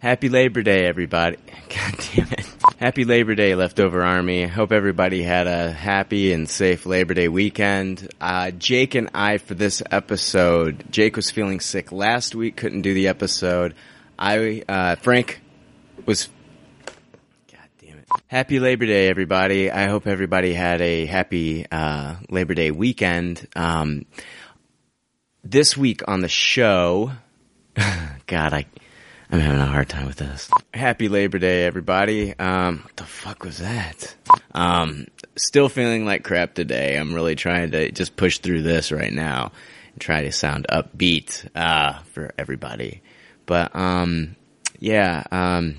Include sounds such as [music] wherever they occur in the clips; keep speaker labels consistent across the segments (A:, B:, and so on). A: Happy Labor Day, everybody. [laughs] God damn it. Happy Labor Day, Leftover Army. Hope everybody had a happy and safe Labor Day weekend. Uh, Jake and I, for this episode, Jake was feeling sick last week, couldn't do the episode. I, uh, Frank was God damn it. Happy Labor Day, everybody. I hope everybody had a happy uh, Labor Day weekend. Um, this week on the show, God, I, I'm having a hard time with this. Happy Labor Day, everybody. Um, what the fuck was that? Um, still feeling like crap today. I'm really trying to just push through this right now and try to sound upbeat uh, for everybody. But um, yeah, um,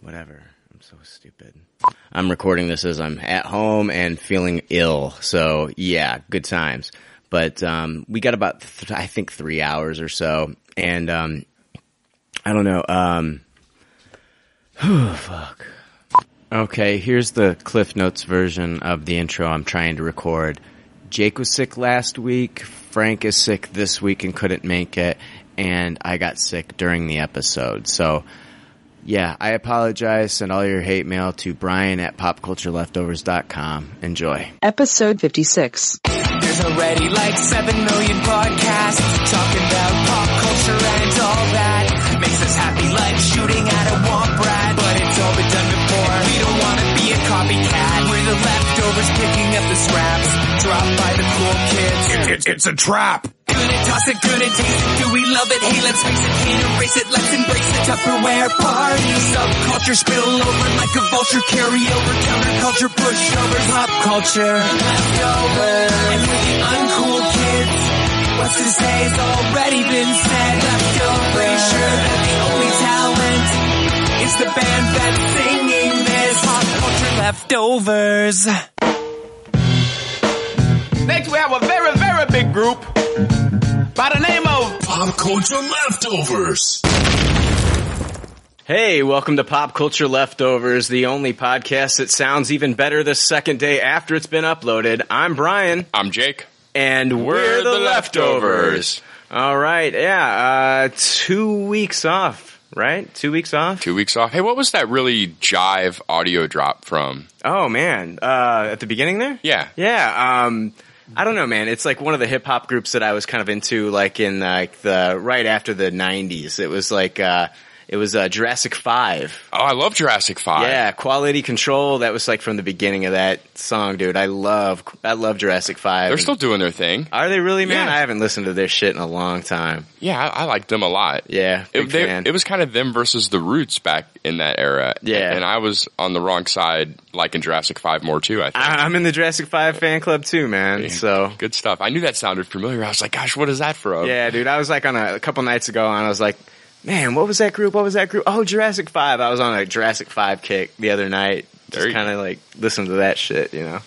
A: whatever. I'm so stupid. I'm recording this as I'm at home and feeling ill. So yeah, good times. But um, we got about th- I think three hours or so, and um, I don't know. Um, [sighs] whew, fuck. Okay, here's the Cliff Notes version of the intro I'm trying to record. Jake was sick last week, Frank is sick this week and couldn't make it, and I got sick during the episode. So, yeah, I apologize. Send all your hate mail to Brian at popcultureleftovers.com. Enjoy.
B: Episode 56.
C: There's already like 7 million podcasts talking about pop culture and all that. Makes us happy like shooting at a womp rat. But it's all been done before. We don't want to be a copycat. We're the leftovers picking up the scraps dropped by the cool kids.
D: it's a trap.
C: Gonna toss it, gonna taste it. Do we love it? Hey, let's face it, can't erase it. Let's embrace the Tupperware party. Subculture spill over like a vulture. Carry over counterculture, pushovers, pop culture. Leftovers. And we're the uncool kids. What's to say's already been said. Leftovers. Pretty sure that the only talent is the band that's singing this. Pop culture leftovers.
E: Next, we have a very, very big group by the name of
D: Pop culture leftovers.
A: Hey, welcome to Pop Culture Leftovers, the only podcast that sounds even better the second day after it's been uploaded. I'm Brian,
F: I'm Jake.
A: and we're, the, leftovers. All right, yeah, uh, two weeks off, right? Two weeks off.
F: Two weeks off. Hey, what was that really jive audio drop from?
A: Oh man, uh, at the beginning there.
F: Yeah.
A: yeah. Um, I don't know, man. It's like one of the hip hop groups that I was kind of into, like in like the right after the '90s. It was like uh, it was uh, Jurassic Five.
F: Oh, I love Jurassic 5.
A: Yeah, quality control. That was like from the beginning of that song, dude. I love, I love Jurassic Five.
F: They're still doing their thing.
A: Are they really, man?
F: Yeah.
A: I haven't listened to their shit in a long time.
F: Yeah, I, I liked them a lot.
A: Yeah, big
F: It, they-
A: fan.
F: it was kind of them versus the Roots back in that era.
A: Yeah.
F: And I was on the wrong side, like in Jurassic 5 more too, I think.
A: I, I'm in the Jurassic Five fan club too, man. So.
F: Good stuff. I knew that sounded familiar. I was like, gosh, what is that from?
A: Yeah, dude. I was like on a, a couple nights ago, and I was like, man, what was that group? What was that group? Oh, Jurassic Five. I was on a Jurassic Five kick the other night.
F: There
A: Just
F: you-
A: kind of like listen to that shit, you know.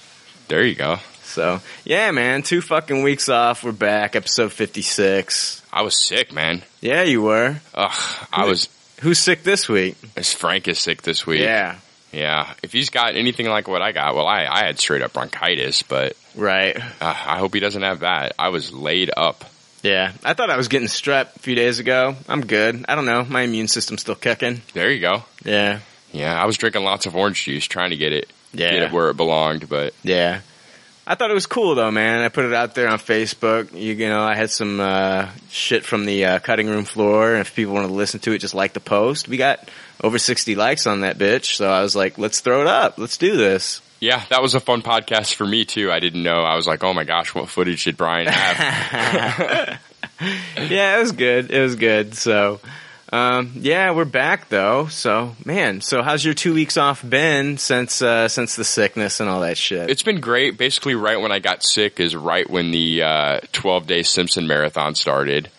F: There you go.
A: So yeah, man. Two fucking weeks off. We're back. Episode fifty six.
F: I was sick, man.
A: Yeah, you were.
F: Ugh, I was,
A: Who's sick this week?
F: as Frank is sick this week.
A: Yeah.
F: Yeah. If he's got anything like what I got, well, I, I had straight up bronchitis, but
A: Right.
F: Uh, I hope he doesn't have that. I was laid up.
A: Yeah. I thought I was getting strep a few days ago. I'm good. I don't know. My immune system's still kicking.
F: There you go.
A: Yeah.
F: Yeah, I was drinking lots of orange juice trying to get it,
A: Yeah.
F: get it where it belonged. But
A: Yeah. I thought it was cool though, man. I put it out there on Facebook. You, you know, I had some uh, shit from the uh, cutting room floor, and if people want to listen to it, just like the post. We got over sixty likes on that bitch, so I was like, let's throw it up, let's do
F: [clears throat]
A: this.
F: yeah, that was a fun podcast for me too. I didn't know. I was like, oh my gosh, what footage did
A: [laughs]
F: Brian have?
A: Yeah, it was good. It was good. So, um, yeah, we're back though. So, man, so how's your two weeks off been since uh, since the sickness and all that shit?
F: it's been great. Basically, right when I got sick is right when the twelve day Simpson marathon started.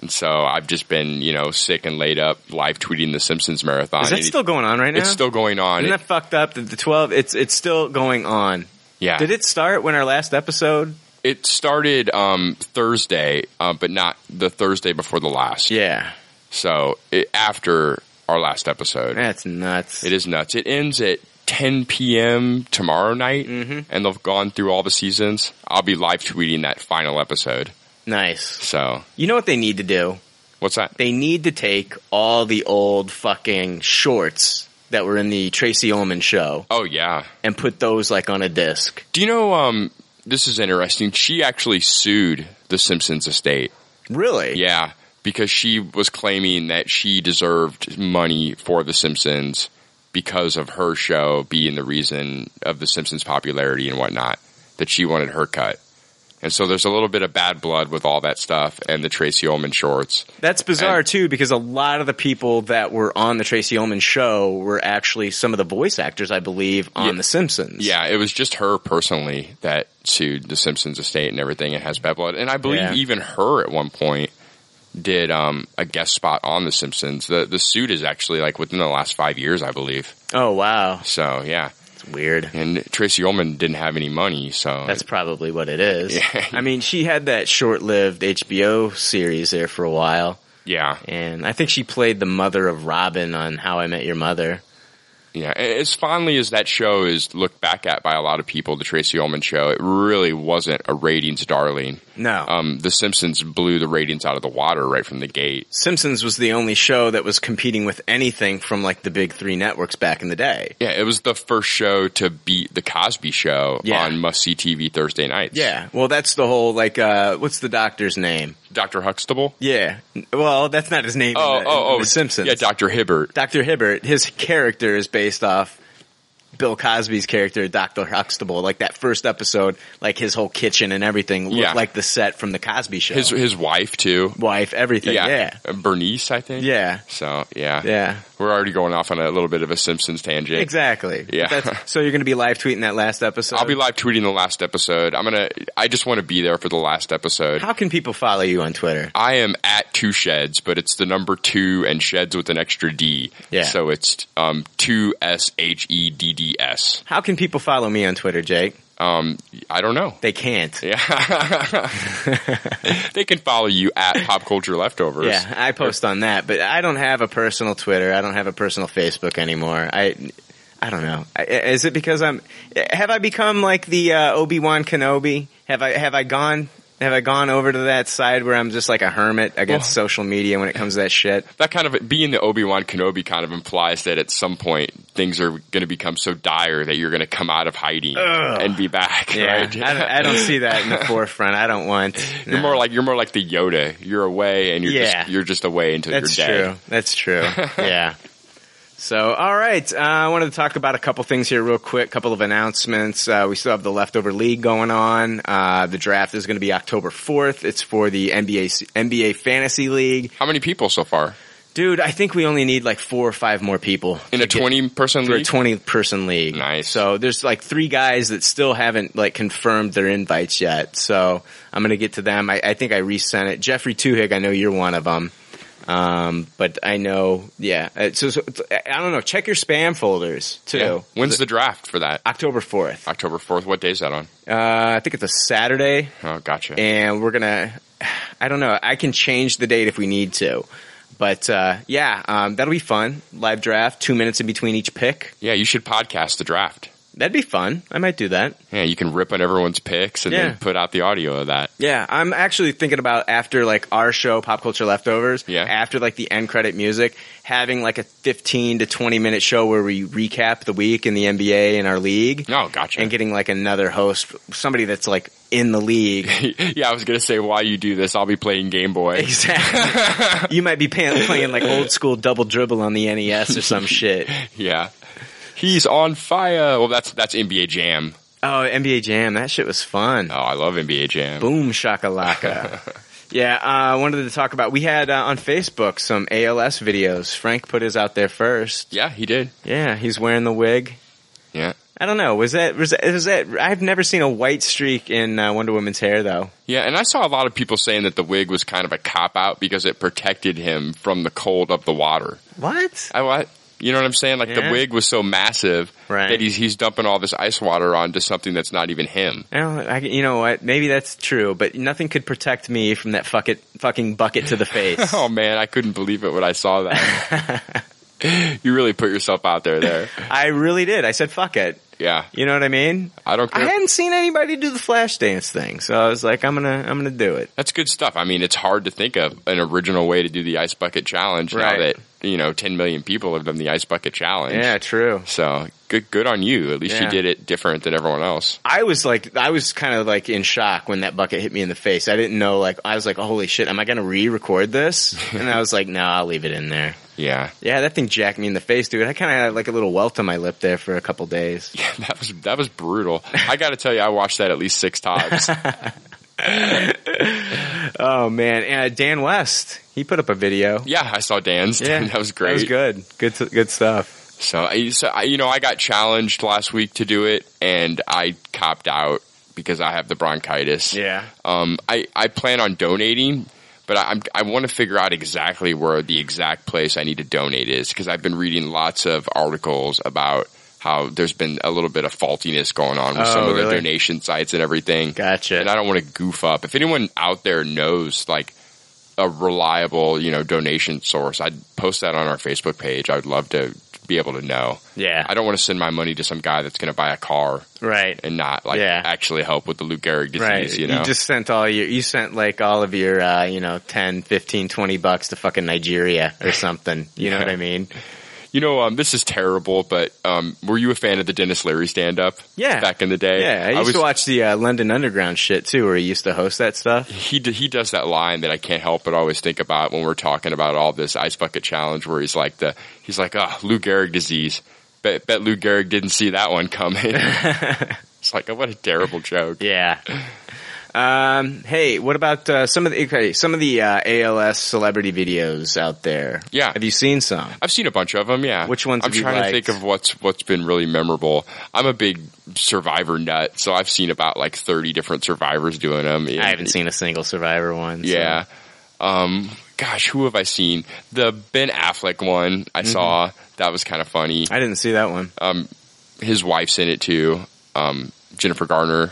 F: And so I've just been, you know, sick and laid up, live tweeting the Simpsons marathon.
A: Is that
F: And it-
A: still going on right now?
F: it's still going on.
A: Isn't that
F: It-
A: fucked up? That the twelve, it's it's still going on.
F: yeah,
A: Did it start when our last episode?
F: It started um, Thursday, uh, but not the Thursday before the last.
A: Yeah,
F: So it, after our last episode,
A: that's nuts.
F: it is nuts. It ends at 10 p.m. tomorrow night, and they've gone through all the seasons. I'll be live tweeting that final episode.
A: Nice.
F: So
A: You know what they need to do?
F: What's that?
A: They need to take all the old fucking shorts that were in the Tracy Ullman show
F: Oh yeah.
A: and put those like on a disc.
F: Do you know? Um, this is interesting. She actually sued the Simpsons estate.
A: Really?
F: Yeah, because she was claiming that she deserved money for The Simpsons because of her show being the reason of The Simpsons' popularity and whatnot, that she wanted her cut. And so there's a little bit of bad blood with all that stuff and the Tracy Ullman shorts.
A: That's bizarre
F: And-
A: too because a lot of the people that were on the Tracy Ullman show were actually some of the voice actors I believe on
F: Yeah.
A: the Simpsons.
F: Yeah, it was just her personally that sued the Simpsons estate and everything and has bad blood. And I believe
A: Yeah.
F: even her at one point did um, a guest spot on The Simpsons. The the suit is actually like within the last five years, I believe.
A: Oh wow.
F: So yeah.
A: It's weird.
F: and Tracy Ullman didn't have any money, so
A: That's probably what it is.
F: [laughs] Yeah.
A: I mean, she had that short-lived HBO series there for a while,
F: yeah,
A: and I think she played the mother of Robin on How I Met Your Mother.
F: yeah. A- As fondly as that show is looked back at by a lot of people, the Tracy Ullman show, it really wasn't a ratings darling.
A: No.
F: Um, the Simpsons blew the ratings out of the water right from the gate.
A: Simpsons was the only show that was competing with anything from like the big three networks back in the day.
F: Yeah, it was the first show to beat the Cosby Show
A: Yeah.
F: on must see TV Thursday nights.
A: Well, that's the whole like, uh, what's the doctor's name?
F: Doctor Huxtable.
A: Yeah. Well, that's not his name.
F: Oh,
A: in the, in
F: oh, oh,
A: the Simpsons.
F: Yeah, Doctor Hibbert.
A: Dr. Hibbert, his character is based off Bill Cosby's character, Dr. Huxtable. Like that first episode, like his whole kitchen and everything looked
F: Yeah.
A: like the set from the Cosby show.
F: His his wife too.
A: wife, everything. Yeah.
F: Bernice, I think.
A: Yeah.
F: So
A: Yeah.
F: we're already going off on a little bit of a Simpsons
A: [laughs]
F: tangent.
A: Exactly.
F: Yeah.
A: That's- so you're going to be live tweeting that last episode?
F: I'll be live tweeting the last episode. I'm gonna. I just want to be there for the last episode.
A: How can people follow you on Twitter?
F: I am at two sheds, but it's the number two and sheds with an extra D.
A: Yeah.
F: So it's um two S H E D D S.
A: How can people follow me on Twitter, Jake?
F: Um, I don't know. [laughs]
A: They can't.
F: Yeah. they can follow you at Pop Culture Leftovers.
A: Yeah, I post on that, but I don't have a personal Twitter. I don't have a personal Facebook anymore. I, I don't know. I, is it because I'm? Have I become like the uh, Obi Wan Kenobi? Have I have I gone? Have I gone over to that side where I'm just like a hermit against
F: Well-
A: social media when it comes to that shit?
F: That kind of being the Obi Wan Kenobi kind of implies that at some point things are going to become so dire that you're going to come out of hiding and be back.
A: Yeah,
F: [laughs] right?
A: I, don't- I don't see that in the
F: [laughs]
A: forefront. I don't want.
F: You're
A: no.
F: more like you're more like the Yoda. You're away and you're
A: Yeah.
F: just you're just away until
A: That's
F: you're dead.
A: true. That's
F: [laughs]
A: true. yeah. So, all right. Uh, I wanted to talk about a couple things here, real quick. couple of announcements. Uh, we still have the leftover league going on. Uh, the draft is going to be October fourth. It's for the NBA s- NBA fantasy league,
F: How many people so far
A: dude. I think we only need like four or five more people
F: in
A: to
F: a
A: get-
F: twenty person
A: for a
F: league?
A: twenty person league.
F: Nice.
A: So there's like three guys that still haven't like confirmed their invites yet. So I'm gonna get to them. I, I think I resent it. Jeffrey Tuhig, I know you're one of them. Um, but I know, yeah. Uh, So, so it's- I don't know. Check your spam folders too.
F: Yeah. When's the draft for that?
A: October fourth.
F: October fourth. What day is that on?
A: Uh, I think it's a Saturday,
F: Oh, gotcha.
A: and we're gonna. I don't know. I can change the date if we need to. But uh, yeah, um, that'll be fun. Live draft, two minutes in between each pick.
F: yeah, you should podcast the draft.
A: That'd be fun. I might do that.
F: Yeah, you can rip on everyone's picks and
A: Yeah.
F: then put out the audio of that.
A: Yeah, I'm actually thinking about after like our show, Pop Culture Leftovers.
F: Yeah.
A: After like the end credit music, having like a 15 to 20 minute show where we recap the week in the NBA and our league,
F: Oh, gotcha.
A: and getting like another host, somebody that's like in the league.
F: [laughs] yeah, I was gonna say why you do this. I'll be playing Game Boy.
A: exactly. you might be paying, playing like old school double dribble on the NES or some shit.
F: [laughs] yeah, he's on fire. Well, that's that's NBA Jam.
A: Oh, NBA Jam, that shit was fun.
F: Oh, I love NBA Jam.
A: Boom shakalaka. yeah, uh, I wanted to talk about. We had uh, on Facebook some ALS videos. Frank put his out there first.
F: Yeah, he did.
A: Yeah, he's wearing the wig.
F: Yeah.
A: I don't know. Was that was that, was that I've never seen a white streak in uh, Wonder Woman's hair though.
F: Yeah, and I saw a lot of people saying that the wig was kind of a cop out because it protected him from the cold of the water.
A: What?
F: I what? You know what I'm saying? Like
A: Yeah.
F: the wig was so massive
A: Right.
F: that he's he's dumping all this ice water onto something that's not
A: [laughs]
F: even him.
A: I don't, I, you know what? Maybe that's true, but nothing could protect me from that fuck it, fucking bucket to the [laughs] face.
F: Oh man, I couldn't believe it when I
A: [laughs]
F: saw that. you really put yourself out there there.
A: I really did. I said fuck it.
F: Yeah,
A: You know what I mean?
F: I don't
A: I
F: care.
A: hadn't seen anybody do the flash dance thing, so I was like, I'm gonna, I'm gonna do it.
F: That's good stuff. I mean, it's hard to think of an original way to do the ice bucket challenge now
A: Right.
F: that you know 10 million people have done the ice bucket challenge.
A: Yeah, true.
F: So good, good on you. At least
A: Yeah.
F: you did it different than everyone else.
A: I was like, I was kind of like in shock when that bucket hit me in the face. I didn't know, like, I was like, holy shit, am I gonna re-record [laughs] this? And I was like, no, I'll leave it in there.
F: Yeah, [laughs]
A: Yeah, that thing jacked me in the face, dude. I kind of had like a little welt on my lip there for a couple days.
F: that was that was brutal. I got to tell you, I watched that at least six
A: [laughs]
F: times.
A: Oh man, and uh, Dan West, he put up a video.
F: [laughs] yeah, I saw Dan's. [laughs] that was great.
A: That was good. Good, good stuff.
F: So, I, so I, you know, I got challenged last week to do it, and I copped out because I have the bronchitis.
A: Yeah.
F: Um, I, I plan on donating, but I, I'm, I want to figure out exactly where the exact place I need to donate is because I've been reading lots of articles about how there's been a little bit of faultiness going on with
A: Oh,
F: some of the
A: really?
F: donation sites and everything.
A: Gotcha.
F: And I don't want to goof up. If anyone out there knows like a reliable, you know, donation source, I'd post that on our Facebook page. I'd love to be able to know.
A: yeah.
F: I don't want to send my money to some guy that's going to buy a car
A: right.
F: and not like
A: Yeah.
F: actually help with the Lou Gehrig disease,
A: Right.
F: you know.
A: just sent all your, you sent like all of your, uh, you know, 10, 15, 20 bucks to fucking Nigeria or something. You
F: [laughs]
A: know what I mean?
F: You know, um, this is terrible, but um, were you a fan of the Dennis Leary stand up?
A: Yeah.
F: Back in the day?
A: Yeah. I used to watch the uh, London Underground shit too, where he used to host that stuff.
F: He, d- he does that line that I can't help but always think about when we're talking about all this ice bucket challenge where he's like the he's like oh Lou Gehrig disease bet bet Lou Gehrig didn't see that
A: [laughs]
F: one coming it's like oh, what a terrible joke
A: Yeah. Um, hey, what about uh, some of the okay, some of the uh, ALS celebrity videos out there?
F: Yeah.
A: have you seen some?
F: I've seen a bunch of them. Yeah.
A: Which ones
F: I'm
A: have you
F: trying to
A: liked?
F: think of what's what's been really memorable. I'm a big Survivor nut, so I've seen about like 30 different Survivors doing them.
A: I haven't seen a single Survivor one. so-
F: Yeah. Um. Gosh, who have I seen? The Ben Affleck one
A: Mm-hmm.
F: I saw. That was kind of funny.
A: I didn't see that one.
F: Oh, His wife's in it too. Um. Jennifer Garner.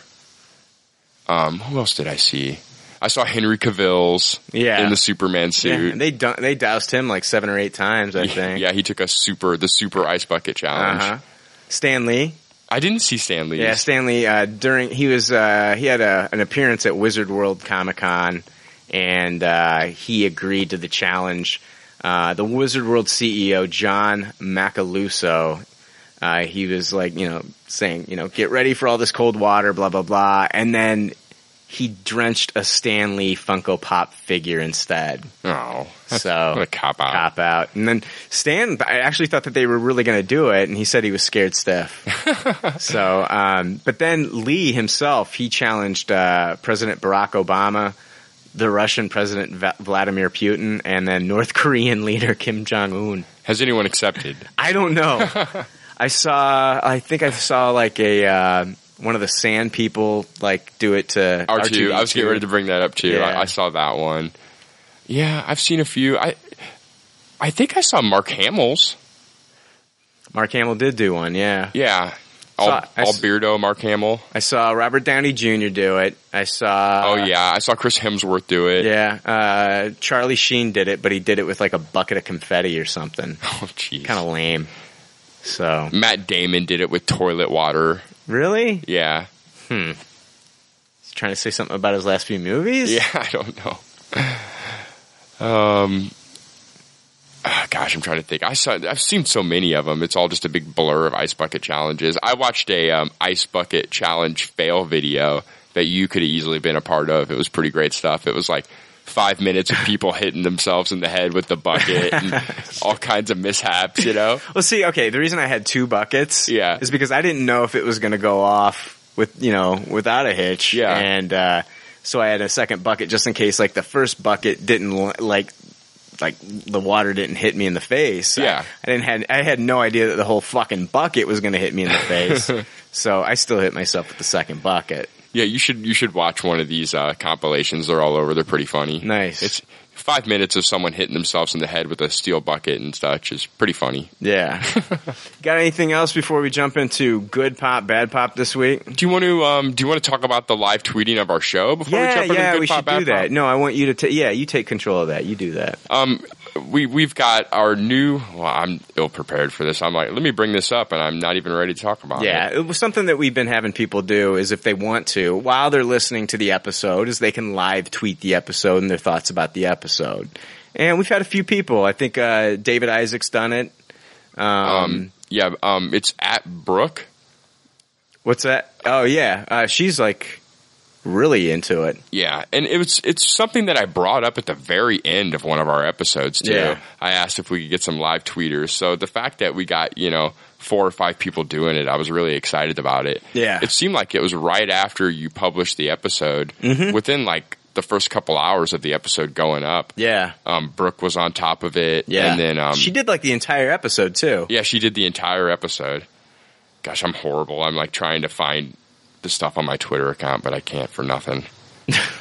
F: Um. Who else did I see? I saw Henry Cavill's
A: Yeah.
F: in the Superman suit.
A: Yeah, they dun- they doused him like seven or eight times, I think.
F: Yeah, he took a super the super ice bucket challenge.
A: Uh-huh. Stan Lee.
F: I didn't see Stan Lee's.
A: Yeah, Stanley. Uh, during he was uh, he had a, an appearance at Wizard World Comic Con, and uh, he agreed to the challenge. Uh, the Wizard World CEO John Macaluso, uh, he was like, you know, saying, you know, get ready for all this cold water, blah blah blah, and then he drenched a Stanley Funko Pop figure instead.
F: Oh, that's-
A: So-
F: what a cop out.
A: Cop out, and then Stan. I actually thought that they were really going to do it, and he said he was scared
F: [laughs]
A: stiff. so, um, but then Lee himself he challenged uh, President Barack Obama, the Russian President Va- Vladimir Putin, and then North [laughs] Korean leader Kim Jong Un.
F: Has
A: [laughs]
F: anyone accepted?
A: I don't
F: [laughs]
A: know. I saw. I think I saw like a uh, one of the Sand people like do it to
F: R two.
A: R2D2.
F: I was getting ready to bring that up too.
A: Yeah.
F: I, I saw that one. Yeah, I've seen a few. I I think I saw Mark Hamill's.
A: Mark Hamill did do one. Yeah.
F: Yeah, all,
A: Saw- I
F: all
A: s-
F: beardo Mark Hamill.
A: I saw Robert Downey Jr. do it. I saw.
F: oh yeah, I saw Chris Hemsworth do it.
A: Uh, [laughs] Yeah, uh, Charlie Sheen did it, but he did it with like a bucket of confetti or something.
F: [laughs] Oh jeez.
A: Kind of lame. So
F: Matt Damon did it with toilet water.
A: really,
F: Yeah,
A: He's trying to say something about his last few movies?
F: yeah. [laughs] I don't know. Um. ah, Gosh, I'm trying to think. I saw. I've seen so many of them. It's all just a big blur of ice bucket challenges. I watched a um, ice bucket challenge fail video that you could have easily been a part of. It was pretty great stuff. It was like five minutes of people [laughs] hitting themselves in the head with the bucket and all kinds of mishaps. You know?
A: Well, see, okay, the reason I had two buckets,
F: Yeah.
A: is because I didn't know if it was going to go off with you know without a hitch,
F: Yeah.
A: and uh, so I had a second bucket just in case like the first bucket didn't li- like like the water didn't hit me in the face.
F: Yeah.
A: I, didn't had I had no idea that the whole fucking bucket was going to hit me in the face,
F: [laughs]
A: so I still hit myself with the second bucket.
F: Yeah, you should you should watch one of these uh, compilations. They're all over. They're pretty funny.
A: Nice.
F: It's five minutes of someone hitting themselves in the head with a steel bucket and such is pretty funny. [laughs]
A: Yeah. Got anything else before we jump into good pop, bad pop this week?
F: Do you want to um, do you want to talk about the live tweeting of our show before we
A: yeah,
F: jump into
A: yeah,
F: good
A: we
F: pop
A: should
F: bad
A: do that.
F: pop?
A: No, I want you to. Ta- yeah, you take control of that. You do that.
F: Um, we we've got our new. Well, I'm ill prepared for this. I'm like, let me bring this up, and I'm not even ready to talk about
A: Yeah,
F: it.
A: it was something that we've been having people do is if they want to, while they're listening to the episode, is they can live tweet the episode and their thoughts about the episode. And we've had a few people. I think uh, David Isaac's done it. Um,
F: Um, yeah, um, it's at Brooke.
A: what's that? Oh yeah, uh, she's like really into it.
F: Yeah, and it was it's something that I brought up at the very end of one of our episodes too.
A: Yeah.
F: I asked if we could get some live tweeters. So the fact that we got you know four or five people doing it, I was really excited about it.
A: Yeah.
F: it seemed like it was right after you published the episode,
A: Mm-hmm.
F: within like the first couple hours of the episode going up.
A: Yeah,
F: Um, Brooke was on top of it,
A: yeah.
F: and then um,
A: she did like the entire episode too.
F: yeah, she did the entire episode. Gosh, I'm horrible. I'm like trying to find the stuff on my Twitter account, but I can't
A: [laughs]
F: for nothing.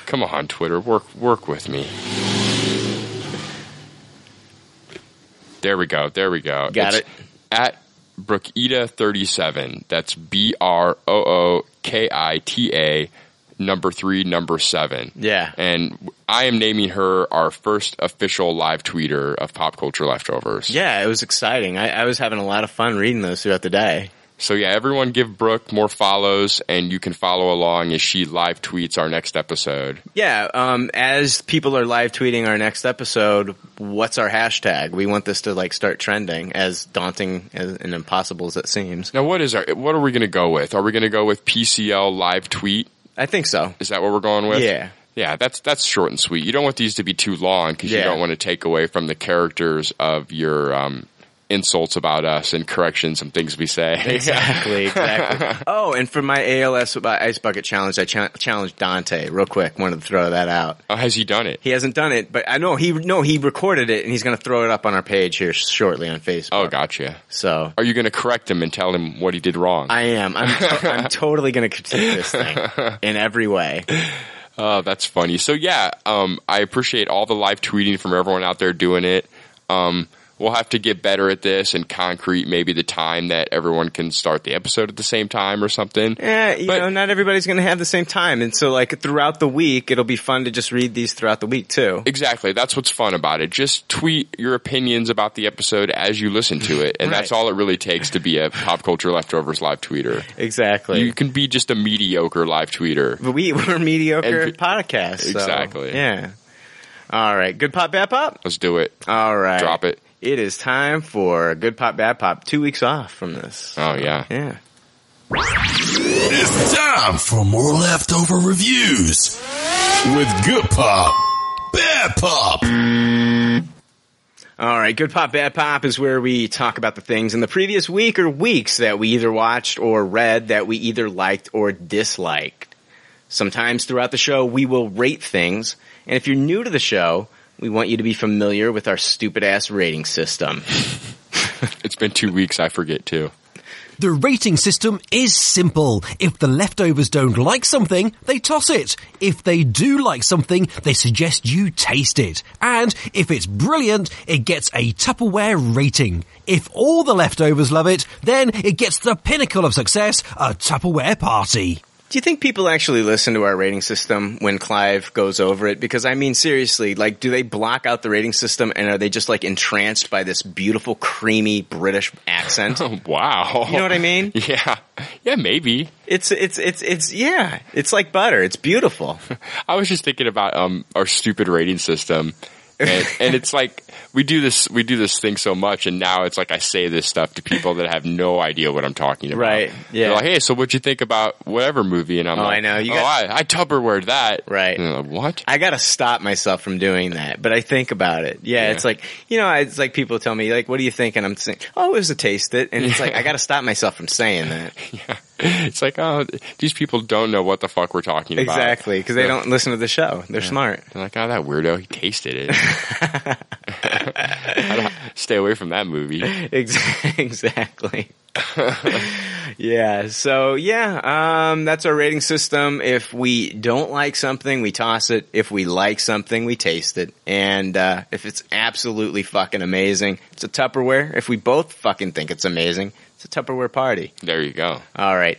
F: Come on, Twitter, work work with me. There we go. There we go.
A: Got it.
F: At Brookita37. That's B R O O K I T A number 3 number 7.
A: Yeah.
F: And I am naming her our first official live tweeter of Pop Culture Leftovers.
A: Yeah, it was exciting. I, I was having a lot of fun reading those throughout the day.
F: So yeah, everyone give Brooke more follows and you can follow along as she live tweets our next episode.
A: Yeah, um, as people are live tweeting our next episode, what's our hashtag? We want this to like start trending, as daunting as, and impossible as it seems.
F: Now what is our what are we going to go with? Are we going to go with PCL live tweet?
A: I think so.
F: Is that what we're going with?
A: Yeah.
F: Yeah, that's that's short and sweet. You don't want these to be too long because
A: Yeah.
F: you don't want to take away from the characters of your um, insults about us and corrections and things we say.
A: Exactly, exactly. oh, and for my ALS about ice bucket challenge, I cha- challenged Dante real quick. Wanted to throw that out.
F: [laughs] Oh, has he done it?
A: He hasn't done it, but I know he no he recorded it, and he's going to throw it up on our page here shortly on Facebook.
F: Oh, gotcha.
A: So
F: Are you going to correct him and tell him what he did wrong?
A: I am. I'm, to- I'm totally going to critique this thing in every way.
F: Oh, that's funny. So yeah, um, I appreciate all the live tweeting from everyone out there doing it. Um, we'll have to get better at this and concrete maybe the time that everyone can start the episode at the same time or something.
A: Yeah, Eh, you
F: But-
A: know, not everybody's going to have the same time, and so like throughout the week, it'll be fun to just read these throughout the week too.
F: Exactly. That's what's fun about it. Just tweet your opinions about the episode as you listen to it, and
A: Right.
F: that's all it really takes to be a pop culture leftovers live tweeter.
A: Exactly.
F: You can be just a mediocre live tweeter.
A: but we [laughs] we're a mediocre
F: And-
A: podcast. so,
F: Exactly.
A: yeah. All right. Good pop, bad pop.
F: Let's do it.
A: All right.
F: Drop it.
A: It is time for good pop, bad pop. Two weeks off from this.
F: Oh yeah.
A: Yeah.
D: It's time for more leftover reviews with Good Pop, Bad Pop.
A: All right, Good Pop, Bad Pop is where we talk about the things in the previous week or weeks that we either watched or read that we either liked or disliked. Sometimes throughout the show, we will rate things, and if you're new to the show, we want you to be familiar with our stupid ass rating system.
F: It's been two weeks. I forget too. [laughs]
G: The rating system is simple. If the leftovers don't like something, they toss it. If they do like something, they suggest you taste it. And if it's brilliant, it gets a Tupperware rating. If all the leftovers love it, then it gets the pinnacle of success, a Tupperware party.
A: Do you think people actually listen to our rating system when Clive goes over it? Because I mean, seriously, like, do they block out the rating system and are they just like entranced by this beautiful, creamy British accent?
F: Oh, wow.
A: You know what I mean?
F: [laughs] Yeah. Yeah, maybe.
A: It's it's it's it's yeah. It's like butter. It's beautiful.
F: I was just thinking about um our stupid rating system.
A: [laughs]
F: And, and it's like we do this we do this thing so much and now it's like I say this stuff to people that have no idea what I'm talking about.
A: Right, yeah.
F: They're like, hey, so what'd you think about whatever movie? And I'm
A: Oh,
F: like,
A: I know, you
F: oh,
A: got-
F: I, I Tupperware that.
A: Right.
F: And they're like, what? [laughs]
A: I gotta stop myself from doing that, but I think about it. Yeah,
F: Yeah.
A: it's like you know, it's like people tell me like, "What do you think?" And I'm saying, "Oh, it was a taste it," and it's like I gotta stop myself from saying that
F: It's like, oh, these people don't know what the fuck we're talking about.
A: [laughs] exactly because they don't listen to the show. They're smart.
F: They're like, oh, that weirdo, he tasted
A: [laughs]
F: it. [laughs] I don't- stay away from that
A: [laughs]
F: movie.
A: Ex- exactly. yeah. So yeah, um, that's our rating system. If we don't like something, we toss it. If we like something, we taste it. And uh, if it's absolutely fucking amazing, it's a Tupperware. If we both fucking think it's amazing, it's a Tupperware party.
F: There you go.
A: All right.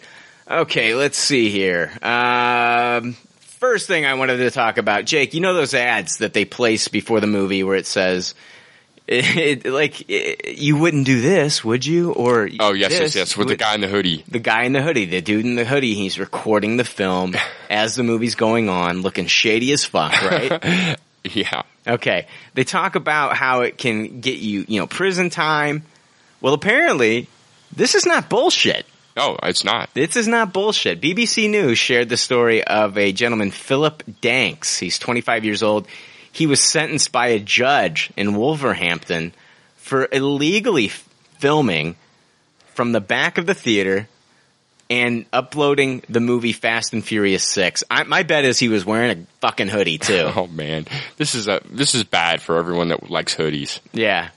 A: Okay. Let's see here. Um, First thing I wanted to talk about, Jake, you know those ads that they place before the movie where it says, [laughs] It, like it, you wouldn't do this, would you? Or
F: Oh yes,
A: this
F: yes, yes. With the
A: would-
F: guy in the hoodie. [laughs]
A: the guy in the hoodie, the dude in the hoodie, he's recording the
F: [laughs]
A: film as the movie's going on, looking shady as fuck,
F: [laughs]
A: right?
F: Yeah.
A: okay. They talk about how it can get you, you know, prison time. Well, apparently, this is not bullshit.
F: No, Oh, it's not.
A: This is not bullshit. BBC News shared the story of a gentleman, Philip Danks. He's 25 years old. He was sentenced by a judge in Wolverhampton for illegally f- filming from the back of the theater and uploading the movie Fast and Furious 6. I, my bet is he was wearing a fucking hoodie too.
F: [laughs] Oh man, this is a this is bad for everyone that likes hoodies.
A: Yeah.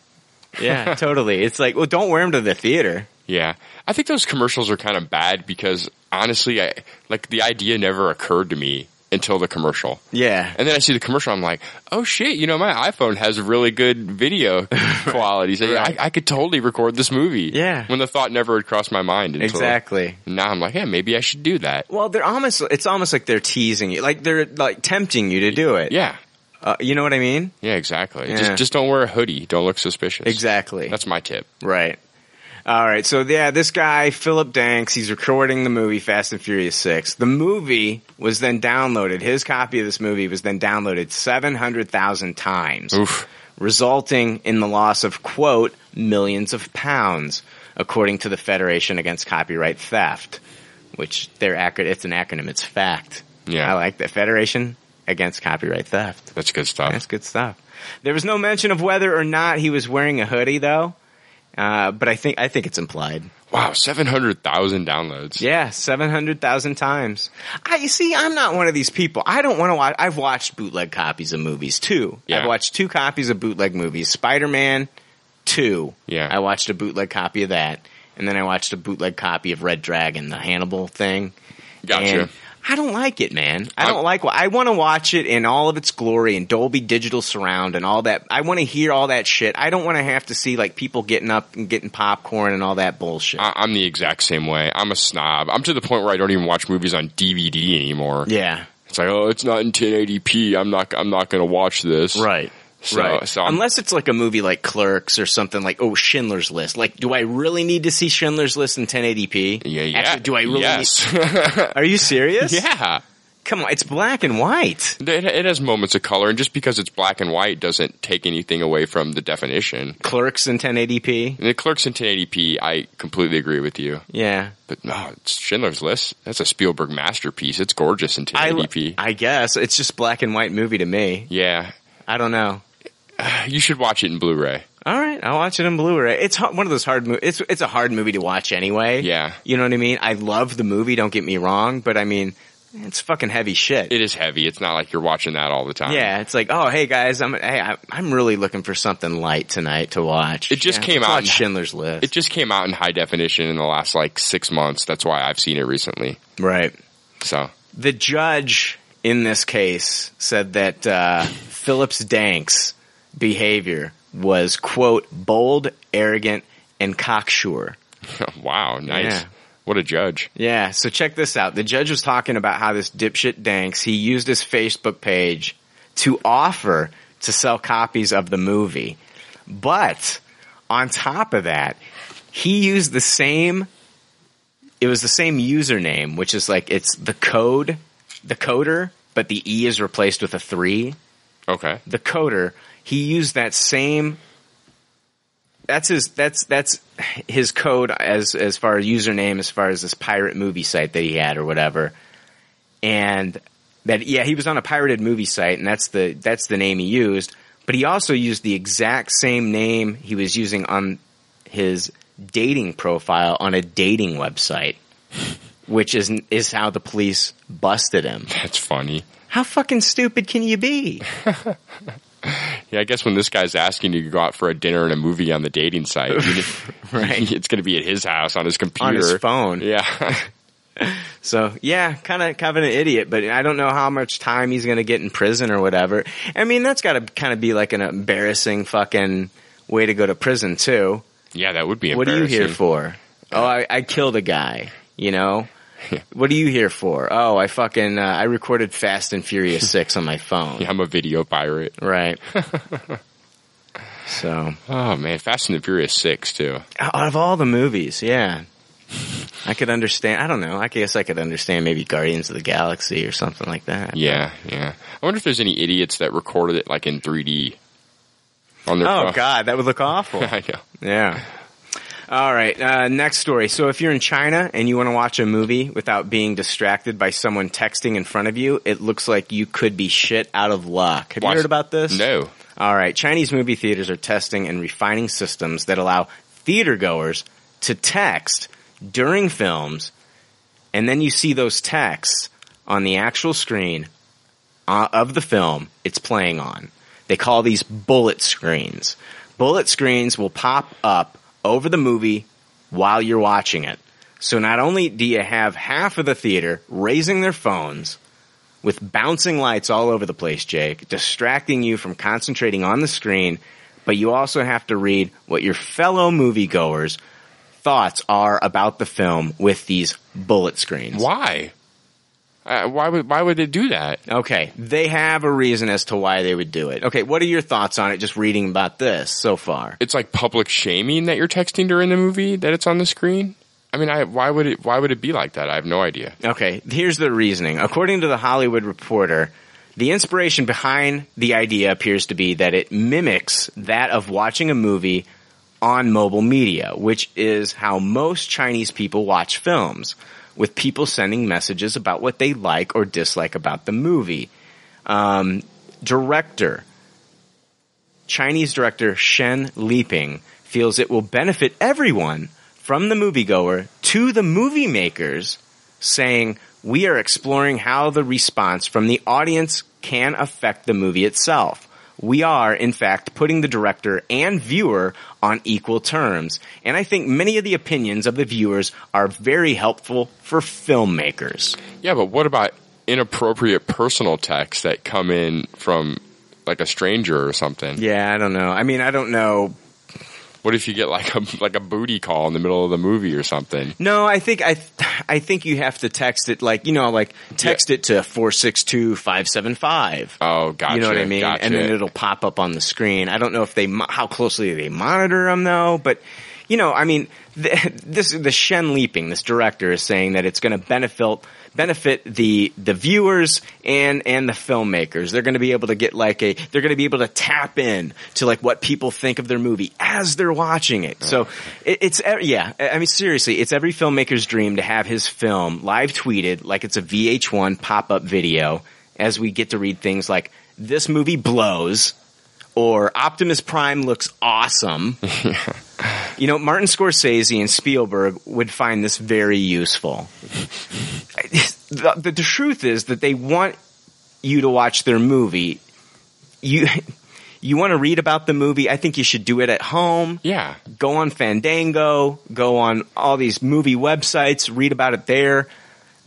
A: Yeah, totally. It's like, well, don't wear him to the theater.
F: Yeah, I think those commercials are kind of bad because honestly, I like the idea never occurred to me until the commercial.
A: Yeah.
F: And then I see the commercial, I'm like, oh shit, you know, my iPhone has really good
A: [laughs]
F: video quality. So yeah, I, I could totally record this movie.
A: Yeah.
F: When the thought never had crossed my mind until
A: Exactly.
F: now I'm like, yeah, maybe I should do that.
A: Well, they're almost, it's almost like they're teasing you, like they're like tempting you to do it.
F: Yeah.
A: Uh, you know what I mean?
F: Yeah, exactly.
A: Yeah.
F: Just, just don't wear a hoodie. Don't look suspicious.
A: Exactly.
F: That's my tip.
A: right. All right. So yeah, this guy Philip Danks, he's recording the movie Fast and Furious Six. The movie was then downloaded. His copy of this movie was then downloaded seven hundred thousand times,
F: Oof.
A: resulting in the loss of quote millions of pounds, according to the Federation Against Copyright Theft, which they're accurate. It's an acronym. It's fact.
F: Yeah.
A: I like that Federation Against Copyright Theft.
F: That's good stuff.
A: That's good stuff. There was no mention of whether or not he was wearing a hoodie, though. Uh, but I think I think it's implied.
F: Wow, 700,000 downloads.
A: Yeah, seven hundred thousand times. I you see. I'm not one of these people. I don't want to watch. I've watched bootleg copies of movies too.
F: Yeah.
A: I've watched two copies of bootleg movies. Spider Man Two.
F: Yeah.
A: I watched a bootleg copy of that, and then I watched a bootleg copy of Red Dragon, the Hannibal thing.
F: Gotcha.
A: And I don't like it, man. I don't
F: I'm-
A: like. I want to watch it in all of its glory and Dolby Digital Surround and all that. I want to hear all that shit. I don't want to have to see like people getting up and getting popcorn and all that bullshit.
F: I, I'm the exact same way. I'm a snob. I'm to the point where I don't even watch movies on DVD anymore.
A: yeah,
F: It's like, oh, it's not in 1080p. I'm not. I'm not going to watch this. So, So I'm,
A: Unless it's like a movie like Clerks or something like oh Schindler's List. Like, do I really need to see Schindler's List in 1080p?
F: yeah, yeah.
A: Actually, do I really?
F: Yes.
A: need- Are you serious?
F: [laughs] yeah.
A: Come on, it's black and white.
F: It, it has moments of color, and just because it's black and white doesn't take anything away from the definition.
A: Clerks in 1080p.
F: And the Clerks in 1080p, I completely agree with you.
A: Yeah.
F: But no, it's Schindler's List. That's a Spielberg masterpiece. It's gorgeous in
A: I,
F: 1080p.
A: I guess it's just black and white movie to me.
F: yeah,
A: I don't know.
F: you should watch it in Blu-ray.
A: All right, I'll watch it in Blu-ray. It's h- one of those hard movies. It's it's a hard movie to watch anyway.
F: Yeah.
A: you know what I mean. I love the movie. Don't get me wrong, but I mean, it's fucking heavy shit.
F: It is heavy. It's not like you're watching that all the time.
A: yeah, it's like, oh hey guys, I'm hey I, I'm really looking for something light tonight to watch.
F: It just
A: Yeah,
F: came
A: let's
F: out
A: watch
F: in-
A: Schindler's List,
F: It just came out in high definition in the last like six months. That's why I've seen it recently.
A: right?
F: So [laughs]
A: The judge in this case said that uh, Phillips Dank's behavior was quote bold, arrogant, and cocksure.
F: wow, nice.
A: Yeah.
F: What a judge.
A: Yeah, so check this out. The judge was talking about how this dipshit Danks, he used his Facebook page to offer to sell copies of the movie. But on top of that, he used the same it was the same username, which is like it's the code, the coder, but the E is replaced with a 3
F: Okay. [laughs]
A: the coder, he used that same. That's his. That's that's his code as as far as username, as far as this pirate movie site that he had or whatever, and that yeah, he was on a pirated movie site, and that's the that's the name he used. But he also used the exact same name he was using on his dating profile on a dating website, which is is how the police busted him.
F: That's funny.
A: How fucking stupid can you be?
F: Yeah, I guess when this guy's asking you to go out for a dinner and a movie on the dating
A: [laughs]
F: site, you-
A: Right.
F: [laughs] it's going to be at his house on his computer,
A: On his phone.
F: Yeah, [laughs]
A: So yeah, kind of kind of an idiot, but I don't know how much time he's going to get in prison or whatever. I mean, that's got to kind of be like an embarrassing fucking way to go to prison too.
F: yeah, that would be.
A: What are you here
F: embarrassing.
A: for? Oh, I, I killed a guy. You know. What are you here for? Oh, I fucking uh, I recorded Fast and Furious Six on my phone.
F: Yeah, I'm a video pirate.
A: Right. So
F: Oh man, Fast and the Furious Six too.
A: out of all the movies, yeah, I could understand. I don't know. I guess I could understand maybe Guardians of the Galaxy or something like that.
F: Yeah, yeah. I wonder if there's any idiots that recorded it like in 3D on their.
A: Oh
F: phone.
A: God, that would look awful.
F: [laughs] I know.
A: Yeah. All right. Uh, next story. So if you're in China and you want to watch a movie without being distracted by someone texting in front of you, it looks like you could be shit out of luck. Have
F: Watch-
A: you heard about this?
F: No.
A: All right. Chinese movie theaters are testing and refining systems that allow theater goers to text during films, and then you see those texts on the actual screen uh, of the film it's playing on. They call these bullet screens. Bullet screens will pop up over the movie while you're watching it. So not only do you have half of the theater raising their phones with bouncing lights all over the place, Jake, distracting you from concentrating on the screen, but you also have to read what your fellow moviegoers thoughts are about the film with these bullet screens.
F: Why? Uh, why would why would they do that?
A: Okay, they have a reason as to why they would do it. Okay, what are your thoughts on it? Just reading about this so far.
F: It's like public shaming that you're texting during the movie that it's on the screen. I mean, I why would it why would it be like that? I have no idea.
A: Okay, here's the reasoning. According to the Hollywood Reporter, the inspiration behind the idea appears to be that it mimics that of watching a movie on mobile media, which is how most Chinese people watch films, with people sending messages about what they like or dislike about the movie. Um, director Chinese director Shen Liping feels it will benefit everyone from the moviegoer to the movie makers, saying, We are exploring how the response from the audience can affect the movie itself. We are, in fact, putting the director and viewer on equal terms. And I think many of the opinions of the viewers are very helpful for filmmakers.
F: Yeah, but what about inappropriate personal texts that come in from like a stranger or something?
A: Yeah, I don't know. I mean, I don't know
F: What if you get like a like a booty call in the middle of the movie or something?
A: No, I think I, I think you have to text it like you know, like text it to four six two five seven five.
F: Oh, gotcha.
A: You know what I mean?
F: Gotcha.
A: And then it'll pop up on the screen. I don't know if they mo- how closely they monitor them though, but you know, I mean, th this the [laughs] Shen Leaping, this director is saying that it's going to benefit benefit the the viewers and and the filmmakers. They're going to be able to get like a they're going to be able to tap in to like what people think of their movie as they're watching it. So it, it's e- yeah, I I mean seriously, it's every filmmaker's dream to have his film live tweeted like it's a VH1 pop-up video as we get to read things like this movie blows or Optimus Prime looks awesome. you know, Martin Scorsese and Spielberg would find this very useful. the, the, the truth is that they want you to watch their movie. You [laughs] you want to read about the movie? I think you should do it at home
F: yeah.
A: go on Fandango, go on all these movie websites, read about it there.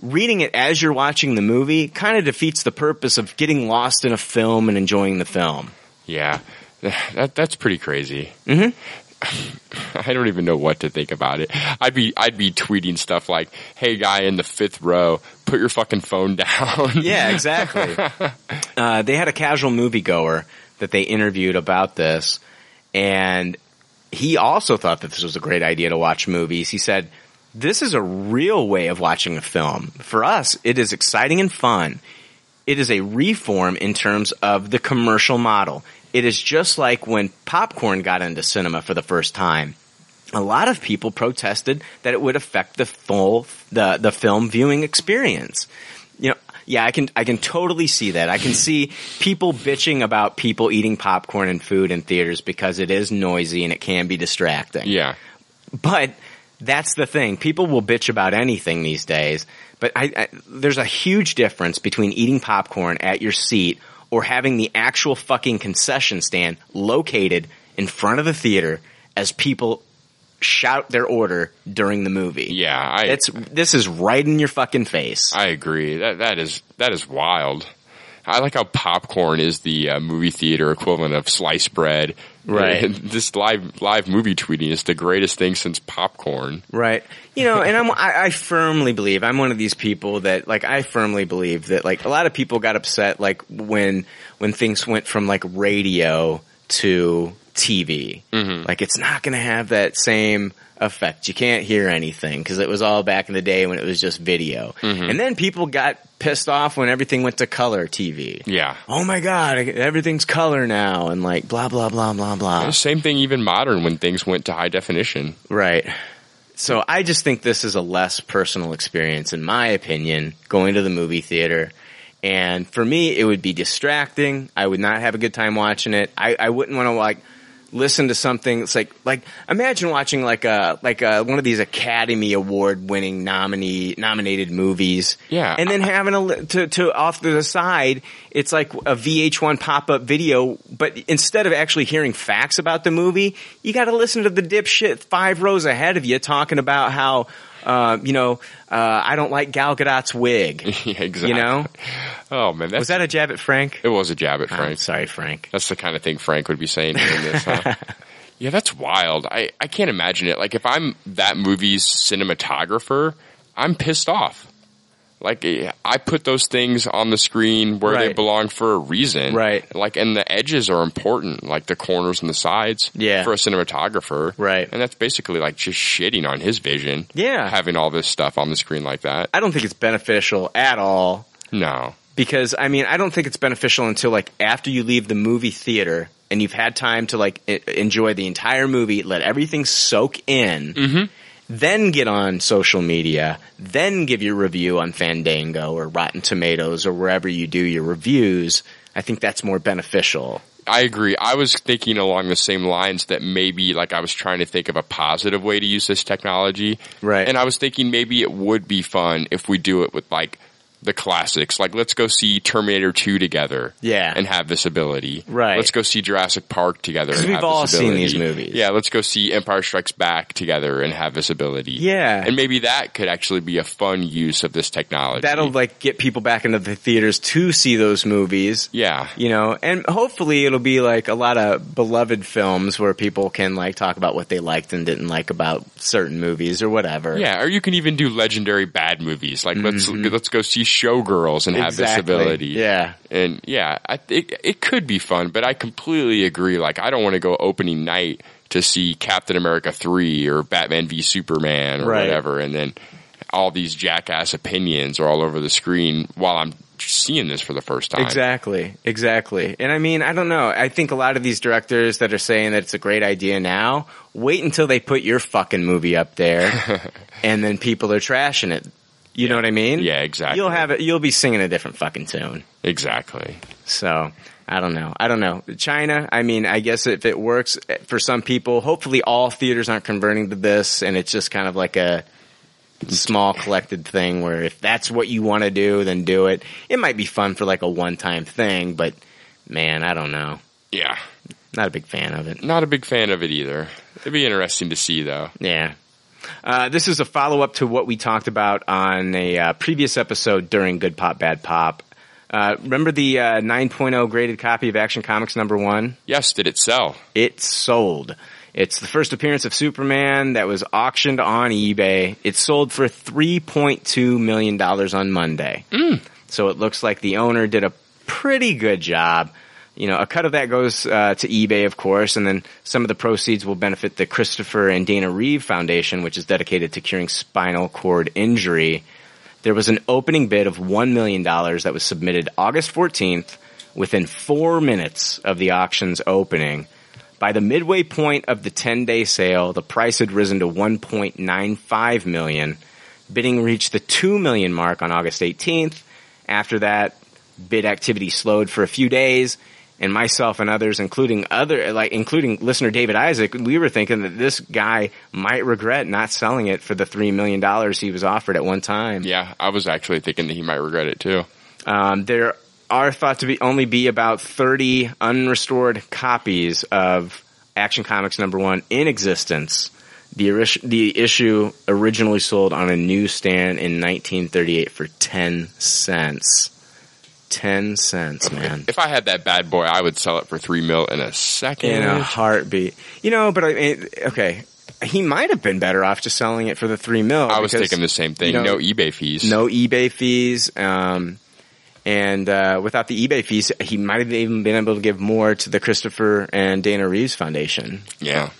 A: Reading it as you're watching the movie kind of defeats the purpose of getting lost in a film and enjoying the film.
F: Yeah, [sighs] that that's pretty crazy. Mm-hmm. [laughs] I don't even know what to think about it. I'd be I'd be tweeting stuff like, "Hey, guy in the fifth row, put your fucking phone [laughs] down."
A: Yeah, exactly. [laughs] uh, they had a casual moviegoer that they interviewed about this, and he also thought that this was a great idea to watch movies. He said, This is a real way of watching a film. For us, it is exciting and fun. It is a reform in terms of the commercial model. It is just like when popcorn got into cinema for the first time a lot of people protested that it would affect the full the the film viewing experience. You know, yeah, I can I can totally see that. I can see people bitching about people eating popcorn and food in theaters because it is noisy and it can be distracting.
F: yeah,
A: But that's the thing. People will bitch about anything these days, but I, I, there's a huge difference between eating popcorn at your seat or having the actual fucking concession stand located in front of the theater as people shout their order during the movie.
F: yeah. I
A: It's this is right in your fucking face.
F: I agree. That that is that is wild. I like how popcorn is the uh, movie theater equivalent of sliced bread.
A: Right.
F: And [laughs] this live live movie tweeting is the greatest thing since popcorn.
A: Right. You know, and I'm, I, I firmly believe, I'm one of these people that, like, I firmly believe that, like, a lot of people got upset, like, when, when things went from, like, radio to TV. Like it's not going to have that same effect. You can't hear anything because it was all back in the day when it was just video. And then people got pissed off when everything went to color TV.
F: Yeah.
A: Oh my god, everything's color now and like blah blah blah blah blah.
F: Same thing, even modern when things went to high definition. [laughs]
A: Right. So I just think this is a less personal experience, in my opinion, going to the movie theater. And for me, it would be distracting. I would not have a good time watching it. I, I wouldn't want to like listen to something. It's like like imagine watching like a like a, one of these Academy Award winning nominee nominated movies.
F: Yeah.
A: and then having a li- to to off to the side, it's like a VH1 pop up video. But instead of actually hearing facts about the movie, you got to listen to the dipshit five rows ahead of you talking about how. Uh, you know, uh, I don't like Gal Gadot's wig.
F: Yeah, exactly.
A: You know,
F: Oh man,
A: [laughs]
F: that's,
A: was that a jab at Frank?
F: it was a jab at
A: I'm
F: Frank.
A: sorry, Frank.
F: That's the kind of thing Frank would be saying during
A: [laughs]
F: this. Huh? yeah, that's wild. I, I can't imagine it. Like if I'm that movie's cinematographer, I'm pissed off. Like eh, I put those things on the screen where they
A: Right.
F: belong for a reason.
A: Right.
F: Like and the edges are important, like the corners and the sides
A: Yeah.
F: for a cinematographer.
A: Right.
F: And that's basically like just shitting on his vision.
A: Yeah.
F: Having all this stuff on the screen like that.
A: I don't think it's beneficial at all
F: No.
A: because I mean I don't think it's beneficial until like after you leave the movie theater and you've had time to like e- enjoy the entire movie, let everything soak in, then get on social media, then give your review on Fandango or Rotten Tomatoes or wherever you do your reviews. I think that's more beneficial.
F: I agree. I was thinking along the same lines that maybe like I was trying to think of a positive way to use this technology.
A: Right.
F: And I was thinking maybe it would be fun if we do it with like the classics. Like let's go see Terminator 2 together.
A: Yeah.
F: And have this ability.
A: Right.
F: Let's go see Jurassic Park together.
A: 'Cause
F: and
A: we've
F: have
A: all
F: this
A: seen
F: ability.
A: these movies.
F: Yeah. Let's go see Empire Strikes Back together and have this ability.
A: Yeah.
F: And maybe that could actually be a fun use of this technology.
A: That'll like get people back into the theaters to see those movies.
F: yeah.
A: you know and hopefully it'll be like a lot of beloved films where people can like talk about what they liked and didn't like about certain movies or whatever
F: Yeah, or you can even do legendary bad movies. Like let's let's go see Showgirls and have
A: Mm-hmm. Exactly.
F: this ability.
A: yeah
F: and yeah, I, it it could be fun, but I completely agree. Like I don't want to go opening night to see Captain America three or Batman v Superman or
A: Right.
F: whatever, and then all these jackass opinions are all over the screen while I'm seeing this for the first time.
A: exactly exactly and i mean i don't know i think a lot of these directors that are saying that it's a great idea now wait until they put your fucking movie up
F: [laughs]
A: there and then people are trashing it you know what i mean
F: Yeah, exactly.
A: you'll have it you'll be singing a different fucking tune
F: Exactly.
A: So I don't know. I don't know. China. I mean, I guess if it works eh, for some people, hopefully all theaters aren't converting to this, and it's just kind of like a small collected thing where if that's what you want to do, then do it. It might be fun for like a one time thing, but man, I don't know.
F: Yeah.
A: Not a big fan of it.
F: Not a big fan of it either. It'd be interesting to see though.
A: Yeah. Uh, this is a follow up to what we talked about on a uh, previous episode during Good Pop Bad Pop. Uh, remember the uh, 9.0 graded copy of Action Comics number one?
F: Yes, did it sell?
A: It sold. It's the first appearance of Superman that was auctioned on eBay. It sold for $3.2 million on Monday. So it looks like the owner did a pretty good job. You know, a cut of that goes uh, to eBay, of course, and then some of the proceeds will benefit the Christopher and Dana Reeve Foundation, which is dedicated to curing spinal cord injury. There was an opening bid of $1 million that was submitted August 14th within four minutes of the auction's opening. By the midway point of the 10 day sale, the price had risen to 1.95 million. Bidding reached the 2 million mark on August 18th. After that, bid activity slowed for a few days, and myself and others, including other, like, including listener David Isaac, we were thinking that this guy might regret not selling it for the $3 million he was offered at one time.
F: Yeah, I was actually thinking that he might regret it too.
A: Um, there are thought to be only be about 30 unrestored copies of Action Comics number one in existence. The, ori- the issue originally sold on a newsstand in 1938 for 10 cents. 10 cents, man.
F: If I had that bad boy, I would sell it for three mil in a second.
A: In a heartbeat. You know, but I mean, okay. He might have been better off just selling it for the three mil.
F: I was
A: because-
F: thinking the same thing.
A: you know-
F: no eBay fees.
A: no eBay fees. Um, And uh, without the eBay fees, he might have even been able to give more to the Christopher and Dana Reeves Foundation.
F: Yeah.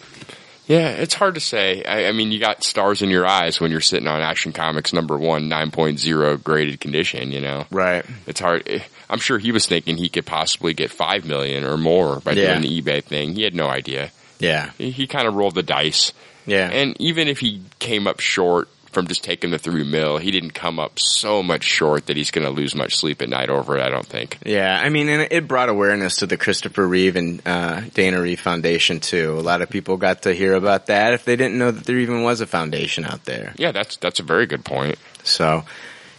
F: Yeah, it's hard to say. I, I mean, you got stars in your eyes when you're sitting on Action Comics number one, 9.0 graded condition, you know?
A: Right.
F: It's hard. Eh, I'm sure he was thinking he could possibly get 5 million or more by
A: Yeah.
F: doing the eBay thing. He had no idea.
A: Yeah.
F: He, he kind of rolled the dice.
A: Yeah.
F: And even if he came up short from just taking the three mil, he didn't come up so much short that he's going to lose much sleep at night over it, I don't think.
A: Yeah, I mean, and it brought awareness to the Christopher Reeve and uh, Dana Reeve Foundation too. A lot of people got to hear about that if they didn't know that there even was a foundation out there.
F: Yeah, that's, that's a very good point.
A: So,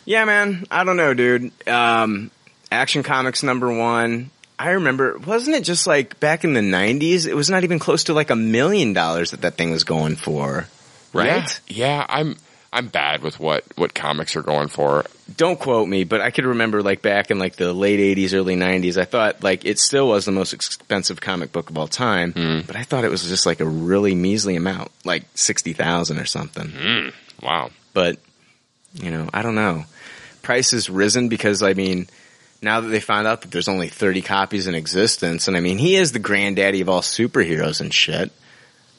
A: yeah, man, I don't know, dude. Um, Action Comics number one. I remember, wasn't it just like back in the '90s? It was not even close to like a million dollars that that thing was going for, right?
F: Yeah, yeah, I'm I'm bad with what what comics are going for.
A: Don't quote me, but I could remember like back in like the late '80s, early '90s. I thought like it still was the most expensive comic book of all time, but I thought it was just like a really measly amount, like sixty thousand or something.
F: Wow.
A: but you know, I don't know. Price has risen because I mean, now that they found out that there's only 30 copies in existence, and I mean, he is the granddaddy of all superheroes and shit.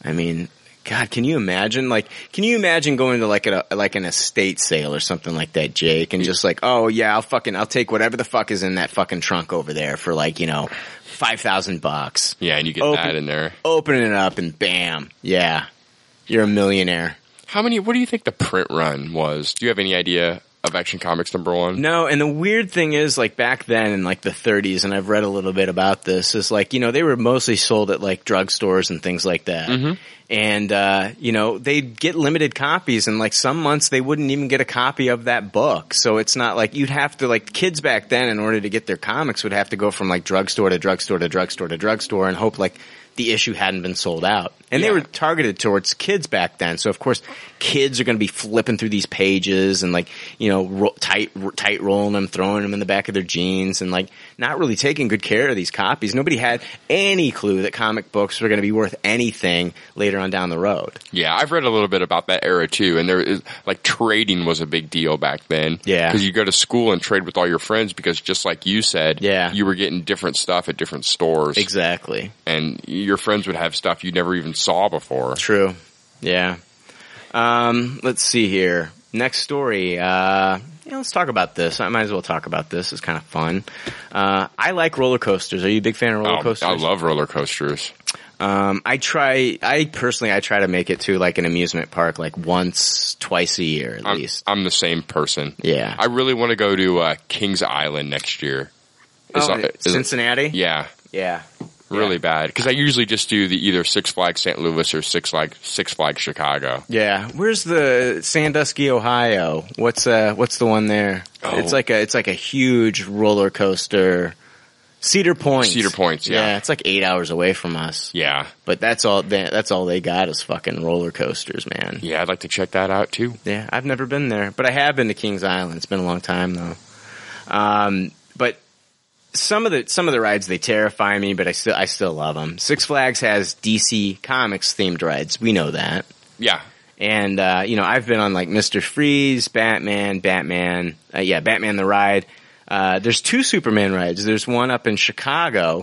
A: I mean, God, can you imagine? Like, can you imagine going to like a like an estate sale or something like that, Jake, and just like, oh yeah, I'll fucking I'll take whatever the fuck is in that fucking trunk over there for like you know five thousand bucks.
F: Yeah, and you get
A: Open-
F: that in there.
A: Open it up and bam, yeah, you're a millionaire.
F: How many? What do you think the print run was? Do you have any idea of Action Comics number one?
A: No, and the weird thing is, like back then in like the 30s, and I've read a little bit about this, is like you know they were mostly sold at like drugstores and things like that, and uh, you know they'd get limited copies, and like some months they wouldn't even get a copy of that book, so it's not like you'd have to like kids back then in order to get their comics would have to go from like drugstore to drugstore to drugstore to drugstore and hope like the issue hadn't been sold out. And they
F: Yeah.
A: were targeted towards kids back then. So of course, kids are going to be flipping through these pages and like, you know, ro- tight, ro- tight rolling them, throwing them in the back of their jeans and like not really taking good care of these copies. Nobody had any clue that comic books were going to be worth anything later on down the road.
F: Yeah, I've read a little bit about that era too, and there is like trading was a big deal back then.
A: Yeah.
F: because you go to school and trade with all your friends because just like you said,
A: Yeah.
F: you were getting different stuff at different stores,
A: Exactly.
F: and your friends would have stuff you never even saw before.
A: True. Yeah. Um, let's see here. Next story. Uh, yeah, let's talk about this. I might as well talk about this. It's kind of fun. Uh, I like roller coasters. Are you a big fan of roller
F: Oh,
A: coasters?
F: I love roller coasters.
A: Um, I try. I personally, I try to make it to like an amusement park, like once, twice a year at
F: I'm,
A: least.
F: I'm the same person.
A: Yeah.
F: Um, I really want to go to uh, Kings Island next year. Is-
A: Oh,
F: is-
A: Cincinnati.
F: yeah,
A: yeah.
F: really bad because I usually just do the either Six Flags St. Louis or Six Flags Six Flags Chicago.
A: Yeah. Where's the Sandusky, Ohio? What's uh what's the one there?
F: Oh.
A: It's like a it's like a huge roller coaster. Cedar Point.
F: Cedar Points, yeah.
A: it's like 8 hours away from us.
F: Yeah,
A: But that's all they, that's all they got is fucking roller coasters, man.
F: yeah, I'd like to check that out too.
A: Yeah, I've never been there, but I have been to Kings Island. It's been a long time though. Um, but some of the some of the rides they terrify me, but I still I still love them. Six Flags has DC Comics themed rides. We know that,
F: Yeah,
A: and uh, you know I've been on like Mister Freeze, Batman, Batman, uh, yeah, Batman the ride. Uh, there's two Superman rides. There's one up in Chicago.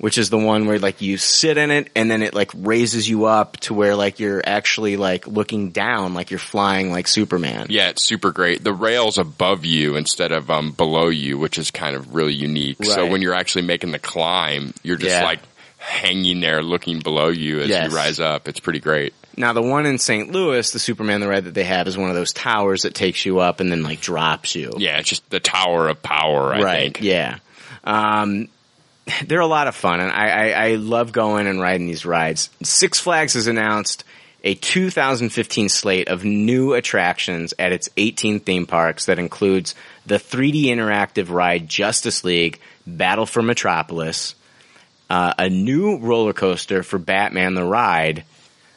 A: Which is the one where like you sit in it and then it like raises you up to where like you're actually like looking down like you're flying like Superman.
F: yeah, it's super great. The rails above you instead of um below you, which is kind of really unique. So
A: Right.
F: when you're actually making the climb, you're just
A: Yeah.
F: like hanging there, looking below you as
A: Yes.
F: you rise up. It's pretty great.
A: Now the one in St. Louis, the Superman the Red that they have is one of those towers that takes you up and then like drops you.
F: Yeah, it's just the Tower of Power. I
A: right.
F: think.
A: Yeah. Um, they're a lot of fun and I, I, I love going and riding these rides. Six Flags has announced a 2015 slate of new attractions at its 18 theme parks that includes the 3D interactive ride Justice League Battle for Metropolis, uh, a new roller coaster for Batman the Ride,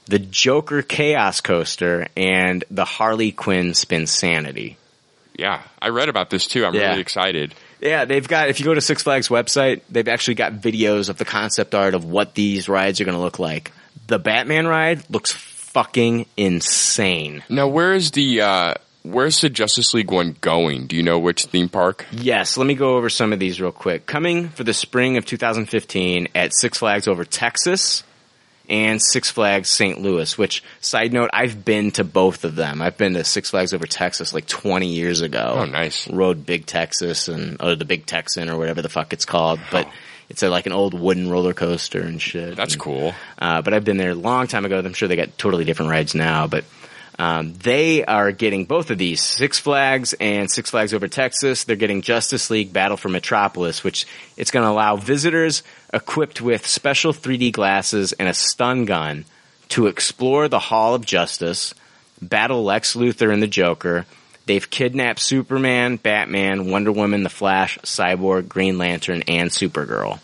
A: the Joker Chaos Coaster, and the Harley Quinn Spin Sanity.
F: Yeah, I read about this too. I'm
A: Yeah.
F: really excited.
A: Yeah, they've got, if you go to Six Flags website, they've actually got videos of the concept art of what these rides are going to look like. The Batman ride looks fucking insane.
F: Now, where is the uh, Where's the Justice League one going? Do you know which theme park?
A: Yes, let me go over some of these real quick. Coming for the spring of 2015 at Six Flags over Texas and Six Flags St. Louis, which side note, I've been to both of them. I've been to Six Flags over Texas like 20 years ago.
F: Oh, nice.
A: Rode Big Texas and or the Big Texan or whatever the fuck it's called, but it's a, like an old wooden roller coaster and shit.
F: That's
A: And-
F: cool.
A: uh, but I've been there a long time ago. I'm sure they got totally different rides now, but um, they are getting both of these Six Flags and Six Flags Over Texas. They're getting Justice League Battle for Metropolis, which it's going to allow visitors equipped with special 3D glasses and a stun gun to explore the Hall of Justice, battle Lex Luthor and the Joker. They've kidnapped Superman, Batman, Wonder Woman, The Flash, Cyborg, Green Lantern, and Supergirl.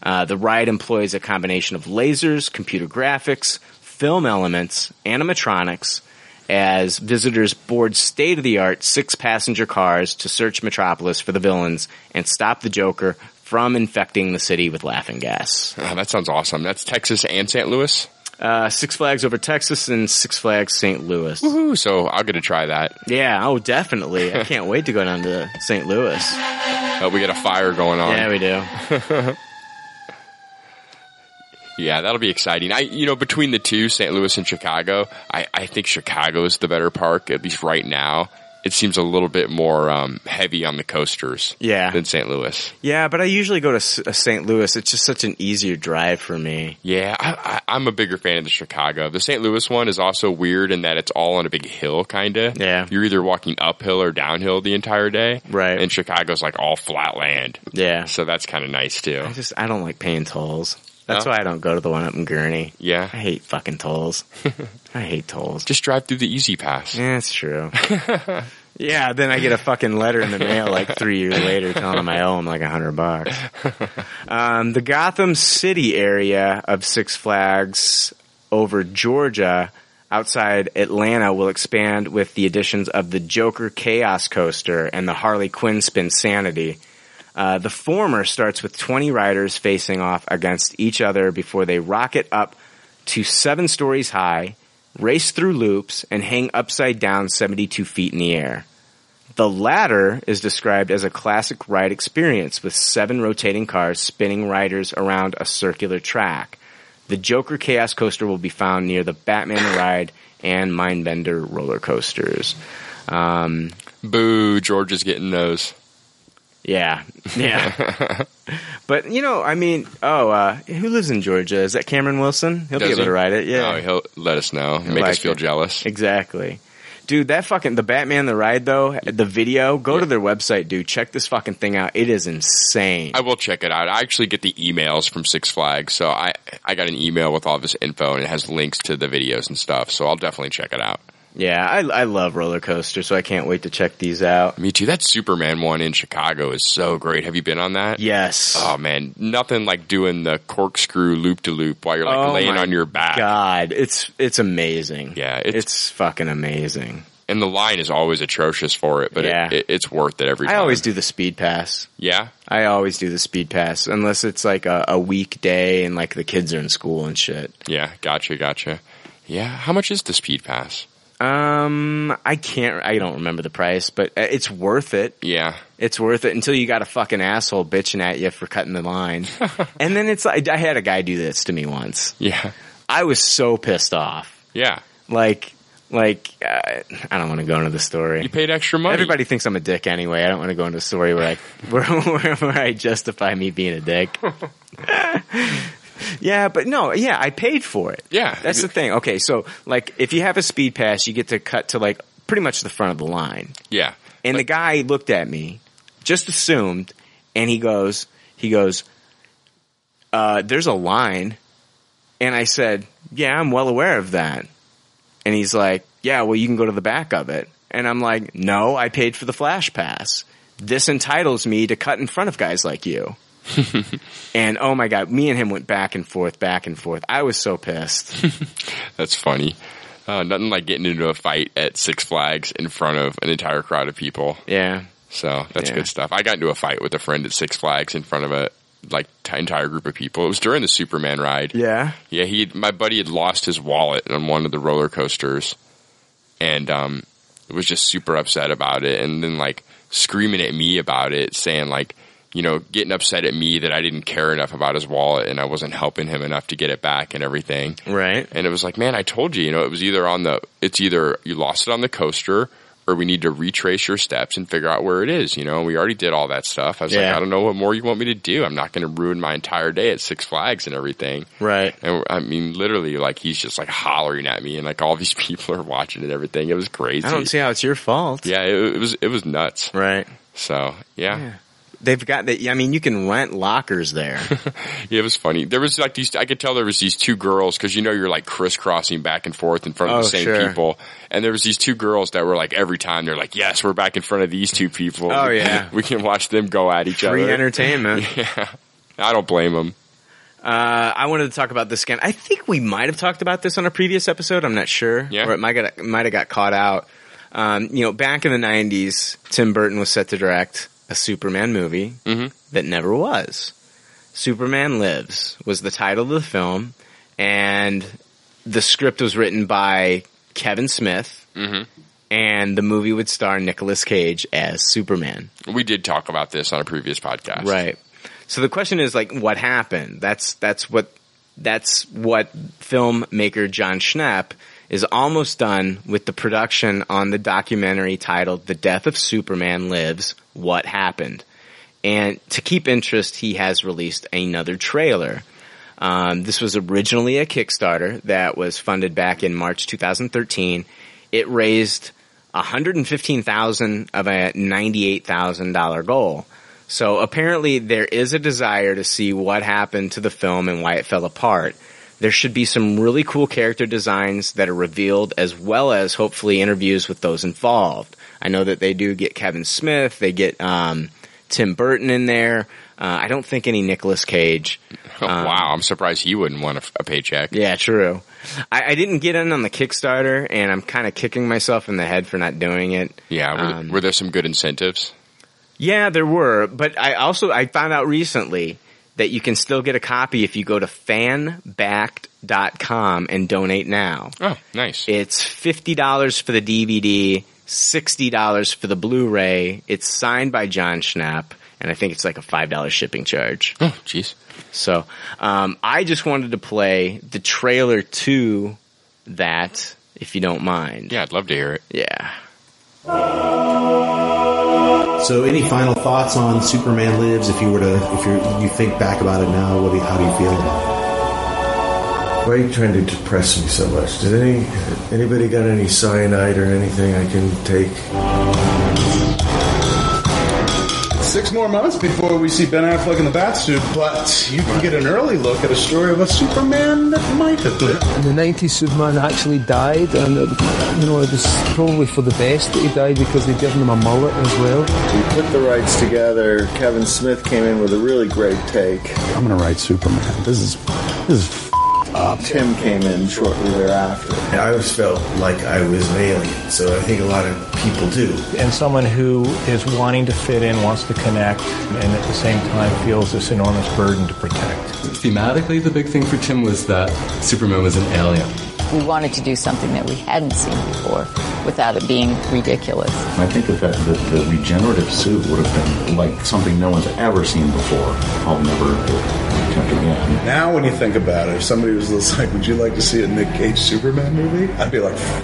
A: Uh, the ride employs a combination of lasers, computer graphics, film elements, animatronics, as visitors board state of the art six passenger cars to search Metropolis for the villains and stop the Joker from infecting the city with laughing gas.
F: Oh, that sounds awesome. That's Texas and St. Louis.
A: Uh, six Flags over Texas and Six Flags St. Louis.
F: Ooh, so I'll get to try that.
A: Yeah, oh, definitely. I can't wait to go down to St. Louis.
F: Oh, we got a fire going on.
A: Yeah, we do.
F: Yeah, that'll be exciting. I, you know, between the two, St. Louis and Chicago, I, I think Chicago is the better park, at least right now. It seems a little bit more um, heavy on the coasters,
A: Yeah.
F: than St. Louis.
A: Yeah, but I usually go to S- uh, St. Louis. It's just such an easier drive for me.
F: Yeah, I, I, I'm a bigger fan of the Chicago. The St. Louis one is also weird in that it's all on a big hill, kind of.
A: Yeah.
F: you're either walking uphill or downhill the entire day.
A: Right.
F: and Chicago's like all flat land,
A: Yeah.
F: so that's kind of nice too.
A: I just I don't like paying tolls. That's
F: No?
A: why I don't go to the one up in Gurney. I
F: Yeah,
A: hate fucking
F: [laughs]
A: tolls. I hate tolls.
F: just drive through the Easy Pass.
A: yeah, it's
F: [laughs]
A: true. yeah, then I get a fucking letter in the mail like three years later telling them I owe them like a hundred bucks. Um, the Gotham City area of Six Flags over Georgia outside Atlanta will expand with the additions of the Joker Chaos Coaster and the Harley Quinn Spin Sanity. Uh, the former starts with 20 riders facing off against each other before they rocket up to seven stories high, race through loops, and hang upside down 72 feet in the air. The latter is described as a classic ride experience with seven rotating cars spinning riders around a circular track. The Joker Chaos Coaster will be found near the Batman the Ride and Mindbender roller coasters. Um,
F: Boo, George is getting those. [laughs]
A: yeah, yeah. but you know, I mean, oh, uh, who lives in Georgia? Is that Cameron Wilson? He'll
F: Does
A: be able
F: he?
A: to ride it. Yeah,
F: Oh, he'll let us know. Make
A: like
F: us feel
A: it.
F: jealous.
A: Exactly. Dude, that fucking the Batman the Ride though, the video, go to their website, dude. Check this fucking thing out. It is insane.
F: I will check it out. I actually get the emails from Six Flags, so I I got an email with all this info and it has links to the videos and stuff. So I'll definitely check it out.
A: yeah, I, I love roller coasters, so I can't wait to check these out.
F: Me too. That Superman one in Chicago is so great. Have you been on that?
A: Yes.
F: Oh man, nothing like doing the corkscrew loop to loop while you're like
A: Oh,
F: laying
A: my
F: on your back.
A: God, it's it's amazing.
F: Yeah,
A: it's,
F: it's-
A: fucking amazing.
F: And the line is always atrocious for it, but
A: Yeah.
F: it, it, it's worth it every
A: I
F: time.
A: always do the speed pass.
F: Yeah.
A: I always do the speed pass unless it's like a, a weekday and like the kids are in school and shit.
F: Yeah. Gotcha. Gotcha. Yeah. How much is the speed pass?
A: Um, I can't. I don't remember the price, but uh, it's worth it.
F: Yeah.
A: It's worth it until you got a fucking asshole bitching at you for cutting the line. and then it's like, I had a guy do this to me once.
F: Yeah.
A: I was so pissed off.
F: Yeah.
A: Like, like, uh, I don't want to go into the
F: You
A: story.
F: paid extra money.
A: Everybody thinks I'm a dick anyway. I don't want to go into a story where I, [laughs] where, where, where I justify me being a
F: [laughs]
A: dick. yeah, but no, yeah, I paid for it.
F: Yeah.
A: That's the thing. Okay. So like, if you have a speed pass, you get to cut to like pretty much the front of the line.
F: Yeah.
A: And the guy looked at me, just assumed, and he goes, he goes, uh, there's a line. And I said, yeah, I'm well aware of that. And he's like, yeah, well, you can go to the back of it. And I'm like, no, I paid for the flash pass. This entitles me to cut in front of guys like [laughs] you. and oh my God, me and him went back and forth, back and forth. I was so pissed. [laughs]
F: That's funny. Uh, nothing like getting into a fight at Six Flags in front of an entire crowd of people.
A: yeah.
F: So that's
A: Yeah.
F: good stuff. I got into a fight with a friend at Six Flags in front of a like t- entire group of people. It was during the Superman ride.
A: Yeah.
F: Yeah, he my buddy had lost his wallet on one of the roller coasters, and um, was just super upset about it and then like screaming at me about it, saying like, you know, getting upset at me that I didn't care enough about his wallet and I wasn't helping him enough to get it back and everything.
A: Right.
F: And it was like, man, I told you, you know, it was either on the, it's either you lost it on the coaster or we need to retrace your steps and figure out where it is. You know, we already did all that stuff. I was like,
A: Yeah.
F: I don't know what more you want me to do. I'm not going to ruin my entire day at Six Flags and everything.
A: Right.
F: And I mean, literally, like he's just like hollering at me and like all [laughs] these people are watching and everything. It was crazy.
A: I don't see how it's your fault.
F: yeah, it, it was, it was nuts.
A: Right.
F: So yeah.
A: They've got the I mean, you can rent lockers
F: [laughs]
A: there.
F: Yeah, it was funny. There was like these. I could tell there was these two girls because you know you're like crisscrossing back and forth in front of the
A: Oh,
F: same
A: sure.
F: people, and there was these two girls that were like every time they're like, "Yes, we're back in front of these two people.
A: Oh, yeah.
F: [laughs] we can watch them go at each
A: Free
F: other."
A: entertainment.
F: [laughs] Yeah, I don't blame them.
A: Uh, I wanted to talk about this again. I think we might have talked about this on a previous episode. I'm not sure.
F: Yeah.
A: Or it might got, might have got caught out. Um, you know, back in the 90s, Tim Burton was set to direct a Superman movie
F: Mm-hmm.
A: that never was. Superman Lives was the title of the film, and the script was written by Kevin Smith,
F: Mm-hmm.
A: and the movie would star Nicolas Cage as Superman.
F: We did talk about this on a previous podcast, [laughs]
A: Right. So the question is like, what happened? That's that's what that's what filmmaker John Schnapp is almost done with the production on the documentary titled "The Death of Superman Lives: What Happened." And to keep interest, he has released another trailer. Um, this was originally a Kickstarter that was funded back in March 2013. It raised 115,000 of a $98,000 goal. So apparently there is a desire to see what happened to the film and why it fell apart. There should be some really cool character designs that are revealed as well as hopefully interviews with those involved. I know that they do get Kevin Smith, they get um, Tim Burton in there. Uh, I don't think any Nicolas Cage.
F: Oh, wow, I'm surprised he wouldn't want a, a paycheck.
A: um, Yeah, true. I, I didn't get in on the Kickstarter, and I'm kind of kicking myself in the head for not doing it.
F: Yeah, were,
A: Um,
F: were there some good incentives?
A: Yeah, there were, but I also I found out recently that you can still get a copy if you go to fanbacked.com and donate now.
F: Oh, nice.
A: It's $50 for the DVD, $60 for the Blu-ray. It's signed by John Schnapp, and I think it's like a $5 shipping charge.
F: oh, jeez.
A: So um, I just wanted to play the trailer to that, if you don't mind.
F: Yeah, I'd love to hear it.
A: Yeah.
H: So, any final thoughts on Superman Lives? If you were to, if you you think back about it now, what do you, how do you feel about
I: Why are you trying to depress me so much? Did any anybody got any cyanide or anything I can take?
J: Six more months before we see Ben Affleck in the Batsuit, but you can get an early look at a story of a Superman that might have been.
K: In the 90s, Superman actually died, and it, you know it was probably for the best that he died because they'd given him a mullet as well.
I: We put the rights together. Kevin Smith came in with a really great take.
J: I'm gonna write Superman. This is this is
I: Tim came in shortly thereafter. I always felt like I was an alien, so I think a lot of people do.
K: And someone who is wanting to fit in, wants to connect, and at the same time feels this enormous burden to protect.
L: Thematically, the big thing for Tim was that Superman was an alien.
C: We wanted to do something that we hadn't seen before without it being ridiculous.
J: I think the fact that the regenerative suit would have been like something no one's ever seen before. I'll never attempt again. Now, when you think about it, if somebody was just like, "Would you like to see a Nick Cage Superman movie?" I'd be like, "F-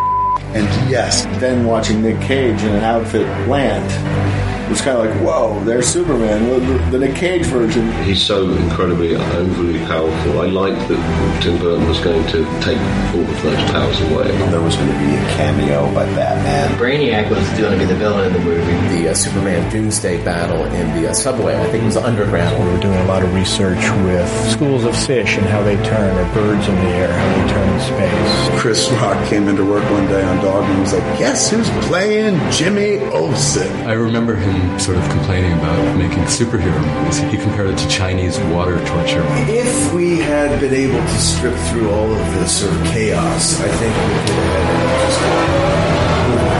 J: "And yes."
I: Then watching Nick Cage in an outfit land was kind of like, whoa, there's Superman, the- the, the Nick Cage version.
J: He's so incredibly overly powerful. I liked that Tim Burton was going to take all of those powers away. There was going to be a cameo by Batman.
L: Brainiac was going to be the villain in the movie.
J: The uh, Superman Doomsday battle in the uh, subway, I think, was underground.
K: We were doing a lot of research with schools of fish and how they turn, or birds in the air, how they turn in space.
J: Chris Rock came into work one day on Dog and was like, Guess who's playing Jimmy Olsen?
L: I remember him sort of complaining about making superhero movies. He compared it to Chinese water torture.
I: If we had been able to strip through all of this sort of chaos, I think we could have had an interesting.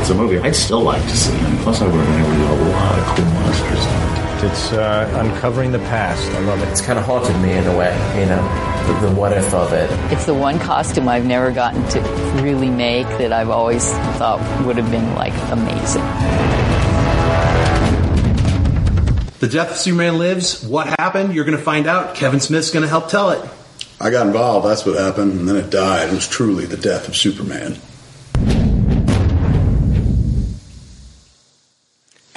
J: It's a movie I'd still like to see, and plus I would have been able to do a lot of cool monsters.
K: It's uh, uncovering the past. I love it.
M: It's kind of haunted me in a way, you know, the, the what if of it.
N: It's the one costume I've never gotten to really make that I've always thought would have been like amazing.
O: The Death of Superman Lives. What happened? You're going to find out. Kevin Smith's going to help tell it.
P: I got involved, that's what happened, and then it died. It was truly the death of Superman.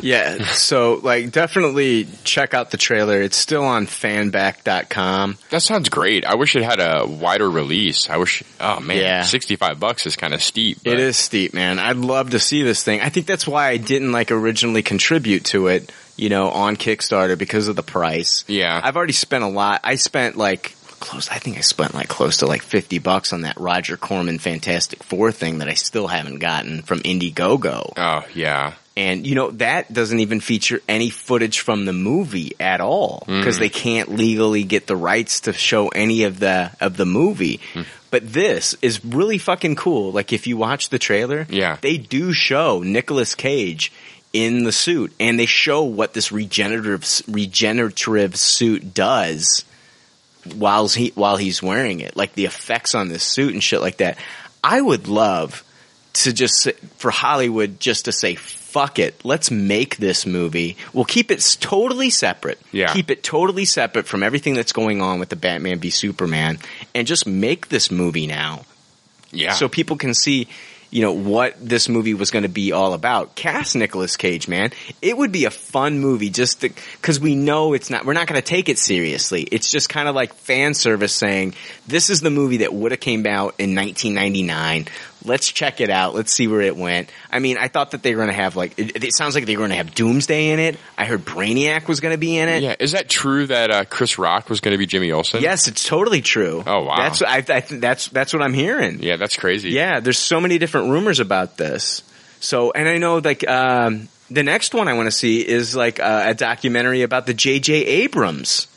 A: Yeah, so like definitely check out the trailer. It's still on fanback.com.
F: That sounds great. I wish it had a wider release. I wish. Oh man, sixty-five bucks is kind of steep.
A: It is steep, man. I'd love to see this thing. I think that's why I didn't like originally contribute to it, you know, on Kickstarter because of the price.
F: Yeah.
A: I've already spent a lot. I spent like close I think I spent like close to like 50 bucks on that Roger Corman Fantastic 4 thing that I still haven't gotten from Indiegogo.
F: Oh, yeah.
A: And you know, that doesn't even feature any footage from the movie at all because
F: Mm.
A: they can't legally get the rights to show any of the of the movie.
F: Hmm.
A: But this is really fucking cool. Like if you watch the trailer,
F: Yeah.
A: they do show Nicolas Cage in the suit and they show what this regenerative regenerative suit does while he while he's wearing it, like the effects on this suit and shit like that. I would love to just say- for Hollywood just to say fuck it, let's make this movie. We'll keep it s- totally separate.
F: Yeah.
A: Keep it totally separate from everything that's going on with the Batman v Superman and just make this movie now.
F: Yeah.
A: So people can see you know what this movie was going to be all about. Cast Nicolas Cage, man. It would be a fun movie just because we know it's not. We're not going to take it seriously. It's just kind of like fan service saying this is the movie that would have came out in 1999. Let's check it out. Let's see where it went. I mean, I thought that they were going to have like. It, it sounds like they were going to have Doomsday in it. I heard Brainiac was going to be in it.
F: Yeah, is that true that uh, Chris Rock was going to be Jimmy Olsen?
A: Yes, it's totally true.
F: Oh wow,
A: That's I, I th- that's that's what I'm hearing.
F: Yeah, that's crazy.
A: Yeah, there's so many different rumors about this. So, and I know like um, the next one I want to see is like uh, a documentary about the J.J. Abrams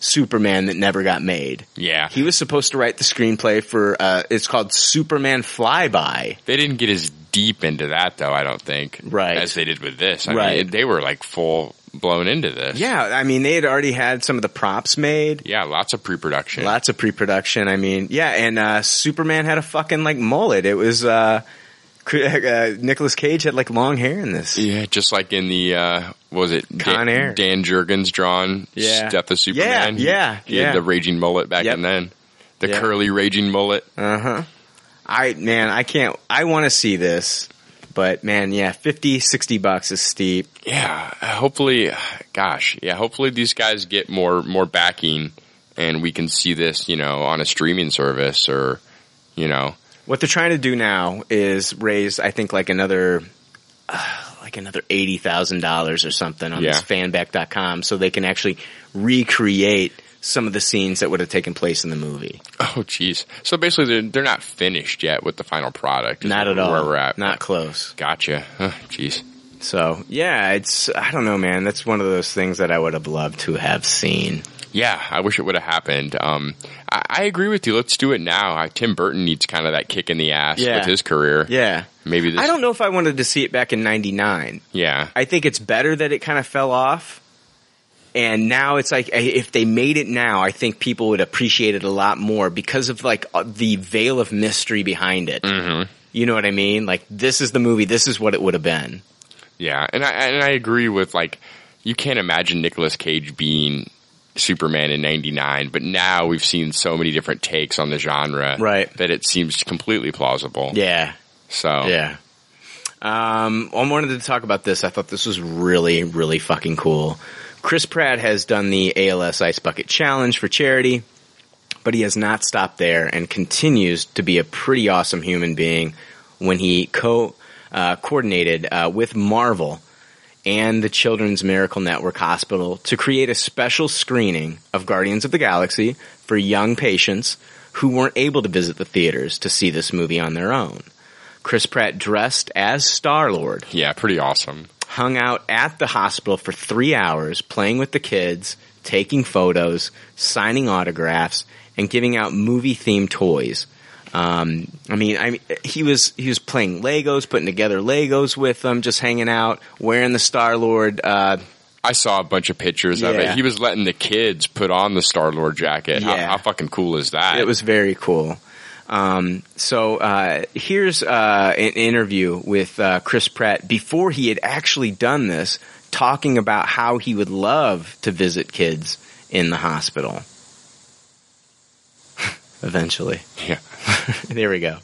A: Superman that never got made.
F: Yeah,
A: He was supposed to write the screenplay for uh, it's called Superman Flyby.
F: they didn't get as deep into that though. I don't think
A: Right.
F: as they did with this. I
A: Right.
F: mean, they were like full blown into this.
A: Yeah, I mean they had already had some of the props made.
F: Yeah, lots of pre-production.
A: Lots of pre-production. I mean, yeah, and uh, Superman had a fucking like mullet. It was uh, [laughs] uh Nicholas Cage had like long hair in this.
F: Yeah, just like in the uh, what was it
A: Con
F: Dan,
A: Air.
F: Dan Jurgens drawn
A: Yeah.
F: Death of Superman.
A: yeah,
F: He had
A: yeah.
F: the raging mullet back in then, the curly raging mullet.
A: Uh huh. I man, I can't. I want to see this, but man, yeah, 50, 60 bucks is steep.
F: Yeah, uh, hopefully, gosh, yeah, hopefully these guys get more more backing, and we can see this, you know, on a streaming service or, you know, [laughs]
A: What they're trying to do now is raise, I think, like another, uh, like another eighty thousand dollars or something on
F: Yeah.
A: this fanback.com, so they can actually recreate some of the scenes that would have taken place in the movie.
F: oh, jeez. So basically, they're they're not finished yet with the final product. is
A: Not at all.
F: Where we're at,
A: not close.
F: Gotcha. [laughs] Huh, Jeez.
A: So yeah, it's I don't know, man. That's one of those things that I would have loved to have seen.
F: Yeah, I wish it would have happened. Um, I, I agree with you. Let's do it now. Uh, Tim Burton needs kind of that kick in the ass
A: Yeah.
F: with his career.
A: Yeah.
F: Maybe this.
A: I don't know if I wanted to see it back in '99.
F: Yeah.
A: I think it's better that it kind of fell off. And now it's like I- if they made it now, I think people would appreciate it a lot more because of like uh, the veil of mystery behind it.
F: Mm-hmm.
A: You know what I mean? Like this is the movie. This is what it would have been.
F: Yeah, and I and I agree with like you can't imagine Nicolas Cage being Superman in '99, but now we've seen so many different takes on the genre,
A: Right.
F: That it seems completely plausible.
A: Yeah.
F: So
A: Yeah. Um, I wanted to talk about this. I thought this was really, really fucking cool. Chris Pratt has done the ALS Ice Bucket Challenge for charity, but he has not stopped there and continues to be a pretty awesome human being when he co uh, coordinated uh, with Marvel and the Children's Miracle Network Hospital to create a special screening of Guardians of the Galaxy for young patients who weren't able to visit the theaters to see this movie on their own. Chris Pratt dressed as Star Lord.
F: Yeah, pretty awesome.
A: Hung out at the hospital for three hours, playing with the kids, taking photos, signing autographs, and giving out movie themed toys. Um, I mean, I mean, he was he was playing Legos, putting together Legos with them, just hanging out, wearing the Star Lord uh,
F: I saw a bunch of pictures of it.
A: Yeah.
F: He was letting the kids put on the Star Lord jacket. How,
A: Yeah.
F: how fucking cool is that?
A: It was very cool. Um, so uh, here's uh, an interview with uh, Chris Pratt before he had actually done this, talking about how he would love to visit kids in the hospital. [laughs] Eventually,
F: yeah.
A: [laughs] there we go.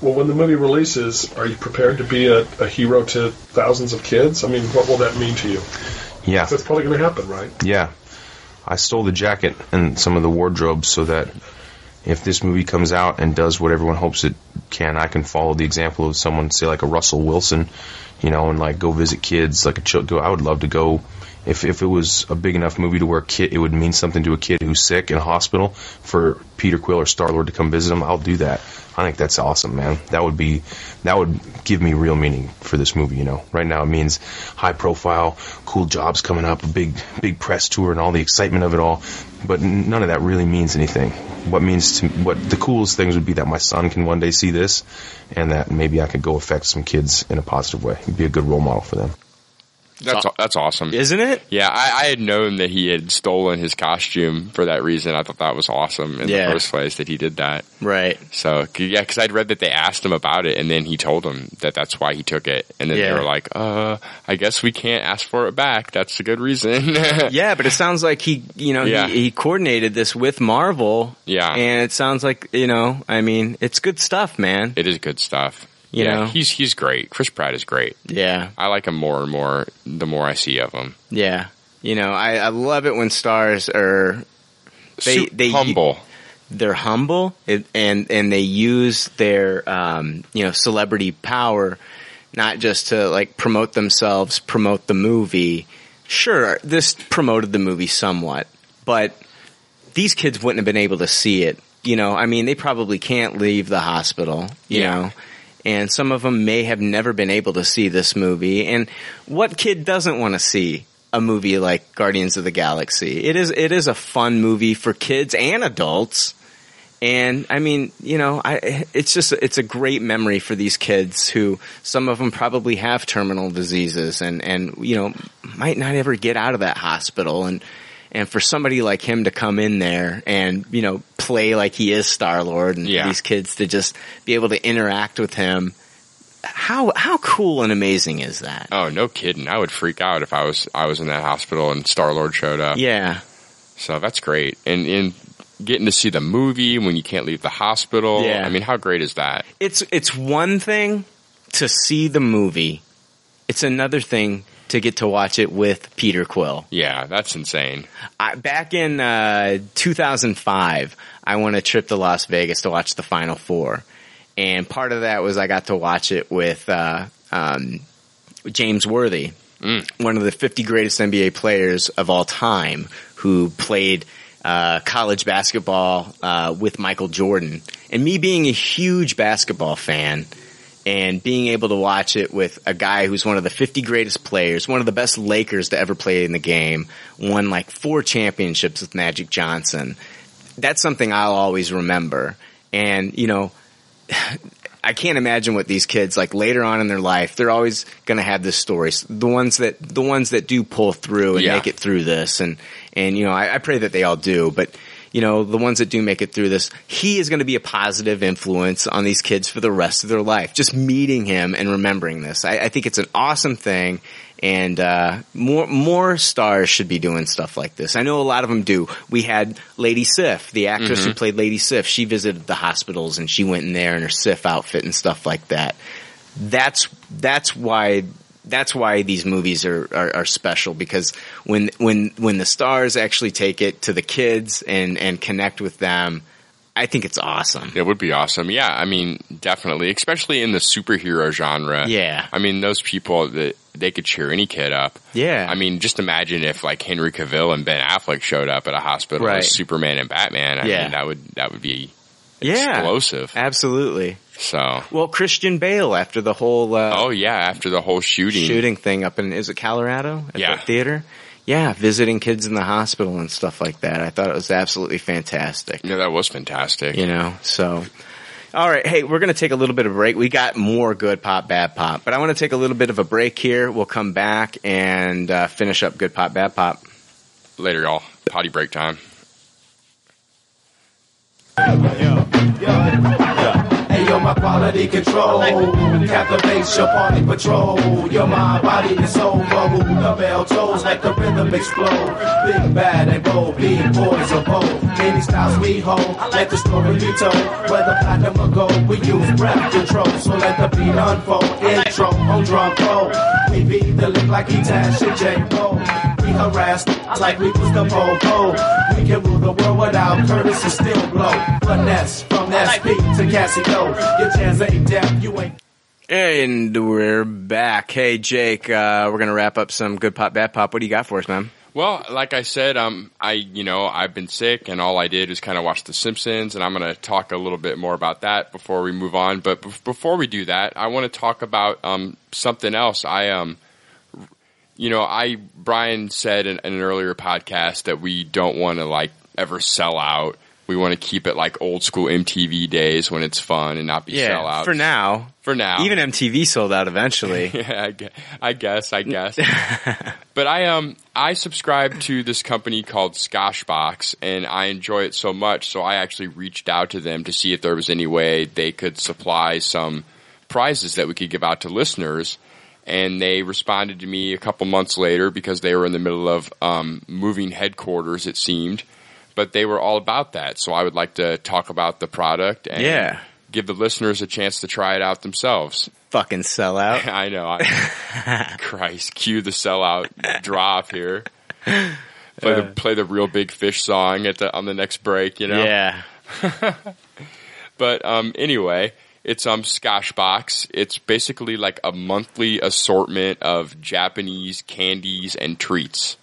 Q: Well, when the movie releases, are you prepared to be a, a hero to thousands of kids? I mean, what will that mean to you?
R: Yeah.
Q: That's probably going to happen, right?
R: Yeah. I stole the jacket and some of the wardrobe so that if this movie comes out and does what everyone hopes it can, I can follow the example of someone, say like a Russell Wilson, you know, and like go visit kids, like a child. Go, I would love to go. If, if it was a big enough movie to where a kid, it would mean something to a kid who's sick in a hospital for Peter Quill or Star Lord to come visit him, I'll do that. I think that's awesome, man. That would be, that would give me real meaning for this movie, you know. Right now it means high profile, cool jobs coming up, a big, big press tour and all the excitement of it all. But n- none of that really means anything. What means to, what the coolest things would be that my son can one day see this and that maybe I could go affect some kids in a positive way. Be a good role model for them.
F: That's aw- that's awesome,
A: isn't it?
F: Yeah, I, I had known that he had stolen his costume for that reason. I thought that was awesome in
A: Yeah.
F: the first place that he did that.
A: Right.
F: So c- yeah, because I'd read that they asked him about it, and then he told them that that's why he took it, and then
A: Yeah.
F: they were like, "Uh, I guess we can't ask for it back. That's a good reason." [laughs]
A: yeah, but it sounds like he, you know,
F: Yeah. Uh-huh.
A: he, he coordinated this with Marvel.
F: Yeah.
A: and it sounds like you know, I mean, it's good stuff, man.
F: It is good stuff.
A: You
F: yeah,
A: know?
F: he's he's great. Chris Pratt is great.
A: Yeah.
F: I like him more and more the more I see of him.
A: Yeah, you know, I, I love it when stars are they
F: Su-
A: they
F: humble.
A: They're humble, and and, and they use their um, you know celebrity power not just to like promote themselves, promote the movie. Sure, this promoted the movie somewhat, but these kids wouldn't have been able to see it. You know, I mean, they probably can't leave the hospital. You
F: Yeah.
A: know, and some of them may have never been able to see this movie. And what kid doesn't want to see a movie like Guardians of the Galaxy? It is it is a fun movie for kids and adults. And I mean, you know, I it's just it's a great memory for these kids who some of them probably have terminal diseases and and you know might not ever get out of that hospital and and for somebody like him to come in there and you know play like he is Star Lord and for
F: Yeah.
A: these kids to just be able to interact with him how how cool and amazing is that?
F: Oh, no kidding! I would freak out if I was I was in that hospital and Star Lord showed up.
A: Yeah.
F: So that's great, and and getting to see the movie when you can't leave the hospital.
A: Yeah.
F: I mean, how great is that?
A: It's it's one thing to see the movie. It's another thing to get to watch it with Peter Quill.
F: Yeah, that's insane.
A: I, back in uh, 2005, I won a trip to Las Vegas to watch the Final Four, and part of that was I got to watch it with uh, um, James Worthy, one of the 50 greatest NBA players of all time, who played uh, college basketball uh, with Michael Jordan. And me being a huge basketball fan and being able to watch it with a guy who's one of the 50 greatest players, one of the best Lakers to ever play in the game, won like four championships with Magic Johnson. That's something I'll always remember. And, you know, [sighs] I can't imagine what these kids like later on in their life. They're always going to have this story. S- The ones that the ones that do pull through and
F: Yeah.
A: make it through this, and and you know, I, I pray that they all do. But you know, the ones that do make it through this, he is going to be a positive influence on these kids for the rest of their life. Just meeting him and remembering this, I, I think it's an awesome thing. And uh, more more stars should be doing stuff like this. I know a lot of them do. We had Lady Sif, the actress who
F: Mhm.
A: played played Lady Sif. She visited the hospitals and she went in there in her Sif outfit and stuff like that. That's that's why that's why these movies are, are, are special because when when when the stars actually take it to the kids and and connect with them, I think it's awesome.
F: It would be awesome. Yeah, I mean, definitely, especially in the superhero genre.
A: Yeah.
F: I mean, those people that they could cheer any kid up.
A: Yeah.
F: I mean, just imagine if like Henry Cavill and Ben Affleck showed up at a hospital
A: Right.
F: as Superman and Batman. I
A: Yeah.
F: mean, that would that would be
A: Yeah. Uh,
F: explosive.
A: Absolutely.
F: So,
A: Well, Christian Bale after the whole uh,
F: oh yeah, after the whole shooting,
A: shooting thing up in is it Colorado at
F: Yeah.
A: the theater? Yeah, visiting kids in the hospital and stuff like that. I thought it was absolutely fantastic.
F: Yeah, that was fantastic.
A: You know, so All right, hey, we're going to take a little bit of a break. We got more good pop, bad pop, but I want to take a little bit of a break here. We'll come back and uh, finish up good pop, bad pop.
F: Later, y'all. Potty break time.
M: Hey, yo, my quality control captivates your party patrol. Yo, my body and soul mobile. The bell tolls like the rhythm explode. Big bad and bold, big boys or bold. Many styles we hold. Let the story be told. Whether platinum or gold, we use breath control. So let the beat unfold. Intro on drum roll. We beat the lick like E-Tash and J-Bo. We harass like we was the Bobo. We can rule the world without Curtis and still blow. Finesse from SP to Casio. Your chance ain't deaf, you ain't.
A: And we're back. Hey, Jake, uh, we're going to wrap up some good pop, bad pop. What do you got for us, man?
F: Well, like I said, um, I you know I've been sick, and all I did is kind of watch The Simpsons, and I'm going to talk a little bit more about that before we move on. But bef before we do that, I want to talk about um, something else. I um, you know, I Brian said in, in an earlier podcast that we don't want to like ever sell out. We want to keep it like old school MTV days when it's fun and not be
A: Yeah,
F: sellouts
A: for now.
F: For now,
A: Even MTV sold out eventually.
F: [laughs] yeah, I gue- I guess, I guess. but I um I subscribe to this company called Skoshbox, and I enjoy it so much. So I actually reached out to them to see if there was any way they could supply some prizes that we could give out to listeners. And they responded to me a couple months later because they were in the middle of um, moving headquarters, it seemed. But they were all about that. So I would like to talk about the product and
A: Yeah.
F: give the listeners a chance to try it out themselves.
A: Fucking sellout.
F: [laughs] I know.
A: [laughs]
F: I, Christ, cue the sellout drop here. Play the
A: Uh.
F: play the real big fish song at the on the next break. You know.
A: Yeah.
F: But um, anyway, it's um Skoshbox. It's basically like a monthly assortment of Japanese candies and treats,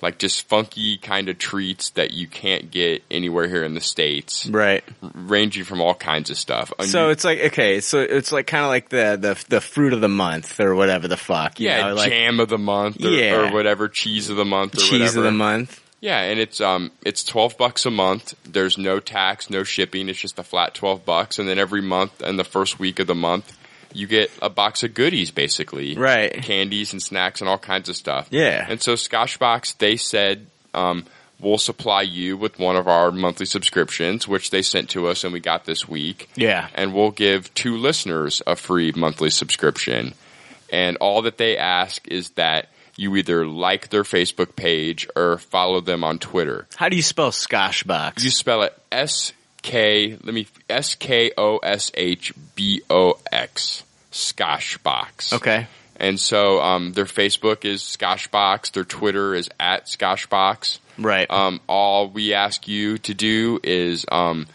F: like just funky kind of treats that you can't get anywhere here in the states.
A: Right.
F: Mm-hmm. Ranging from all kinds of stuff.
A: So it's like okay, so it's like kind of like the, the the fruit of the month or whatever the fuck. You
F: yeah,
A: know, like
F: jam of the month, or,
A: Yeah.
F: or whatever cheese of the month, or
A: cheese of
F: whatever.
A: the month.
F: Yeah, and it's um it's twelve bucks a month. There's no tax, no shipping. It's just a flat twelve bucks, and then every month and the first week of the month, you get a box of goodies, basically,
A: Right.
F: Candies and snacks and all kinds of stuff.
A: Yeah.
F: And so Scotchbox, they said, um, we'll supply you with one of our monthly subscriptions, which they sent to us, and we got this week
A: Yeah.
F: and we'll give two listeners a free monthly subscription. And all that they ask is that you either like their Facebook page or follow them on Twitter.
A: How do you spell Skoshbox?
F: You spell it S K. Let me S K O S H B O X. Skoshbox.
A: Okay.
F: And so um, their Facebook is Skoshbox. Their Twitter is at Skoshbox.
A: Right.
F: Um, all we ask you to do is um,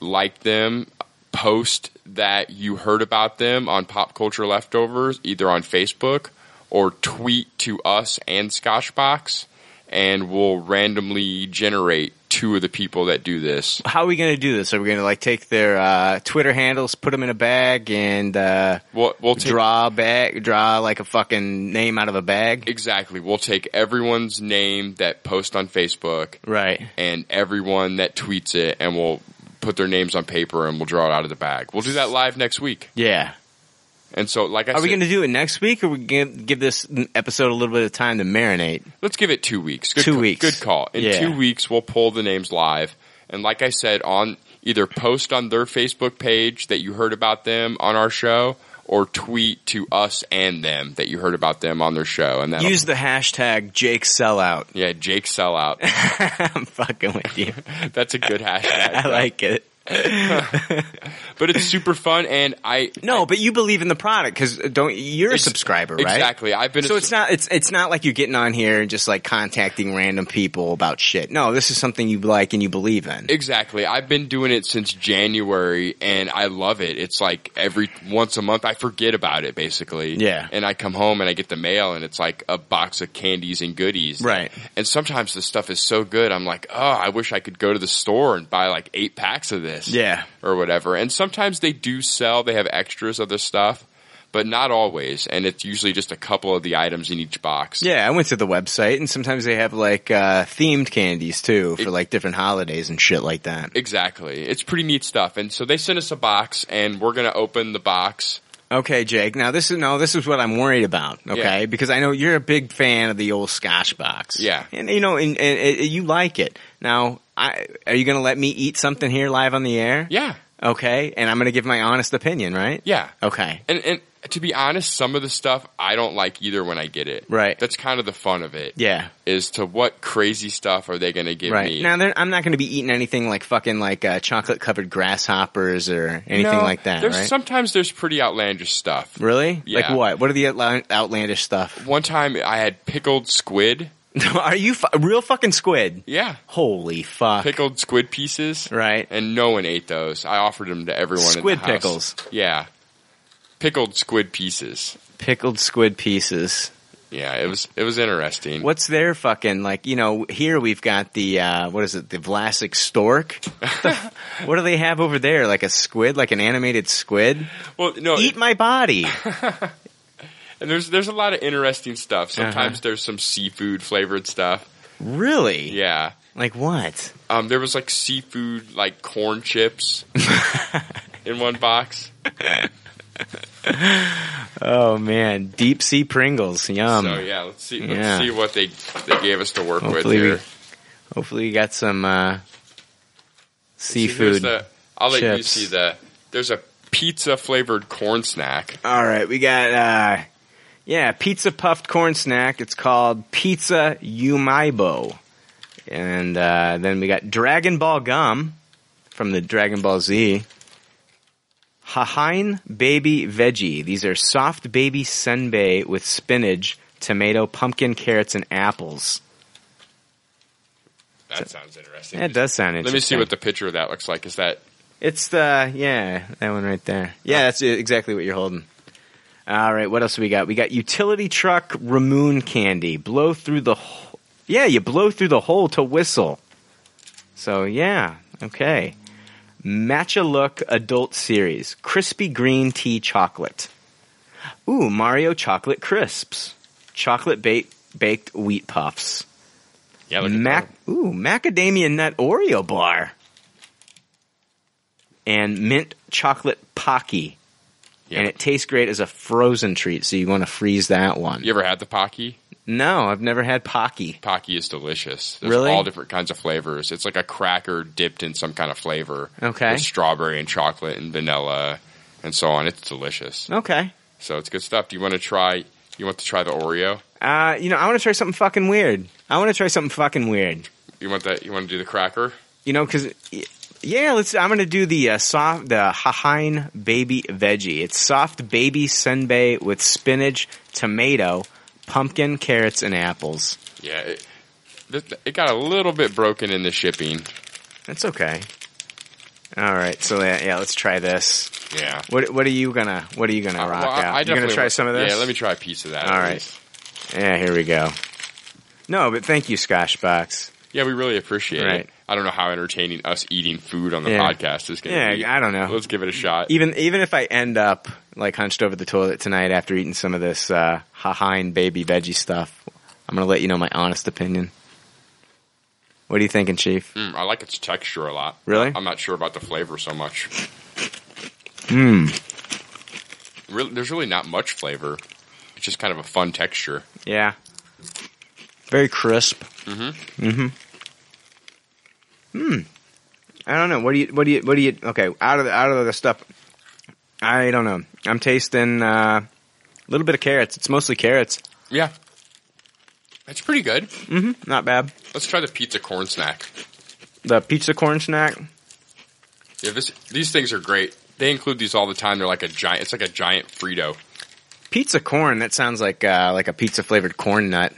F: like them, post that you heard about them on Pop Culture Leftovers, either on Facebook or tweet to us and Scotchbox, and we'll randomly generate two of the people that do this.
A: How are we going to do this? Are we going to like take their uh, Twitter handles, put them in a bag, and uh,
F: we'll,
A: draw a bag, draw like a fucking name out of a bag?
F: Exactly. We'll take everyone's name that posts on Facebook,
A: right,
F: and everyone that tweets it, and we'll put their names on paper and we'll draw it out of the bag. We'll do that live next week.
A: Yeah.
F: And so, like I
A: Are
F: said,
A: we going to do it next week, or we gonna give this episode a little bit of time to marinate?
F: Let's give it two weeks.
A: Two
F: ca-
A: weeks.
F: Good call. In
A: Yeah.
F: two weeks, we'll pull the names live. And like I said, on either post on their Facebook page that you heard about them on our show, or tweet to us and them that you heard about them on their show. And that
A: Use the hashtag Jake Sellout. [laughs]
F: yeah, Jake sellout.
A: I'm fucking with you.
F: [laughs] That's a good hashtag.
A: I
F: though.
A: like it.
F: but it's super fun, and I
A: no, but you believe in the product because don't you're a subscriber, right?
F: exactly. I've been a
A: so
F: sub-
A: it's not it's it's not like you getting on here and just like contacting random people about shit. No, this is something you like and you believe in.
F: Exactly. I've been doing it since January and I love it. It's like every once a month I forget about it basically.
A: Yeah.
F: And I come home and I get the mail and it's like a box of candies and goodies.
A: Right.
F: And sometimes the stuff is so good. I'm like, "Oh, I wish I could go to the store and buy like 8 packs of this."
A: Yeah.
F: Or whatever. And sometimes they do sell, they have extras of this stuff. but not always. And it's usually just a couple of the items in each box.
A: Yeah, I went to the website, and sometimes they have like uh, themed candies too for like different holidays and shit like that.
F: Exactly. It's pretty neat stuff. And so they sent us a box, and we're going to open the box.
A: Okay, Jake. Now this is no, this is what I'm worried about. Okay,
F: Yeah.
A: because I know you're a big fan of the old Scotch box.
F: Yeah.
A: and you know, and, and, and you like it. Now, I are you going to let me eat something here live on the air?
F: Yeah.
A: Okay, and I'm going to give my honest opinion, right?
F: Yeah.
A: Okay.
F: And, and to be honest, some of the stuff I don't like either when I get it.
A: Right.
F: That's kind of the fun of it.
A: Yeah.
F: Is to what crazy stuff are they going to give
A: right
F: me?
A: now, they're- I'm not going to be eating anything like fucking like uh, chocolate covered grasshoppers or anything
F: No,
A: like that.
F: There's
A: right?
F: sometimes there's pretty outlandish stuff.
A: Really? Like
F: Yeah.
A: what? What are the outla- outlandish [laughs] stuff?
F: One time I had pickled squid.
A: are you fu- real fucking squid?
F: Yeah.
A: Holy fuck.
F: Pickled squid pieces.
A: Right.
F: And no one ate those. I offered them to everyone
A: Squid
F: in the house.
A: pickles.
F: Yeah. Pickled squid pieces.
A: Pickled squid pieces.
F: Yeah, it was it was interesting.
A: What's their fucking like? You know, here we've got the uh, what is it? The Vlasic [laughs] stork. what do they have over there? Like a squid? Like an animated squid?
F: Well, no.
A: Eat my [laughs] body.
F: And there's there's a lot of interesting stuff.
A: Uh-huh.
F: Sometimes there's some seafood flavored stuff.
A: really?
F: Yeah.
A: Like what?
F: Um, there was like seafood like corn chips in one box.
A: Oh man, deep sea Pringles. Yum.
F: so yeah, let's see let's
A: Um, Yeah.
F: see what they they gave us to work
A: Hopefully
F: with
A: we,
F: here.
A: hopefully we got some uh,
F: See,
A: seafood.
F: there's the- I'll let you
A: chips.
F: see the. There's a pizza flavored corn snack.
A: All right, we got uh yeah, pizza puffed corn snack. It's called Pizza Umaibo. And uh, then we got Dragon Ball gum from the Dragon Ball Z. Hahine baby veggie. These are soft baby senbei with spinach, tomato, pumpkin, carrots, and apples.
F: That sounds interesting.
A: That does sound
F: Let me see
A: interesting.
F: what the picture of that looks like. Is that
A: It's the yeah, that one right there. Yeah, that's exactly what you're holding. All right, what else we got? We got utility truck Ramoon candy. Blow through the ho- yeah, you blow through the hole to whistle. So yeah, okay. Matcha look adult series crispy green tea chocolate. Ooh, Mario chocolate crisps, chocolate baked baked wheat puffs.
F: Yeah,
A: Mac- ooh macadamia nut Oreo bar and mint chocolate pocky. And it tastes great as a frozen treat, so you want to freeze that one.
F: you ever had the pocky?
A: No, I've never had pocky.
F: Pocky is delicious. There's
A: Really?
F: all different kinds of flavors. It's like a cracker dipped in some kind of flavor.
A: Okay.
F: With strawberry and chocolate and vanilla and so on. It's delicious.
A: Okay.
F: So it's good stuff. Do you want to try? You want to try the Oreo?
A: Uh, you know, I want to try something fucking weird. I want to try something fucking weird.
F: You want that? You want to do the cracker?
A: You know, because yeah, let's. I'm gonna do the uh, soft, the Hahine baby veggie. It's soft baby senbei with spinach, tomato, pumpkin, carrots, and apples.
F: Yeah. It, th- it got a little bit broken in the shipping.
A: That's okay. All right, so yeah, yeah let's try this.
F: Yeah.
A: What What are you gonna What are you gonna rock
F: Uh, Well,
A: out? you gonna
F: definitely
A: try
F: want-
A: some of this?
F: Yeah, let me try a piece of that.
A: All
F: at
A: right.
F: least.
A: Yeah, here we go. No, but thank you, Scotchbox.
F: Yeah, we really appreciate
A: Right.
F: it. I don't know how entertaining us eating food on the
A: Yeah.
F: podcast is going to
A: Yeah,
F: be.
A: I don't know.
F: Let's give it a shot.
A: Even even if I end up like hunched over the toilet tonight after eating some of this uh, Hahine baby veggie stuff, I'm gonna let you know my honest opinion. What are you thinking, Chief?
F: Mm, I like its texture a lot.
A: Really?
F: I'm not sure about the flavor so much.
A: Hmm.
F: Really, there's really not much flavor. It's just kind of a fun texture.
A: Yeah. Very crisp.
F: Mhm.
A: Mhm. Hmm. I don't know. What do you? What do you? What do you? Okay. Out of the, out of the stuff. I don't know. I'm tasting uh, a little bit of carrots. It's mostly carrots.
F: Yeah. That's pretty good.
A: hmm Not bad.
F: Let's try the pizza corn snack.
A: The pizza corn snack.
F: Yeah, this, these things are great. They include these all the time. They're like a giant. It's like a giant Frito.
A: Pizza corn. That sounds like uh, like a pizza flavored corn nut.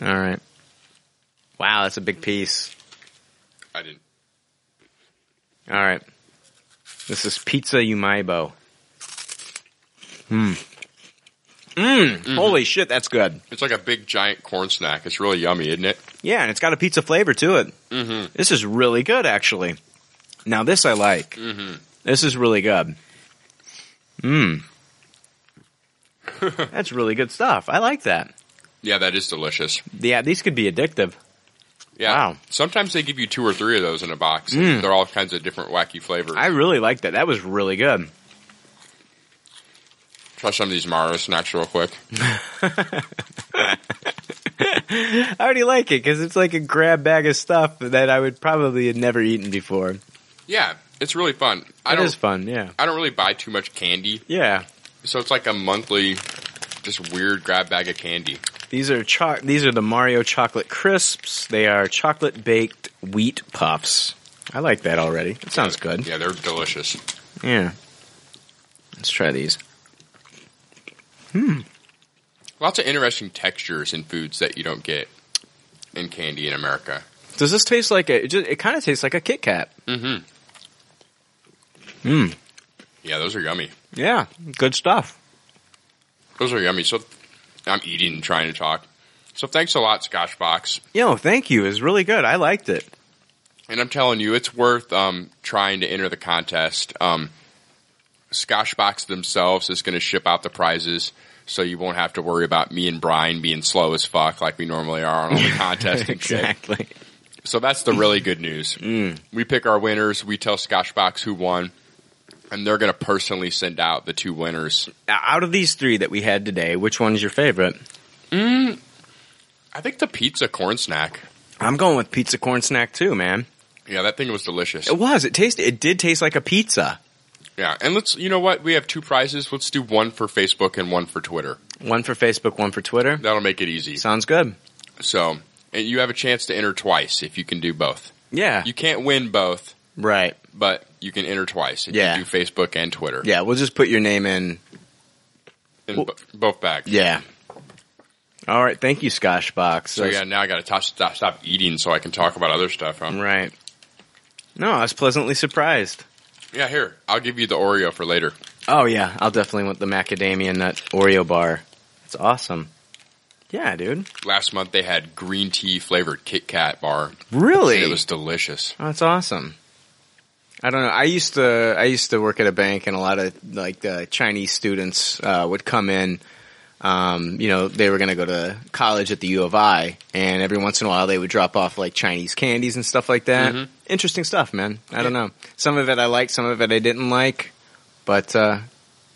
A: All right. Wow, that's a big piece.
F: I didn't.
A: All right. This is pizza umaibo. Hmm. Mm,
F: Mm-hmm.
A: Holy shit, that's good.
F: It's like a big giant corn snack. It's really yummy, isn't it?
A: Yeah, and it's got a pizza flavor to it.
F: Mm-hmm.
A: This is really good, actually. Now this I like.
F: Mm-hmm.
A: This is really good.
F: [laughs]
A: Mmm. That's really good stuff. I like that.
F: Yeah, that is delicious.
A: Yeah, these could be addictive.
F: Yeah. Sometimes they give you two or three of those in a box.
A: Mm.
F: They're all kinds of different wacky flavors.
A: I really like that. That was really good.
F: Try some of these Maro snacks real quick.
A: I already like it because it's like a grab bag of stuff that I would probably have never eaten before.
F: Yeah, it's really fun. I
A: It
F: don't
A: is fun, yeah.
F: I don't really buy too much candy,
A: Yeah.
F: so it's like a monthly just weird grab bag of candy.
A: These are cho- these are the Mario chocolate crisps. They are chocolate baked wheat puffs. I like that already. It sounds good.
F: Yeah, they're delicious.
A: Yeah. Let's try these. Hmm.
F: Lots of interesting textures in foods that you don't get in candy in America.
A: Does this taste like a? It, just, it kind of tastes like a Kit Kat.
F: Mm-hmm.
A: Hmm.
F: Yeah, those are yummy.
A: Yeah. Good stuff.
F: Those are yummy. So I'm eating and trying to talk. So thanks a lot, Scotchbox.
A: Yo, thank you. It's really good. I liked [laughs] it.
F: And I'm telling you, it's worth um, trying to enter the contest. Um, Scotchbox themselves is going to ship out the prizes, so you won't have to worry about me and Brian being slow as fuck like we normally are on all the contests and shit.
A: exactly.
F: So that's the really
A: [laughs]
F: good news.
A: Mm.
F: We pick our winners. We tell Scotchbox who won, and they're going to personally send out the two winners.
A: Now, out of these three that we had today, which one's your favorite?
F: Mm, I think the pizza corn snack.
A: I'm going with pizza corn snack too, man.
F: Yeah, that thing was delicious.
A: It was. It tasted. It did taste like a pizza.
F: Yeah, and let's. You know what? We have two prizes. Let's do one for Facebook and one for Twitter.
A: One for Facebook, one for Twitter.
F: That'll make it easy.
A: Sounds good.
F: So, and you have a chance to enter twice if you can do both.
A: Yeah.
F: You can't win both,
A: Right.
F: but you can enter twice if
A: Yeah.
F: you do Facebook and Twitter.
A: Yeah, we'll just put your name in.
F: in bo- both bags.
A: Yeah. All right. Thank you, Scotchbox.
F: So yeah, now I got to stop, stop eating so I can talk about other stuff. Huh?
A: Right. No, I was pleasantly surprised.
F: Yeah, here I'll give you the Oreo for later.
A: Oh yeah, I'll definitely want the macadamia nut Oreo bar. It's awesome. Yeah, dude.
F: Last month they had green tea flavored Kit Kat bar.
A: Really?
F: And it was delicious.
A: Oh, that's awesome. I don't know. I used to I used to work at a bank, and a lot of like the Chinese students uh, would come in. Um, you know, they were going to go to college at the U of I, and every once in a while they would drop off like Chinese candies and stuff like that.
F: Mhm.
A: Interesting stuff, man. I don't know. Some of it I liked, some of it I didn't like, but uh,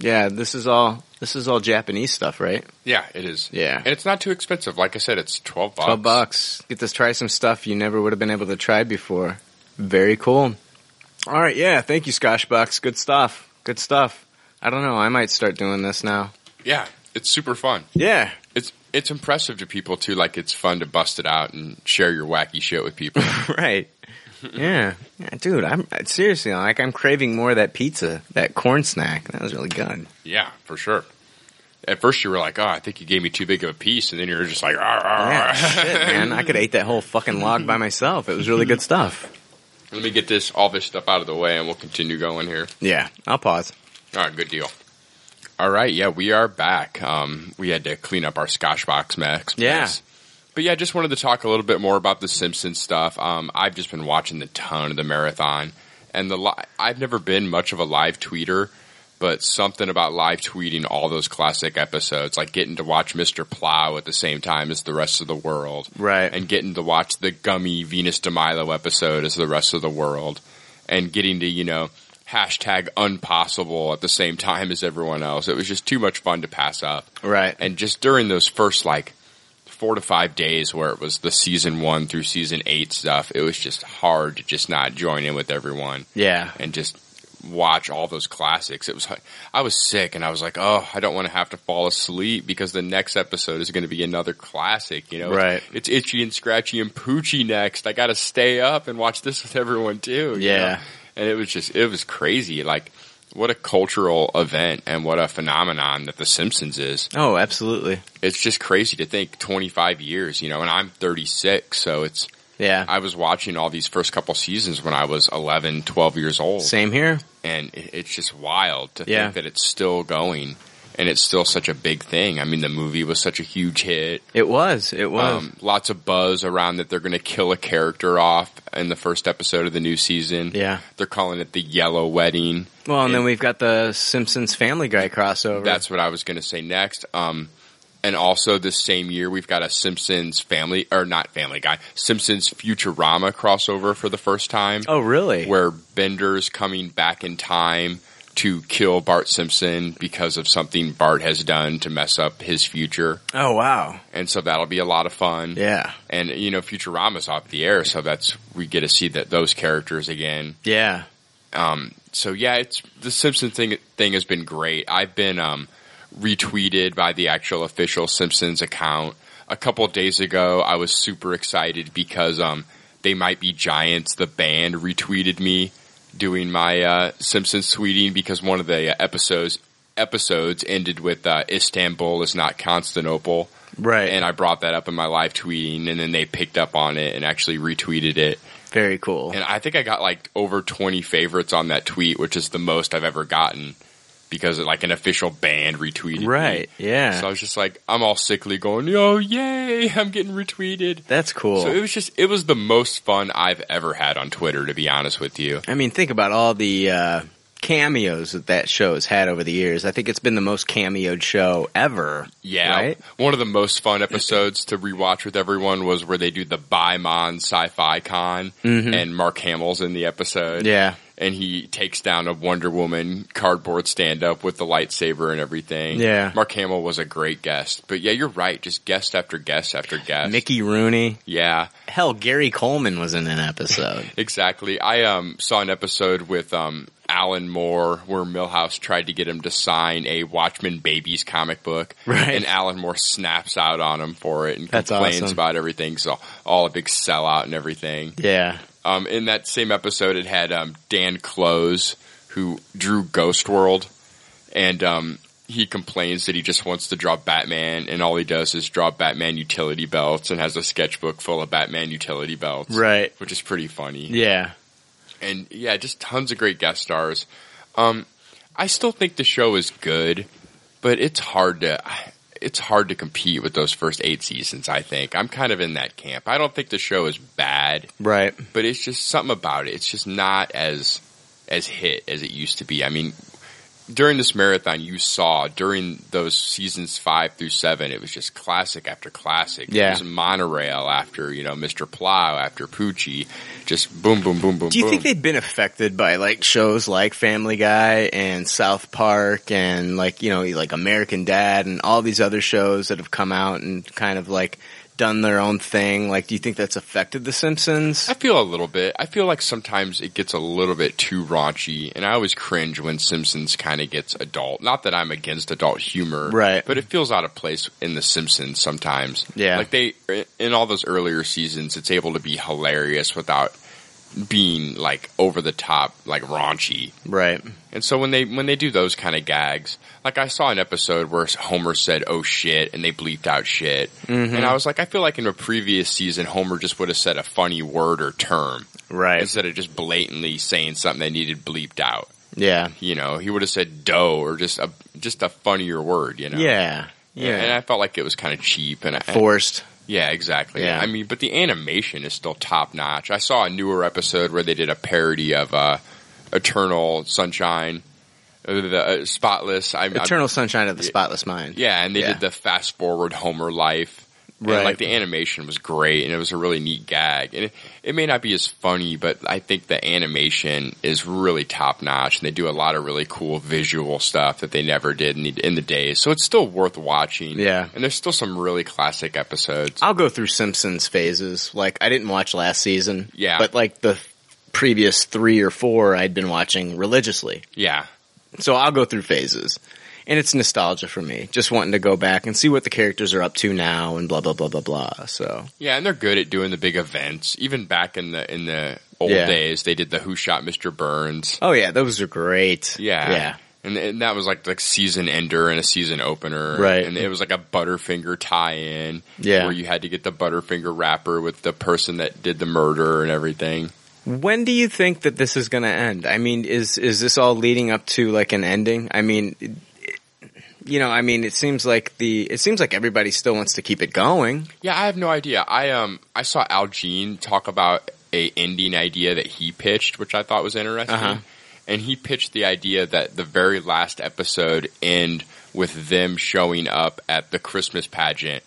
A: yeah, this is all this is all Japanese stuff, right?
F: Yeah, it is.
A: Yeah.
F: and it's not too expensive. Like I said, it's twelve bucks.
A: Twelve bucks. Get to try some stuff you never would have been able to try before. Very cool. All right, yeah. Thank you, Scotchbox. Good stuff. Good stuff. I don't know. I might start doing this now.
F: Yeah, it's super fun.
A: Yeah. [laughs]
F: It's it's impressive to people too. Like it's fun to bust it out and share your wacky shit
A: [laughs]
F: with people.
A: Right. Yeah. Yeah, dude. I'm seriously like I'm craving more of that pizza, that corn snack. That was really good.
F: yeah, for sure. At first you were like, "Oh, I think you gave me too big of a piece," and then you're just like, "Arr, arr,
A: Yeah,
F: arr."
A: shit, man. I could have ate that whole fucking log by myself. It was really good stuff.
F: [laughs] Let me get this all this stuff out of the way, and we'll continue going here.
A: Yeah. I'll pause.
F: All right, good deal. All right, yeah, we are back. Um, we had to clean up our Scotchbox mess.
A: Yeah.
F: mess. But yeah, just wanted to talk a little bit more about the Simpsons stuff. Um, I've just been watching the ton of the marathon, and the li- I've never been much of a live tweeter, but something about live tweeting all those classic episodes, like getting to watch Mr. Plow at the same time as the rest of the world,
A: Right.
F: and getting to watch the gummy Venus de Milo episode as the rest of the world, and getting to you know hashtag unpossible at the same time as everyone else. It was just too much fun to pass up.
A: Right.
F: And just during those first like four to five days where it was the season one through season eight stuff, it was just hard to just not join in with everyone
A: Yeah.
F: and just watch all those classics. It was I was sick and I was like, oh, I don't want to have to fall asleep because the next episode is going to be another classic. You know, It's-
A: Right.
F: It's, itchy and scratchy and poochy next. I got to stay up and watch this with everyone too. you
A: Yeah.
F: know? and it was just it was crazy. Like what a cultural event and what a phenomenon that The Simpsons is.
A: Oh, absolutely.
F: It's just crazy to think 25 years, you know, and I'm 36, so it's
A: Yeah.
F: I was watching all these first couple seasons when I was 11, 12 years old.
A: Same here.
F: And it- it's just wild to
A: Yeah.
F: think that it's still going. and it's still such a big thing. I mean, the movie was such a huge hit. Um,
A: It was. It was.
F: lots of buzz around that they're going to kill a character off in the first episode of the new season.
A: Yeah.
F: They're calling it the Yellow Wedding.
A: Well, and then we've got the Simpsons Family Guy crossover.
F: That's what I was going to say next. Um, and also this same year, we've got a Simpsons Family or not Family Guy, Simpsons Futurama crossover for the first time.
A: Oh, really?
F: Where Bender's coming back in time to kill Bart Simpson because of something Bart has done to mess up his future.
A: Oh, wow.
F: And so that'll be a lot of fun.
A: Yeah.
F: And you know, Futurama's off the air, so that's we get to see that those characters again.
A: Yeah.
F: Um, so yeah, it's the Simpson thing thing has been great. I've been um, retweeted by the actual official Simpsons account. A couple days ago, I was super excited because um, they might be giants. The band retweeted me doing my uh, Simpsons tweeting because one of the uh, episodes episodes ended with uh, Istanbul is not Constantinople.
A: Right.
F: And I brought that up in my live tweeting, and then they picked up on it and actually retweeted it.
A: Very cool.
F: And I think I got like over 20 favorites on that tweet, which is the most I've ever gotten because like an official band retweeted. me.
A: Right, yeah.
F: So I was just like, I'm all sickly going, yo, yay, [laughs] I'm getting retweeted.
A: That's cool.
F: So it was just, it was the most fun I've ever had on Twitter, to be honest with you.
A: I mean, think about all the uh, cameos that that show has had over the years. I think it's been the most cameoed show ever.
F: Yeah.
A: Right?
F: One of the most fun episodes to rewatch with everyone was where they do the Bimon Sci-Fi Con
A: Mhm.
F: and Mark Hamill's in the episode.
A: Yeah.
F: And he takes down a Wonder Woman cardboard stand up with the lightsaber and everything.
A: Yeah.
F: Mark Hamill was a great guest. But yeah, you're right. Just guest after guest after guest.
A: Mickey Rooney.
F: Yeah.
A: Hell, Gary Coleman was in an episode.
F: Exactly. I um, saw an episode with um, Alan Moore where Millhouse tried to get him to sign a Watchmen Babies comic book,
A: Right.
F: and Alan Moore snaps out on him for it and
A: That's
F: complains
A: awesome.
F: about everything. So all a big sellout and everything. [laughs]
A: yeah.
F: Um, in that same episode, it had um, Dan Close who drew Ghost World, and um, he complains that he just wants to draw Batman, and all he does is draw Batman utility belts and has a sketchbook full of Batman utility belts,
A: Right.
F: Which is pretty funny
A: Yeah.
F: and yeah, just tons of great guest stars. Um, I still think the show is good, but it's hard to it's hard to compete with those first eight seasons. I think I'm kind of in that camp. I don't think the show is bad,
A: Right.
F: but it's just something about it. It's just not as as hit as it used to be. I mean, during this marathon, you saw during those seasons five through seven, it was just classic after classic.
A: Yeah.
F: it was monorail after you know Mr. Plow after Poochie, just boom, boom, boom, boom.
A: Do you
F: boom.
A: think they've been affected by like shows like Family Guy and South Park and like you know like American Dad and all these other shows that have come out and kind of like done their own thing? Like, do you think that's affected The Simpsons?
F: I feel a little bit. I feel like sometimes it gets a little bit too raunchy, and I always cringe when Simpsons kind of gets adult. Not that I'm against adult humor,
A: Right.
F: But it feels out of place in The Simpsons sometimes.
A: Yeah.
F: like they in all those earlier seasons, it's able to be hilarious without being like over the top, like raunchy.
A: Right.
F: And so when they when they do those kind of gags, like I saw an episode where Homer said "oh shit" and they bleeped out "shit,"
A: Mhm.
F: and I was like, I feel like in a previous season, Homer just would have said a funny word or term,
A: right,
F: instead of just blatantly saying something that needed bleeped out.
A: Yeah.
F: You know, he would have said "dough" or just a just a funnier word. You know,
A: Yeah. Yeah.
F: And I felt like it was kind of cheap and I,
A: Forced.
F: yeah, exactly.
A: Yeah.
F: I mean, but the animation is still top notch. I saw a newer episode where they did a parody of uh, Eternal Sunshine, uh, the uh, Spotless. I,
A: Eternal Sunshine of the Spotless Mind.
F: yeah, and they
A: Yeah.
F: did the fast forward Homer life. And,
A: Right.
F: like the animation was great, and it was a really neat gag. And it, it may not be as funny, but I think the animation is really top notch, and they do a lot of really cool visual stuff that they never did in the, in the days. So it's still worth watching.
A: Yeah.
F: and there's still some really classic episodes.
A: I'll go through Simpsons phases. Like I didn't watch last season.
F: Yeah.
A: But like the previous three or four I'd been watching religiously.
F: Yeah.
A: So I'll go through phases. And it's nostalgia for me. Just wanting to go back and see what the characters are up to now and blah blah blah blah blah. So
F: Yeah, and they're good at doing the big events. Even back in the in the old
A: Yeah.
F: days, they did the Who Shot Mr. Burns.
A: Oh yeah, those are great.
F: Yeah.
A: Yeah.
F: And, and that was like the season ender and a season opener.
A: Right.
F: And it was like a Butterfinger tie in.
A: Yeah.
F: Where you had to get the Butterfinger wrapper with the person that did the murder and everything.
A: When do you think that this is going to end? I mean, is is this all leading up to like an ending? I mean, you know, I mean, it seems like the it seems like everybody still wants to keep it going.
F: Yeah, I have no idea. I um I saw Al Jean talk about a ending idea that he pitched, which I thought was interesting.
A: Uh-huh.
F: And he pitched the idea that the very last episode end with them showing up at the Christmas pageant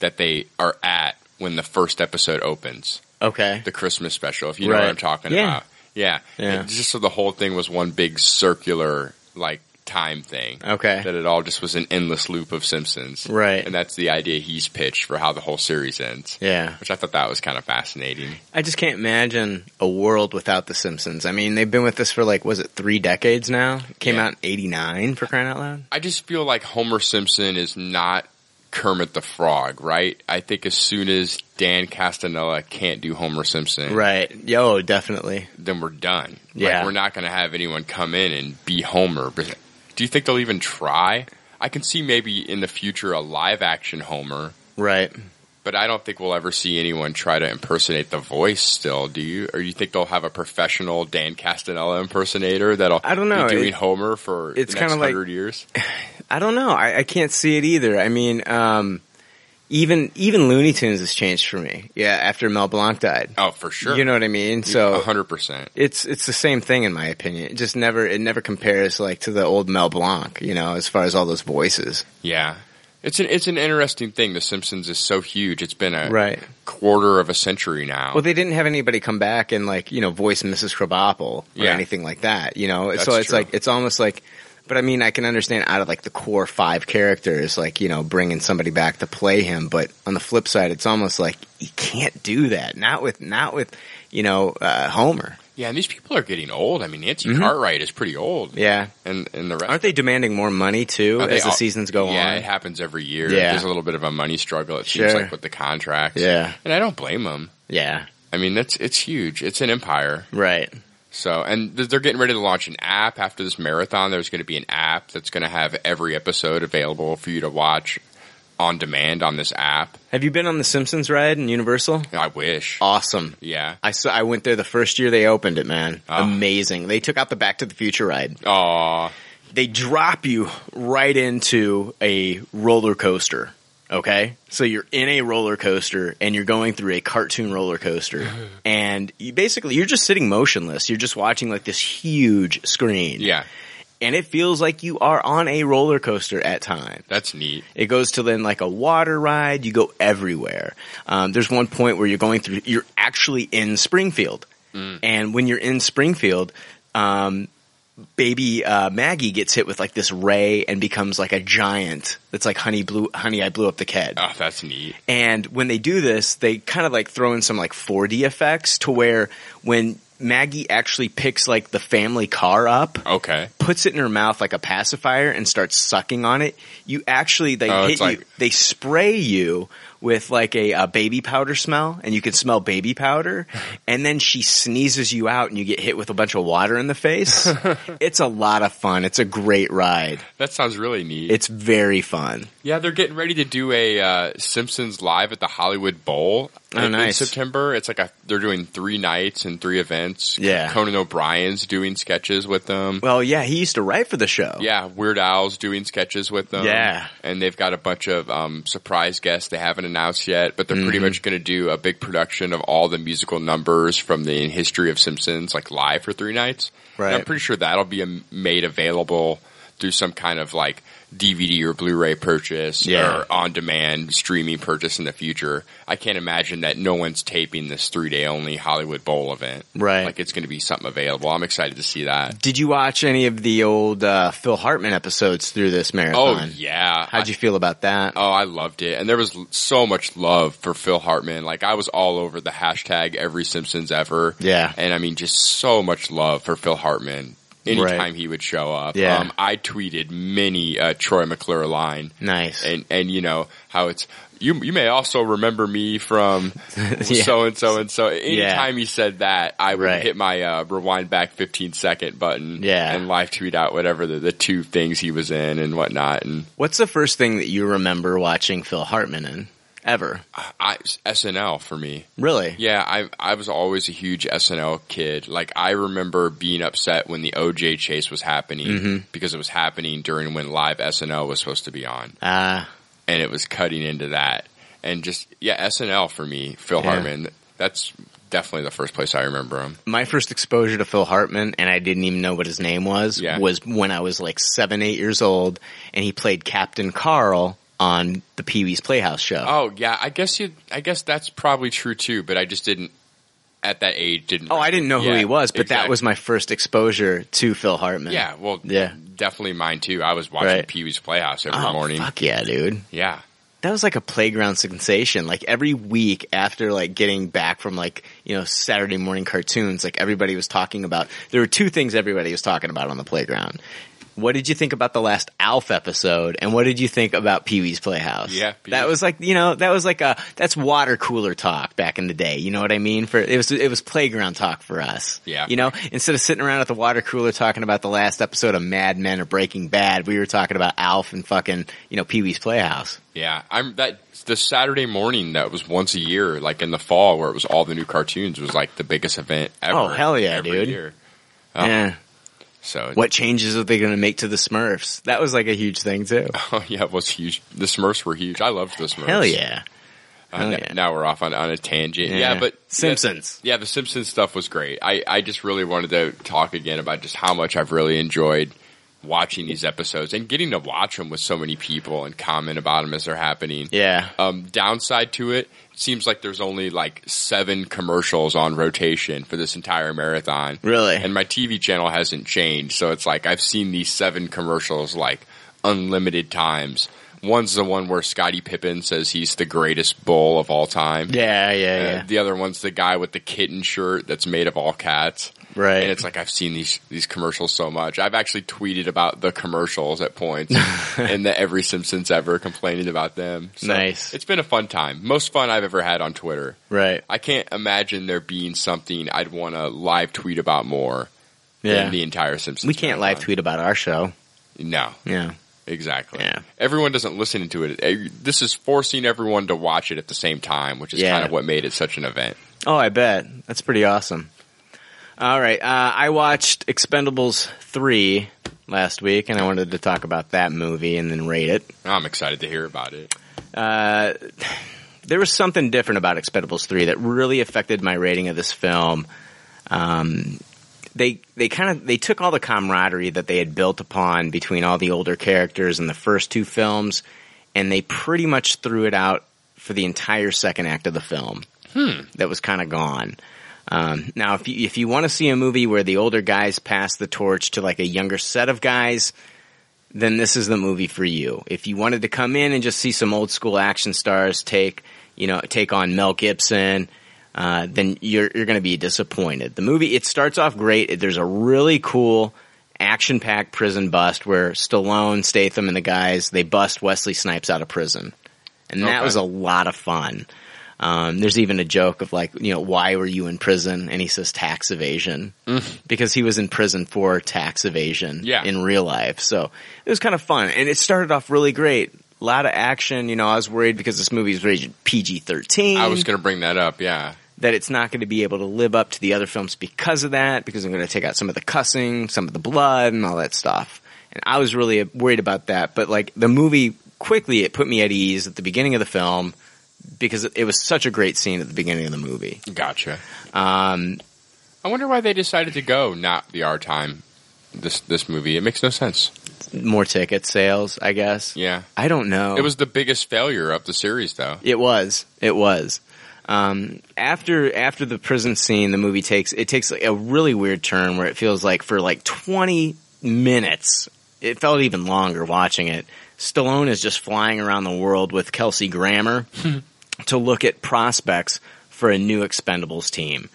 F: that they are at when the first episode opens.
A: Okay.
F: The Christmas special, if you know
A: Right.
F: what I'm talking
A: Yeah.
F: about. Yeah.
A: Yeah.
F: It just so the whole thing was one big circular like time thing.
A: Okay.
F: That it all just was an endless loop of Simpsons.
A: Right.
F: And that's the idea he's pitched for how the whole series ends.
A: Yeah.
F: Which I thought that was kind of fascinating.
A: I just can't imagine a world without The Simpsons. I mean, they've been with this for like, was it three decades now? It came out in 89 for crying out loud.
F: I just feel like Homer Simpson is not Kermit the Frog, right? I think as soon as Dan Castanella can't do Homer Simpson,
A: Right. Yo, definitely.
F: then we're done.
A: Yeah.
F: Like, we're not going to have anyone come in and be Homer. But do you think they'll even try? I can see maybe in the future a live action Homer,
A: Right.
F: but I don't think we'll ever see anyone try to impersonate the voice still, do you? Or you think they'll have a professional Dan Castanella impersonator that'll
A: I don't know.
F: be doing
A: It-
F: Homer for
A: it's
F: the next
A: kinda like-
F: 100 years?
A: I don't know. I, I can't see it either. I mean, um, even even Looney Tunes has changed for me. Yeah, after Mel Blanc died.
F: Oh, for sure.
A: You know what I mean? So
F: hundred percent.
A: It's it's the same thing in my opinion. It just never it never compares like to the old Mel Blanc. You know, as far as all those voices.
F: Yeah. It's an it's an interesting thing. The Simpsons is so huge. It's been a
A: Right.
F: quarter of a century now.
A: Well, they didn't have anybody come back and like you know voice Mrs. Krabappel or
F: Yeah.
A: anything like that. You know,
F: That's
A: so it's
F: true.
A: like it's almost like. But I mean, I can understand out of like the core five characters, like you know, bringing somebody back to play him. But on the flip side, it's almost like you can't do that. Not with not with you know uh, Homer.
F: yeah, and these people are getting old. I mean, Nancy
A: Mhm.
F: Cartwright is pretty old.
A: Yeah,
F: and and the rest
A: aren't they demanding more money too
F: Are they
A: as the
F: all-
A: seasons go
F: yeah,
A: on?
F: it happens every year.
A: Yeah.
F: There's a little bit of a money struggle. It seems
A: Sure.
F: like with the contracts.
A: Yeah.
F: and I don't blame them.
A: Yeah,
F: I mean that's it's huge. It's an empire,
A: right?
F: So, and th- they're getting ready to launch an app after this marathon. There's going to be an app that's going to have every episode available for you to watch on demand on this app.
A: Have you been on the Simpsons ride in Universal?
F: I wish.
A: Awesome.
F: Yeah.
A: I saw. I went there the first year they opened it. Man, amazing. They took out the Back to the Future ride.
F: Ah. Aw.
A: They drop you right into a roller coaster. Okay, so you're in a roller coaster and you're going through a cartoon roller coaster, and you basically you're just sitting motionless. You're just watching like this huge screen.
F: Yeah.
A: And it feels like you are on a roller coaster at times.
F: That's neat.
A: It goes to then like a water ride. You go everywhere. Um, there's one point where you're going through. You're actually in Springfield, and when you're in Springfield, um, baby uh, Maggie gets hit with like this ray and becomes like a giant. That's like honey blue. Honey, I blew up the kid.
F: Oh, that's neat.
A: And when they do this, they kind of like throw in some like 4D effects to where when Maggie actually picks like the family car up,
F: Okay.
A: puts it in her mouth like a pacifier and starts sucking on it, you actually they
F: Oh,
A: hit
F: it's
A: you
F: like-
A: they spray you with like a, uh baby powder smell and you can smell baby powder and then she sneezes you out and you get hit with a bunch of water in the
F: [laughs]
A: face. it's a lot of fun. It's a great ride.
F: That sounds really neat.
A: It's very fun.
F: yeah, they're getting ready to do a uh, Simpsons live at the Hollywood Bowl
A: Oh,
F: in- in,
A: nice.
F: September. It's like a they're doing three nights and three events.
A: Yeah.
F: Conan O'Brien's doing sketches with them.
A: Well, yeah, he used to write for the show.
F: Yeah, Weird Al's doing sketches with them.
A: Yeah.
F: and they've got a bunch of um, surprise guests they haven't announced yet, but they're pretty
A: Mhm.
F: much going to do a big production of all the musical numbers from the history of Simpsons, like live for three nights. And
A: Right.
F: I'm pretty sure that'll be um, made available through some kind of like DVD or Blu-ray purchase
A: Yeah.
F: or on-demand streaming purchase in the future. I can't imagine that no one's taping this three-day only Hollywood Bowl event.
A: Right.
F: like it's going to be something available. I'm excited to see that.
A: Did you watch any of the old uh, Phil Hartman episodes through this
F: Oh
A: marathon?
F: yeah,
A: How'd you feel about that?
F: Oh, I loved it. And there was l- so much love for Phil Hartman. Like I was all over the hashtag every Simpsons ever.
A: Yeah.
F: And I mean, just so much love for Phil Hartman. Anytime
A: Right.
F: he would show up.
A: Yeah.
F: Um, I tweeted many, uh, Troy McClure line.
A: Nice.
F: And, and you know, how it's, you, you may also remember
A: [laughs]
F: me from so and so and so. Anytime he said that, I would
A: Right.
F: hit my, uh, rewind back 15 second button.
A: Yeah.
F: And live tweet out whatever the, the two things he was in and whatnot. And
A: What's the first thing that you remember watching Phil Hartman in? ever?
F: I, SNL for me.
A: Really?
F: Yeah, I I was always a huge SNL kid. Like I remember being upset when the OJ chase was happening
A: Mhm.
F: because it was happening during when live SNL was supposed to be on.
A: Ah.
F: and it was cutting into that. And just yeah, SNL for me, Phil
A: Yeah.
F: Hartman. That's definitely the first place I remember him.
A: My first exposure to Phil Hartman, and I didn't even know what his name was,
F: Yeah.
A: was when I was like seven, eight years old, and he played Captain Carl on the Pee Wee's Playhouse show.
F: Oh yeah, I guess you. I guess that's probably true too. But I just didn't at that age. Didn't.
A: Oh, I didn't know who
F: Yeah,
A: he was, but that
F: exactly.
A: was my first exposure to Phil Hartman.
F: Yeah, well,
A: Yeah.
F: definitely mine too. I was watching
A: Right.
F: Pee Wee's Playhouse every
A: Oh,
F: morning.
A: Fuck yeah, dude.
F: Yeah.
A: That was like a playground sensation. Like every week after like getting back from like, you know, Saturday morning cartoons, like everybody was talking about, there were two things everybody was talking about on the playground. What did you think about the last Alf episode? And what did you think about Pee Wee's Playhouse?
F: Yeah,
A: That was like, you know, that was like a, that's water cooler talk back in the day. You know what I mean? For, it was, it was playground talk for us.
F: Yeah.
A: You know, instead of sitting around at the water cooler talking about the last episode of Mad Men or Breaking Bad, we were talking about Alf and fucking, you know, Pee Wee's Playhouse.
F: Yeah, I'm that the Saturday morning that was once a year, like in the fall, where it was all the new cartoons, was like the biggest event ever.
A: Oh, hell yeah,
F: every
A: dude.
F: Year. Oh,
A: Yeah.
F: So [laughs]
A: What changes are they going to make to the Smurfs? That was like a huge thing too.
F: Oh yeah, it was huge. The Smurfs were huge. I loved the Smurfs.
A: Hell yeah.
F: Uh,
A: Hell
F: n-
A: yeah.
F: Now we're off on, on a tangent.
A: Yeah.
F: Yeah, but
A: Simpsons.
F: Yeah, the Simpsons stuff was great. I, I just really wanted to talk again about just how much I've really enjoyed watching these episodes and getting to watch them with so many people and comment about them as they're happening.
A: Yeah.
F: Um, downside to it, it seems like there's only like seven commercials on rotation for this entire marathon.
A: Really?
F: And my TV channel hasn't changed, so it's like I've seen these seven commercials like unlimited times. One's the one where Scottie Pippen says he's the greatest bull of all time.
A: Yeah, yeah,
F: Uh,
A: yeah.
F: The other one's the guy with the kitten shirt that's made of all cats.
A: Right.
F: And it's like I've seen these these commercials so much. I've actually tweeted about the commercials
A: [laughs]
F: at points and the every Simpsons ever complaining about them.
A: Nice.
F: It's been a fun time. Most fun I've ever had on Twitter.
A: Right.
F: I can't imagine there being something I'd want to live tweet about more
A: Yeah.
F: than the entire Simpsons.
A: We can't live
F: marathon.
A: tweet about our show.
F: No.
A: Yeah.
F: Exactly. Yeah. Everyone doesn't listen to it. Eh, This is forcing everyone to watch it at the same time, which is
A: Yeah.
F: kind of what made it such an event.
A: Oh, I bet. That's pretty awesome. All right. Uh, I watched Expendables 3 last week and I wanted to talk about that movie and then rate it.
F: I'm excited to hear about it.
A: Uh, there was something different about Expendables 3 that really affected my rating of this film. Um, they they kind of they took all the camaraderie that they had built upon between all the older characters in the first two films and they pretty much threw it out for the entire second act of the film
C: Hmm.
A: that was kind of gone. Um, now, if you, if you want to see a movie where the older guys pass the torch to like a younger set of guys, then this is the movie for you. If you wanted to come in and just see some old school action stars take, you know, take on Mel Gibson, uh, then you're you're going to be disappointed. The movie it starts off great. There's a really cool action packed prison bust where Stallone, Statham, and the guys they bust Wesley Snipes out of prison, and that
C: Okay.
A: was a lot of fun. Um, there's even a joke of like, you know, why were you in prison? And he says tax evasion because he was in prison for tax evasion
C: Mm. Yeah.
A: in real life. So it was kind of fun. And it started off really great. A lot of action. You know, I was worried because this movie is rated PG 13.
F: I was going to bring that up. Yeah.
A: that it's not going to be able to live up to the other films because of that, because I'm going to take out some of the cussing, some of the blood, and all that stuff. And I was really worried about that. But like the movie, quickly, it put me at ease at the beginning of the film because it was such a great scene at the beginning of the movie.
F: Gotcha.
A: Um,
F: I wonder why they decided to go not the our time. This this movie it makes no sense.
A: more ticket sales, I guess.
F: Yeah.
A: I don't know.
F: It was the biggest failure of the series though.
A: It was. It was. Um, after after the prison scene, the movie takes it takes a really weird turn where it feels like for like twenty minutes, it felt even longer watching it. Stallone is just flying around the world with Kelsey Grammer to look at prospects for a new Expendables team.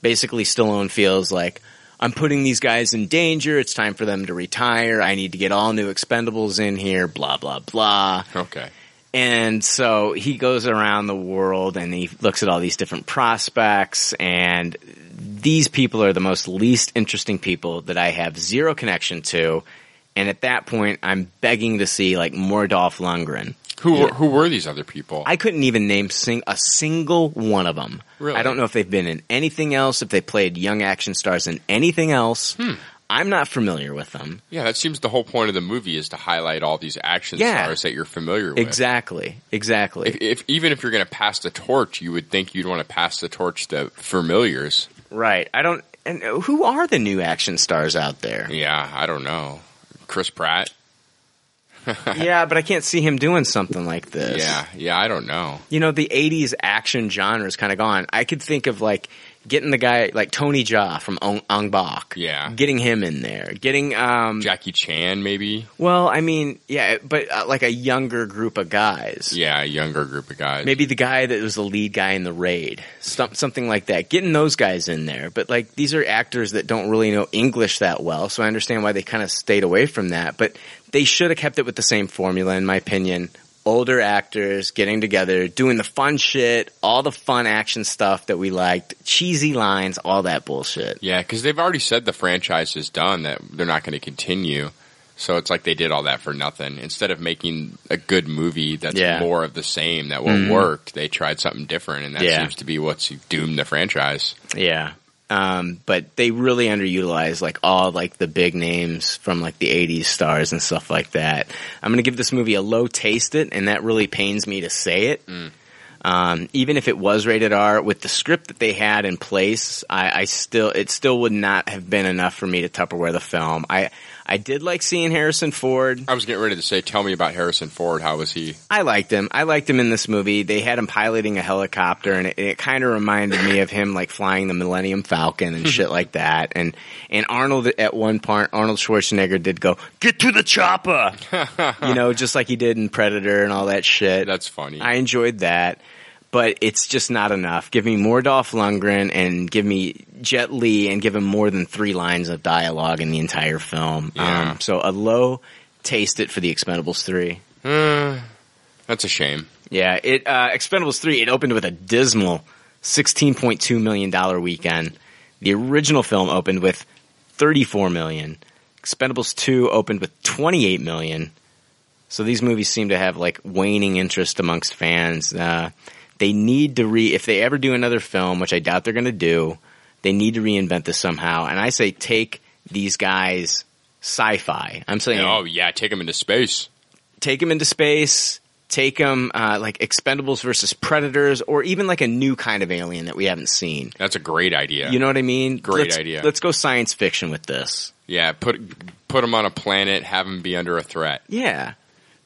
A: Basically, Stallone feels like I'm putting these guys in danger. It's time for them to retire. I need to get all new Expendables in here. Blah blah blah.
F: Okay.
A: And so he goes around the world and he looks at all these different prospects and these people are the most least interesting people that I have zero connection to And at that point, I'm begging to see like more Dolph Lundgren.
F: Who who were these other people?
A: I couldn't even name sing- a single one of them.
F: Really?
A: I don't know if they've been in anything else, if they played young action stars in anything else.
F: Hmm.
A: I'm not familiar with them.
F: Yeah, that seems the whole point of the movie is to highlight all these action
A: Yeah.
F: stars that you're familiar with.
A: Exactly. Exactly.
F: If, if even if you're going to pass the torch, you would think you'd want to pass the torch to familiars.
A: Right. I don't. And who are the new action stars out there?
F: Yeah, I don't know. Chris Pratt.
A: yeah, but I can't see him doing something like this.
F: Yeah, yeah, I don't know.
A: You know, the 80s action genre is kind of gone. I could think of like getting the guy like Tony Jaa from Ong, Ong Bak.
F: Yeah.
A: Getting him in there. Getting um
F: Jackie Chan maybe.
A: Well, I mean, yeah, but uh, like a younger group of guys.
F: Yeah, a younger group of guys.
A: Maybe the guy that was the lead guy in the raid, Stum- something like that. Getting those guys in there, but like these are actors that don't really know English that well, so I understand why they kind of stayed away from that. But they should have kept it with the same formula, in my opinion. Older actors getting together, doing the fun shit, all the fun action stuff that we liked, cheesy lines, all that bullshit.
F: Yeah, because they've already said the franchise is done that they're not going to continue. So it's like they did all that for nothing. Instead of making a good movie that's
A: Yeah.
F: more of the same that will
A: Mhm.
F: work, they tried something different, and that
A: Yeah.
F: seems to be what's doomed the franchise.
A: Yeah. Um, but they really underutilize like all like the big names from like the 80s stars and stuff like that. I'm going to give this movie a low taste it and that really pains me to say it. Um, even if it was rated R with the script that they had in place, I, I still, it still would not have been enough for me to Tupperware the film. I, I did like seeing Harrison Ford.
F: I was getting ready to say, tell me about Harrison Ford. How was he?
A: I liked him. I liked him in this movie. They had him piloting a helicopter, and it, it kind of reminded me of him like flying the Millennium Falcon and shit like that. And and Arnold at one part, Arnold Schwarzenegger did go, "Get to the chopper," you know, just like he did in Predator and all that shit. That's
F: funny.
A: I enjoyed that, but it's just not enough. Give me more Dolph Lundgren and give me Jet Li and give him more than three lines of dialogue in the entire film.
F: Yeah.
A: Um, so a low taste it for the Expendables three.
F: Uh, that's a shame.
A: Yeah, it uh, Expendables three. It opened with a dismal sixteen point two million dollar weekend. The original film opened with thirty four million. Expendables two opened with twenty eight million. So these movies seem to have like waning interest amongst fans. Uh, they need to re if they ever do another film, which I doubt they're going to do. They need to reinvent this somehow. And I say take these guys sci-fi. I'm saying
F: Oh yeah, take him into space.
A: take them into space, take them uh, like Expendables versus Predators, or even like a new kind of alien that we haven't seen.
F: That's a great idea.
A: You know what I mean?
F: Great
A: Let's-
F: idea.
A: Let's go science fiction with this.
F: Yeah, put put him on a planet, have him be under a threat.
A: Yeah.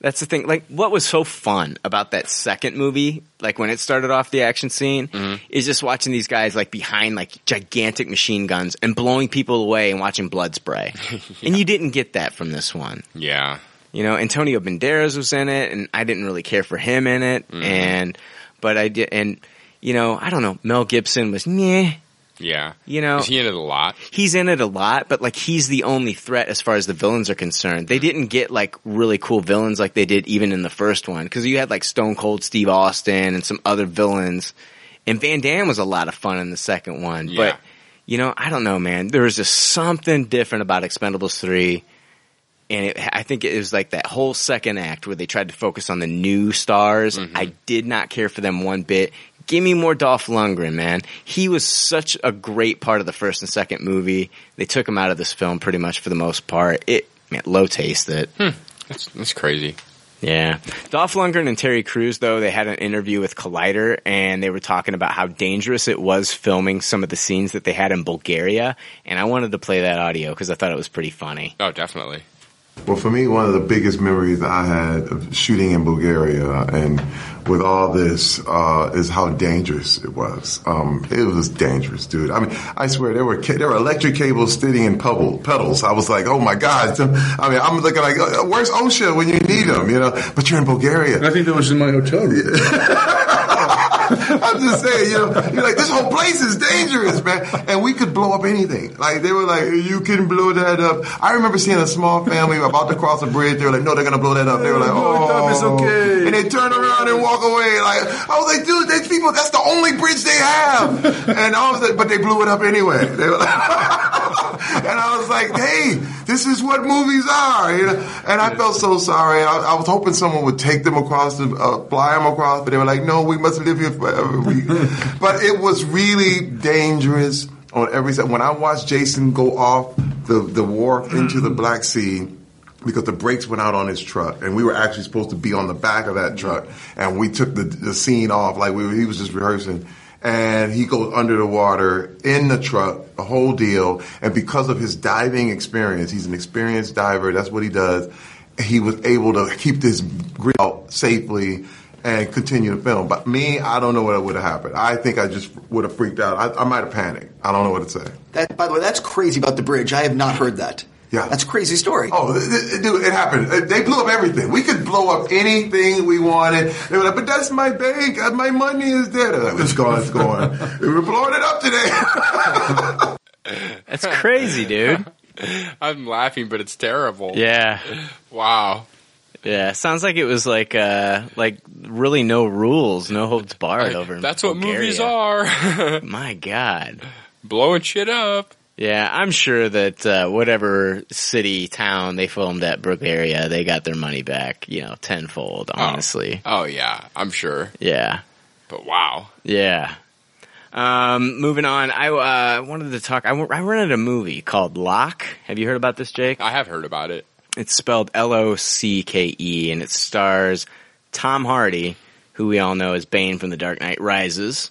A: That's the thing. Like, what was so fun about that second movie, like when it started off the action scene,
F: Mm-hmm.
A: is just watching these guys like behind like gigantic machine guns and blowing people away and watching blood
F: [laughs]
A: spray. And you didn't get that from this one.
F: Yeah.
A: You know, Antonio Banderas was in it, and I didn't really care for him in it.
F: Mm-hmm.
A: And but I did, and you know, I don't know. Mel Gibson was meh.
F: Yeah.
A: You know,
F: Is he in it a lot?
A: He's in it a lot, but like he's the only threat as far as the villains are concerned. They didn't get like really cool villains like they did even in the first one because you had like Stone Cold Steve Austin and some other villains, and Van Damme was a lot of fun in the second one.
F: Yeah.
A: But you know, I don't know, man. There was just something different about Expendables three. And it, I think it was like that whole second act where they tried to focus on the new stars. I did not care for them one bit. Give me more Dolph Lundgren, man. He was such a great part of the first and second movie. They took him out of this film pretty much for the most part. It man, low taste it.
F: That's that's crazy.
A: Yeah. Dolph Lundgren and Terry Crews, though, they had an interview with Collider and they were talking about how dangerous it was filming some of the scenes that they had in Bulgaria. And I wanted to play that audio because I thought it was pretty funny.
F: Oh, definitely.
J: Well, for me, one of the biggest memories I had of shooting in Bulgaria and with all this uh, is how dangerous it was. Um, it was dangerous, dude. I mean, I swear there were ca- there were electric cables sitting in pebble, pedals. I was like, oh my god. I mean, I'm looking like, uh, where's OSHA when you need them? You know, but you're in Bulgaria. [laughs] I think that was in my hotel room. I'm just saying, you know, you're like, this whole place is dangerous, man. And we could blow up anything. Like, they were like, you can blow that up. I remember seeing a small family about to cross a bridge. They were like, no, they're going to blow that up. They were like, oh, it's okay. And they turn around and walk away. Like, I was like, dude, these people, that's the
S: [laughs]
J: only bridge they have. And I was like, but they blew it up anyway. They were like,
S: and I was like, "Hey, this is what movies are," you know. And I felt so sorry. I, I was hoping someone would take them across, the, uh, fly them across, but they were like, "No, we must live here forever." We- but it was really dangerous on every side. When I watched Jason go off the the wharf into the Black Sea. Because the brakes went out on his truck, and we were actually supposed to be on the back of that truck, and we took the, the scene off like we were, he was just rehearsing and he goes under the water in the truck, the whole deal. And because of his diving experience, he's an experienced diver. That's what he does. He was able to keep this grid out safely and continue the film. But me, I don't know what would have happened. I think I just would have freaked out. I, I might have panicked. I don't know what to say.
T: That, by the way, that's crazy about the bridge. I have not heard that.
S: Yeah,
T: that's a crazy story.
S: Oh, th- th- dude, it happened. Uh, They blew up everything. We could blow up anything we wanted. They were like, "But that's my bank. Uh, My money is there." They're like, it's gone. It's gone. [laughs] we were blowing it up today.
A: That's crazy, dude.
F: I'm laughing, but it's terrible.
A: [laughs] Yeah.
F: Wow.
A: Yeah, sounds like it was like uh like really no rules, no holds barred over. in
F: That's what
A: Bulgaria.
F: movies are. [laughs]
A: My God,
F: blowing shit up.
A: Yeah, I'm sure that uh, whatever city town they filmed at Bulgaria, they got their money back, you know, tenfold. Honestly,
F: Oh yeah, I'm sure.
A: yeah.
F: But wow.
A: Yeah. Um, moving on, I uh, wanted to talk. I, w- I rented a movie called Lock. Have you heard about this, Jake?
F: I have heard about it.
A: It's spelled L O C K E, and it stars Tom Hardy, who we all know as Bane from The Dark Knight Rises.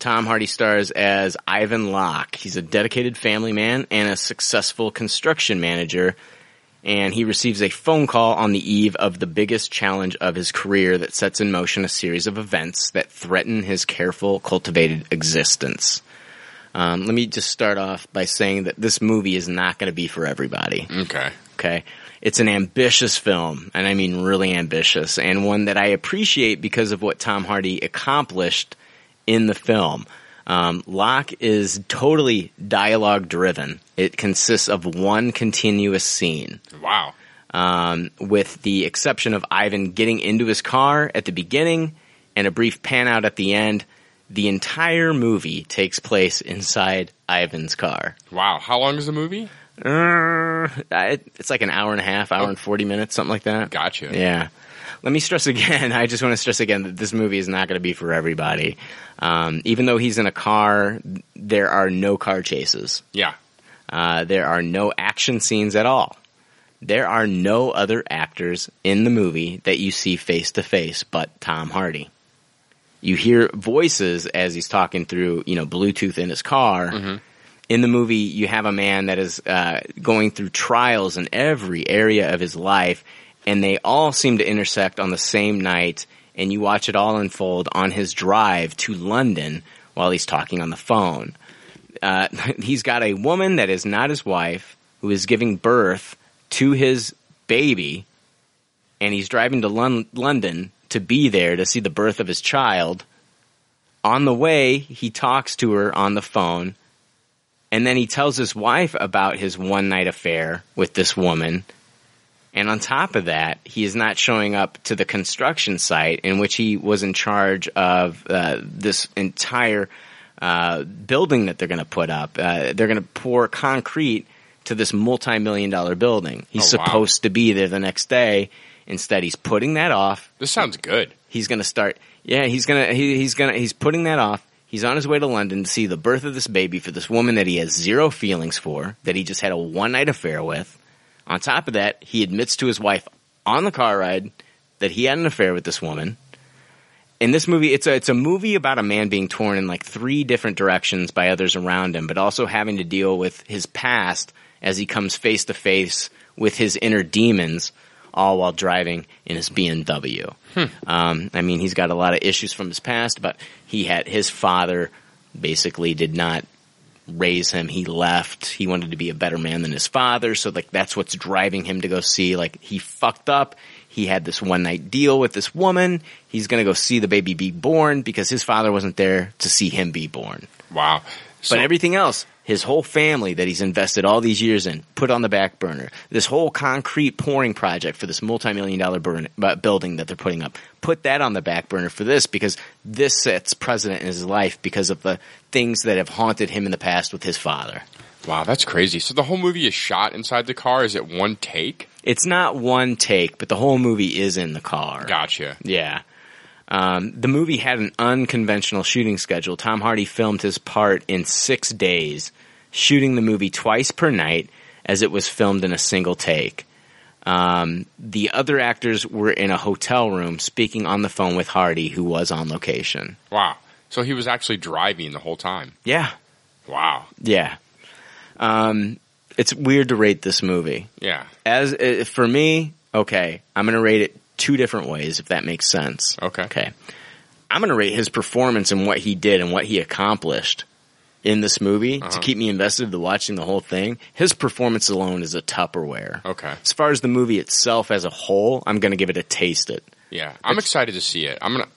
A: Tom Hardy stars as Ivan Locke. He's a dedicated family man and a successful construction manager and he receives a phone call on the eve of the biggest challenge of his career that sets in motion a series of events that threaten his careful, cultivated existence. Um, let me just start off by saying that this movie is not going to be for everybody.
F: Okay.
A: Okay. It's an ambitious film, and I mean really ambitious, and one that I appreciate because of what Tom Hardy accomplished in the film. Um, Locke is totally dialogue driven. It consists of one continuous scene.
F: Wow.
A: Um, with the exception of Ivan getting into his car at the beginning and a brief pan out at the end, the entire movie takes place inside Ivan's car.
F: Wow. How long is the movie?
A: Uh, I- it's like an hour and a half, hour and 40 minutes, something like that.
F: Gotcha.
A: Yeah. Let me stress again, [laughs] I just want to stress again that this movie is not going to be for everybody. Um, even though he's in a car, there are no car chases.
F: Yeah.
A: Uh, there are no action scenes at all. There are no other actors in the movie that you see face to face but Tom Hardy. You hear voices as he's talking through, you know, Bluetooth in his car. In the movie, you have a man that is uh, going through trials in every area of his life, and they all seem to intersect on the same night. And you watch it all unfold on his drive to London while he's talking on the phone uh, [laughs] he's got a woman that is not his wife who is giving birth to his baby, and he's driving to Lon- London to be there to see the birth of his child. On the way, he talks to her on the phone, and then he tells his wife about his one night affair with this woman. And on top of that, he is not showing up to the construction site in which he was in charge of uh, this entire uh, building that they're going to put up. Uh, they're going to pour concrete to this multi-million dollar building. He's
F: Oh, wow.
A: supposed to be there the next day. Instead, he's putting that off.
F: This sounds good.
A: He's going to start. Yeah, he's going to. He, he's going to. He's putting that off. He's on his way to London to see the birth of this baby for this woman that he has zero feelings for, that he just had a one night affair with. On top of that, he admits to his wife on the car ride that he had an affair with this woman. In this movie, it's a it's a movie about a man being torn in like three different directions by others around him, but also having to deal with his past as he comes face to face with his inner demons, all while driving in his BMW.
F: Hmm.
A: Um, I mean, he's got a lot of issues from his past, but he had his father basically did not raise him. He left. He wanted to be a better man than his father. So like that's what's driving him to go see. Like he fucked up. He had this one night deal with this woman. He's gonna go see the baby be born because his father wasn't there to see him be born.
F: Wow.
A: but everything else, his whole family that he's invested all these years in, put on the back burner. This whole concrete pouring project for this multi-million dollar burn, bu- building that they're putting up, put that on the back burner for this because this sets precedent in his life because of the things that have haunted him in the past with his father.
F: Wow, that's crazy. So the whole movie is shot inside the car. Is it one take?
A: It's not one take, but the whole movie is in the car.
F: Gotcha.
A: Yeah. Um, the movie had an unconventional shooting schedule. Tom Hardy filmed his part in six days, shooting the movie twice per night as it was filmed in a single take. Um, the other actors were in a hotel room speaking on the phone with Hardy, who was on location.
F: Wow. So he was actually driving the whole time.
A: Yeah.
F: Wow.
A: Yeah. Um, it's weird to rate this movie.
F: Yeah.
A: As uh, for me, okay, I'm going to rate it two different ways if that makes sense.
F: Okay.
A: Okay. I'm going to rate his performance and what he did and what he accomplished in this movie
F: Uh-huh.
A: to keep me invested to watching the whole thing. His performance alone is a Tupperware.
F: Okay.
A: As far as the movie itself as a whole, I'm going to give it a taste it.
F: Yeah. I'm excited to see it. I'm gonna.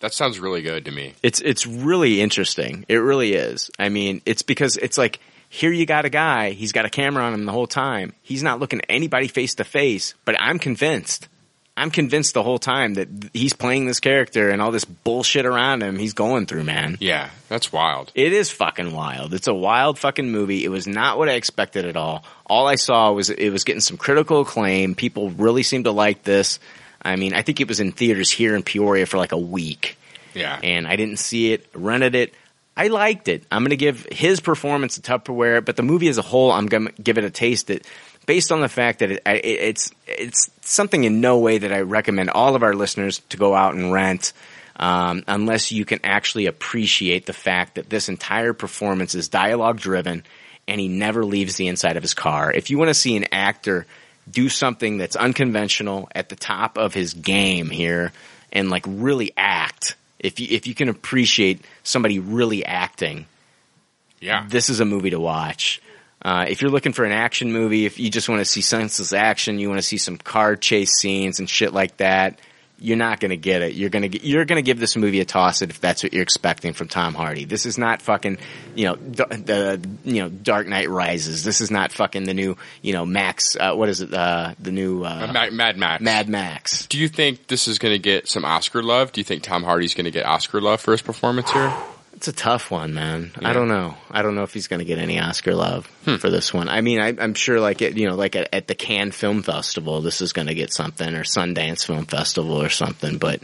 F: That sounds really good to me.
A: It's it's really interesting. It really is. I mean, it's because it's like here you got a guy, he's got a camera on him the whole time. He's not looking at anybody face to face, but I'm convinced. I'm convinced the whole time that th- he's playing this character and all this bullshit around him he's going through, man.
F: Yeah, that's wild.
A: It is fucking wild. It's a wild fucking movie. It was not what I expected at all. All I saw was it was getting some critical acclaim. People really seemed to like this. I mean, I think it was in theaters here in Peoria for like a week
F: Yeah.
A: and I didn't see it, rented it. I liked it. I'm going to give his performance a Tupperware, but the movie as a whole, I'm going to give it a taste it based on the fact that it, I- it, it's it's something in no way that I recommend all of our listeners to go out and rent. Um, unless you can actually appreciate the fact that this entire performance is dialogue driven and he never leaves the inside of his car. If you want to see an actor do something that's unconventional at the top of his game here and like really act. If you if you can appreciate somebody really acting,
F: yeah,
A: this is a movie to watch. Uh, if you're looking for an action movie, if you just want to see senseless action, you want to see some car chase scenes and shit like that, you're not going to get it. You're going to get, you're going to give this movie a toss it if that's what you're expecting from Tom Hardy. This is not fucking you know d- the you know Dark Knight Rises. This is not fucking the new you know Max. Uh, what is it? Uh, the new uh,
F: Mad, Mad Max.
A: Mad Max.
F: Do you think this is going to get some Oscar love? Do you think Tom Hardy's going to get Oscar love for his performance here?
A: It's a tough one, man.
F: Yeah.
A: I don't know. I don't know if he's going to get any Oscar love for this one. I mean, I, I'm sure, like at you know, like at, at the Cannes Film Festival, this is going to get something, or Sundance Film Festival, or something. But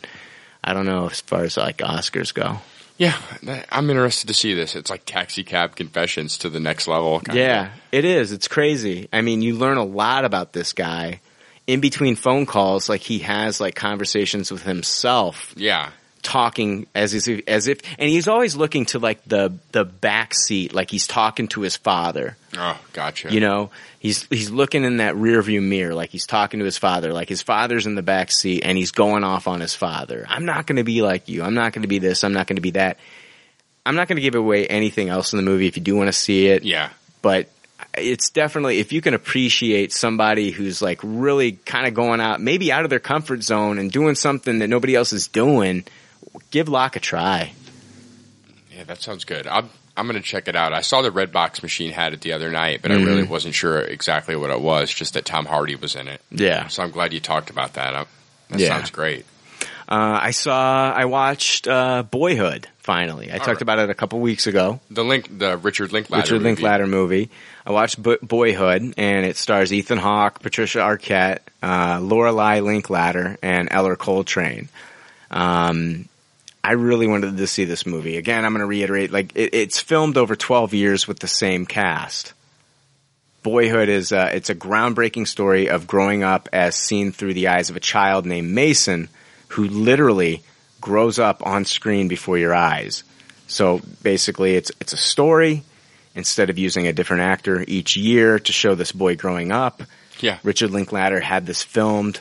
A: I don't know as far as like Oscars go.
F: Yeah, that- I'm interested to see this. It's like Taxi Cab Confessions to the next level. kind of.
A: Yeah, it is. It's crazy. I mean, you learn a lot about this guy in between phone calls. Like he has like conversations with himself
F: Yeah.
A: talking as if, as if, and he's always looking to like the the back seat, like he's talking to his father.
F: Oh, gotcha.
A: You know, he's he's looking in that rearview mirror, like he's talking to his father, like his father's in the back seat, and he's going off on his father. I'm not going to be like you. I'm not going to be this. I'm not going to be that. I'm not going to give away anything else in the movie if you do want to see it.
F: Yeah.
A: But it's definitely if you can appreciate somebody who's like really kind of going out, maybe out of their comfort zone and doing something that nobody else is doing, give Locke a try.
F: Yeah, that sounds good. I'm I'm going to check it out. I saw the Red Box machine had it the other night, but I really
A: Mhm.
F: wasn't sure exactly what it was. Just that Tom Hardy was in it.
A: Yeah.
F: So I'm glad you talked about that. I, that
A: Yeah.
F: sounds great.
A: Uh, I saw, I watched uh, Boyhood finally. I talked
F: right.
A: about it a couple weeks ago.
F: The link, the Richard Linklater.
A: Richard
F: movie.
A: Linklater movie. I watched Bo- Boyhood, and it stars Ethan Hawke, Patricia Arquette, uh, Lorelai Linklater, and Eller Coltrane. Um, I really wanted to see this movie. Again, I'm going to reiterate: like it, it's filmed over 12 years with the same cast. Boyhood is uh, it's a groundbreaking story of growing up as seen through the eyes of a child named Mason, who literally grows up on screen before your eyes. So basically, it's it's a story. Instead of using a different actor each year to show this boy growing up,
F: Yeah.
A: Richard Linklater had this filmed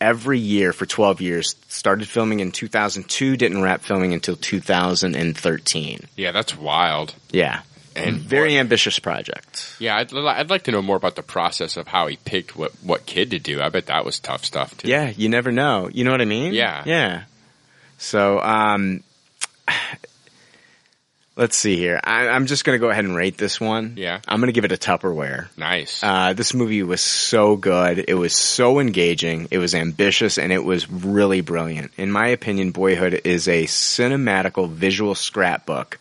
A: every year for 12 years. Started filming in 2002, didn't wrap filming until 2013.
F: Yeah, that's wild.
A: Yeah,
F: And
A: very ambitious project.
F: Yeah, I'd, li- I'd like to know more about the process of how he picked what, what kid to do. I bet that was tough stuff too.
A: Yeah, you never know. You know what I mean?
F: Yeah.
A: Yeah. So, um, [sighs] let's see here. I, I'm just going to go ahead and rate this one.
F: Yeah.
A: I'm going to give it a Tupperware.
F: Nice.
A: Uh, this movie was so good. It was so engaging. It was ambitious and it was really brilliant. In my opinion, Boyhood is a cinematical visual scrapbook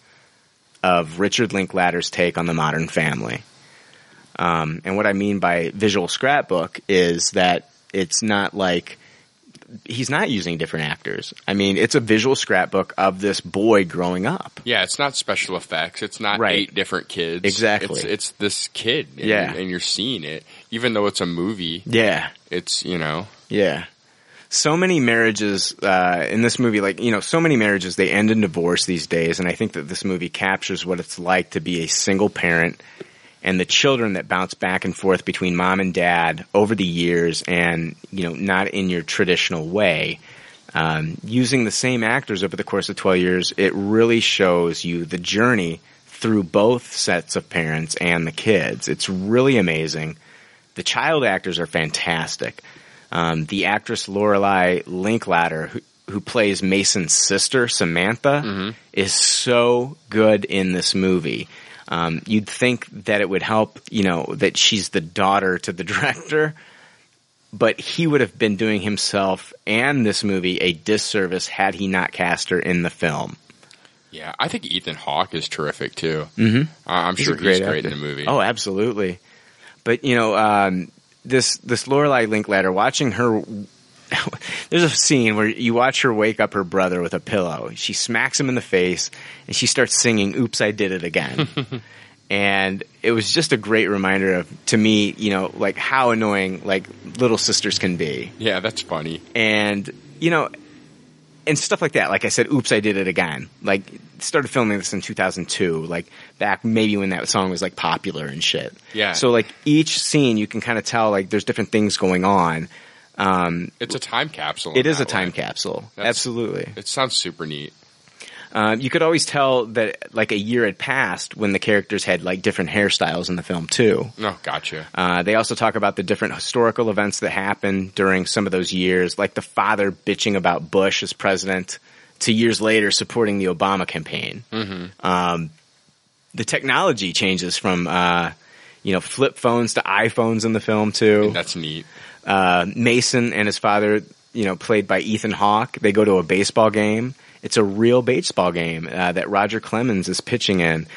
A: of Richard Linklater's take on the modern family. Um, and what I mean by visual scrapbook is that it's not like he's not using different actors. I mean, it's a visual scrapbook of this boy growing up.
F: Yeah, it's not special effects. It's not
A: Right.
F: eight different kids.
A: Exactly.
F: It's, it's this kid. And,
A: Yeah.
F: And you're seeing it, even though it's a movie.
A: Yeah.
F: It's you know.
A: Yeah. So many marriages uh, in this movie, like, you know, so many marriages, they end in divorce these days. And I think that this movie captures what it's like to be a single parent and the children that bounce back and forth between mom and dad over the years and, you know, not in your traditional way. Um, using the same actors over the course of 12 years, it really shows you the journey through both sets of parents and the kids. It's really amazing. The child actors are fantastic. Um, the actress Lorelai Linklater, who, who plays Mason's sister Samantha, is so good in this movie. Um, you'd think that it would help, you know, that she's the daughter to the [laughs] director, but he would have been doing himself and this movie a disservice had he not cast her in the film.
F: Yeah, I think Ethan Hawke is terrific too.
A: Mm-hmm.
F: I- I'm
A: He's
F: sure
A: a great
F: he's great in
A: actor.
F: the movie.
A: Oh, absolutely. But you know, um, this this Lorelai Linklater, watching her, [laughs] there's a scene where you watch her wake up her brother with a pillow. She smacks him in the face, and she starts singing "Oops, I Did It Again." and it was just a great reminder of to me, you know, like how annoying like little sisters can be
F: Yeah, that's funny.
A: and you know and stuff like that like i said oops i did it again like started filming this in 2002 like back maybe when that song was like popular and shit
F: Yeah.
A: so like each scene you can kind of tell like there's different things going on um
F: It's a time capsule.
A: it
F: in
A: is a
F: that
A: time
F: way.
A: capsule
F: That's-
A: absolutely
F: It sounds super neat.
A: um, you could always tell that like a year had passed when the characters had like different hairstyles in the film too
F: No, Oh, gotcha.
A: uh, they also talk about the different historical events that happened during some of those years, like the father bitching about Bush as president to years later supporting the Obama campaign.
F: Mm-hmm.
A: Um, the technology changes from, uh, you know, flip phones to iPhones in the film too.
F: That's neat.
A: Uh, Mason and his father, you know, played by Ethan Hawke, they go to a baseball game. It's a real baseball game uh, that Roger Clemens is pitching in,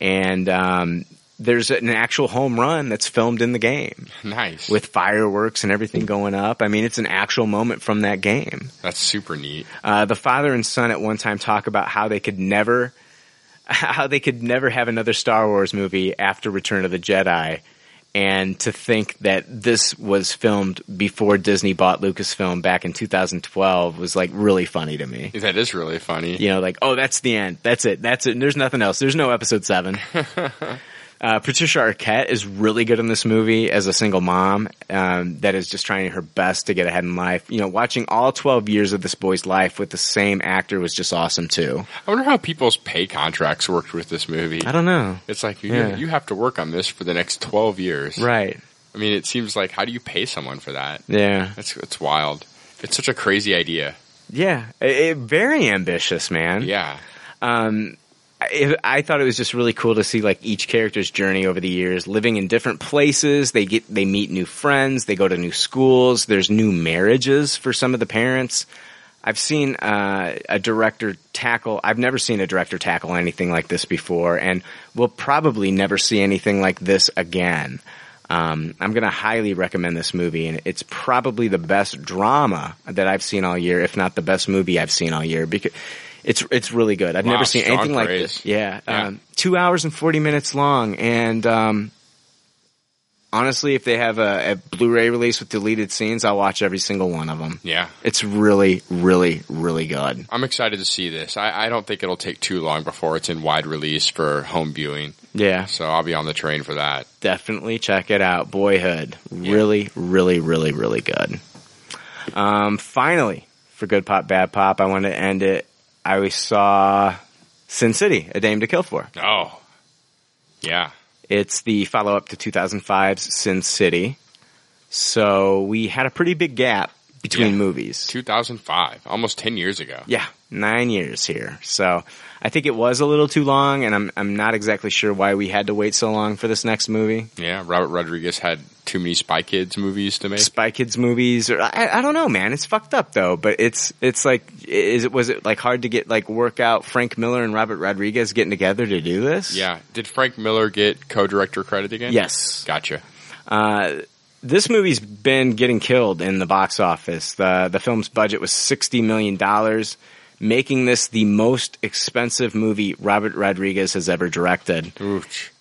A: and um, there's an actual home run that's filmed in the game
F: Nice.
A: with fireworks and everything going up. I mean, it's an actual moment from that game.
F: That's super neat.
A: Uh, the father and son at one time talk about how they could never, [laughs] how they could never have another Star Wars movie after Return of the Jedi, and to think that this was filmed before Disney bought Lucasfilm back in 2012 was like really funny to me.
F: That is really funny.
A: You know, like, oh, that's the end. That's it. That's it. And there's nothing else. There's no episode seven. uh, Patricia Arquette is really good in this movie as a single mom um, that is just trying her best to get ahead in life. You know, watching all 12 years of this boy's life with the same actor was just awesome, too.
F: I wonder how people's pay contracts worked with this movie.
A: I don't know.
F: It's like you,
A: Yeah.
F: you have to work on this for the next 12 years.
A: Right.
F: I mean, it seems like how do you pay someone for that?
A: Yeah.
F: That's it's wild. It's such a crazy idea.
A: Yeah, it, it- very ambitious, man.
F: Yeah.
A: Um, I, I thought it was just really cool to see like each character's journey over the years, living in different places. They get they meet new friends. They go to new schools. There's new marriages for some of the parents. I've seen uh, a director tackle. I've never seen a director tackle anything like this before, and we'll probably never see anything like this again. Um, I'm going to highly recommend this movie, and it's probably the best drama that I've seen all year, if not the best movie I've seen all year. Because it's it's really good. I've
F: Wow,
A: never seen
F: strong
A: anything like
F: praise.
A: this. Yeah,
F: Yeah.
A: Um, two hours and forty minutes long, and um, honestly, if they have a, a Blu-ray release with deleted scenes, I'll watch every single one of them.
F: Yeah.
A: It's really, really, really good.
F: I'm excited to see this. I, I don't think it'll take too long before it's in wide release for home viewing.
A: Yeah.
F: So I'll be on the train for that.
A: Definitely check it out. Boyhood. Really, really, really, really good. Um, finally, for Good Pop, Bad Pop, I wanted to end it. I saw Sin City, A Dame to Kill For.
F: Oh. Yeah.
A: It's the follow up to 2005's Sin City. So we had a pretty big gap between movies.
F: 2005, almost 10 years ago.
A: Yeah, nine years here. So I think it was a little too long, and I'm I'm not exactly sure why we had to wait so long for this next movie.
F: Yeah, Robert Rodriguez had too many Spy Kids movies to make.
A: Spy Kids movies, or I, I don't know, man. It's fucked up though. But it's it's like is it was it like hard to get like work out Frank Miller and Robert Rodriguez getting together to do this?
F: Yeah. Did Frank Miller get co-director credit again?
A: Yes.
F: Gotcha.
A: Uh, this movie's been getting killed in the box office. The the film's budget was sixty million dollars, making this the most expensive movie Robert Rodriguez has ever directed.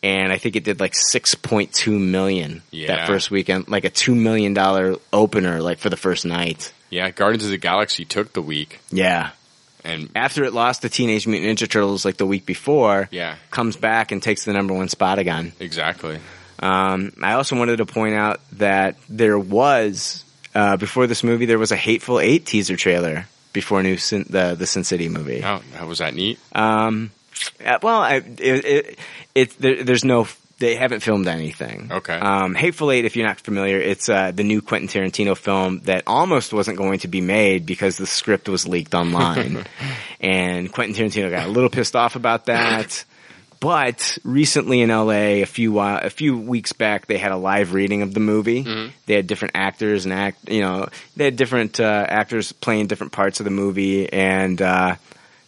A: And I think it did like six point two million
F: Yeah.
A: that first weekend, like a two million dollar opener, like for the first night.
F: Yeah, Guardians of the Galaxy took the week.
A: Yeah.
F: And
A: after it lost to Teenage Mutant Ninja Turtles like the week before,
F: Yeah.
A: comes back and takes the number one spot again.
F: Exactly.
A: Um, I also wanted to point out that there was uh, before this movie there was a Hateful Eight teaser trailer before new Sin- the the Sin City movie.
F: Oh, how was that neat?
A: Um, uh, well, I, it, it, it there, there's no. They haven't filmed anything. Okay. Um, Hateful Eight, if you're not familiar, it's uh, the new Quentin Tarantino film that almost wasn't going to be made because the script was leaked online, and Quentin Tarantino got a little pissed off about that. But recently in LA, a few uh, a few weeks back, they had a live reading of the movie. They had different actors and act, you know, they had different uh, actors playing different parts of the movie, and uh,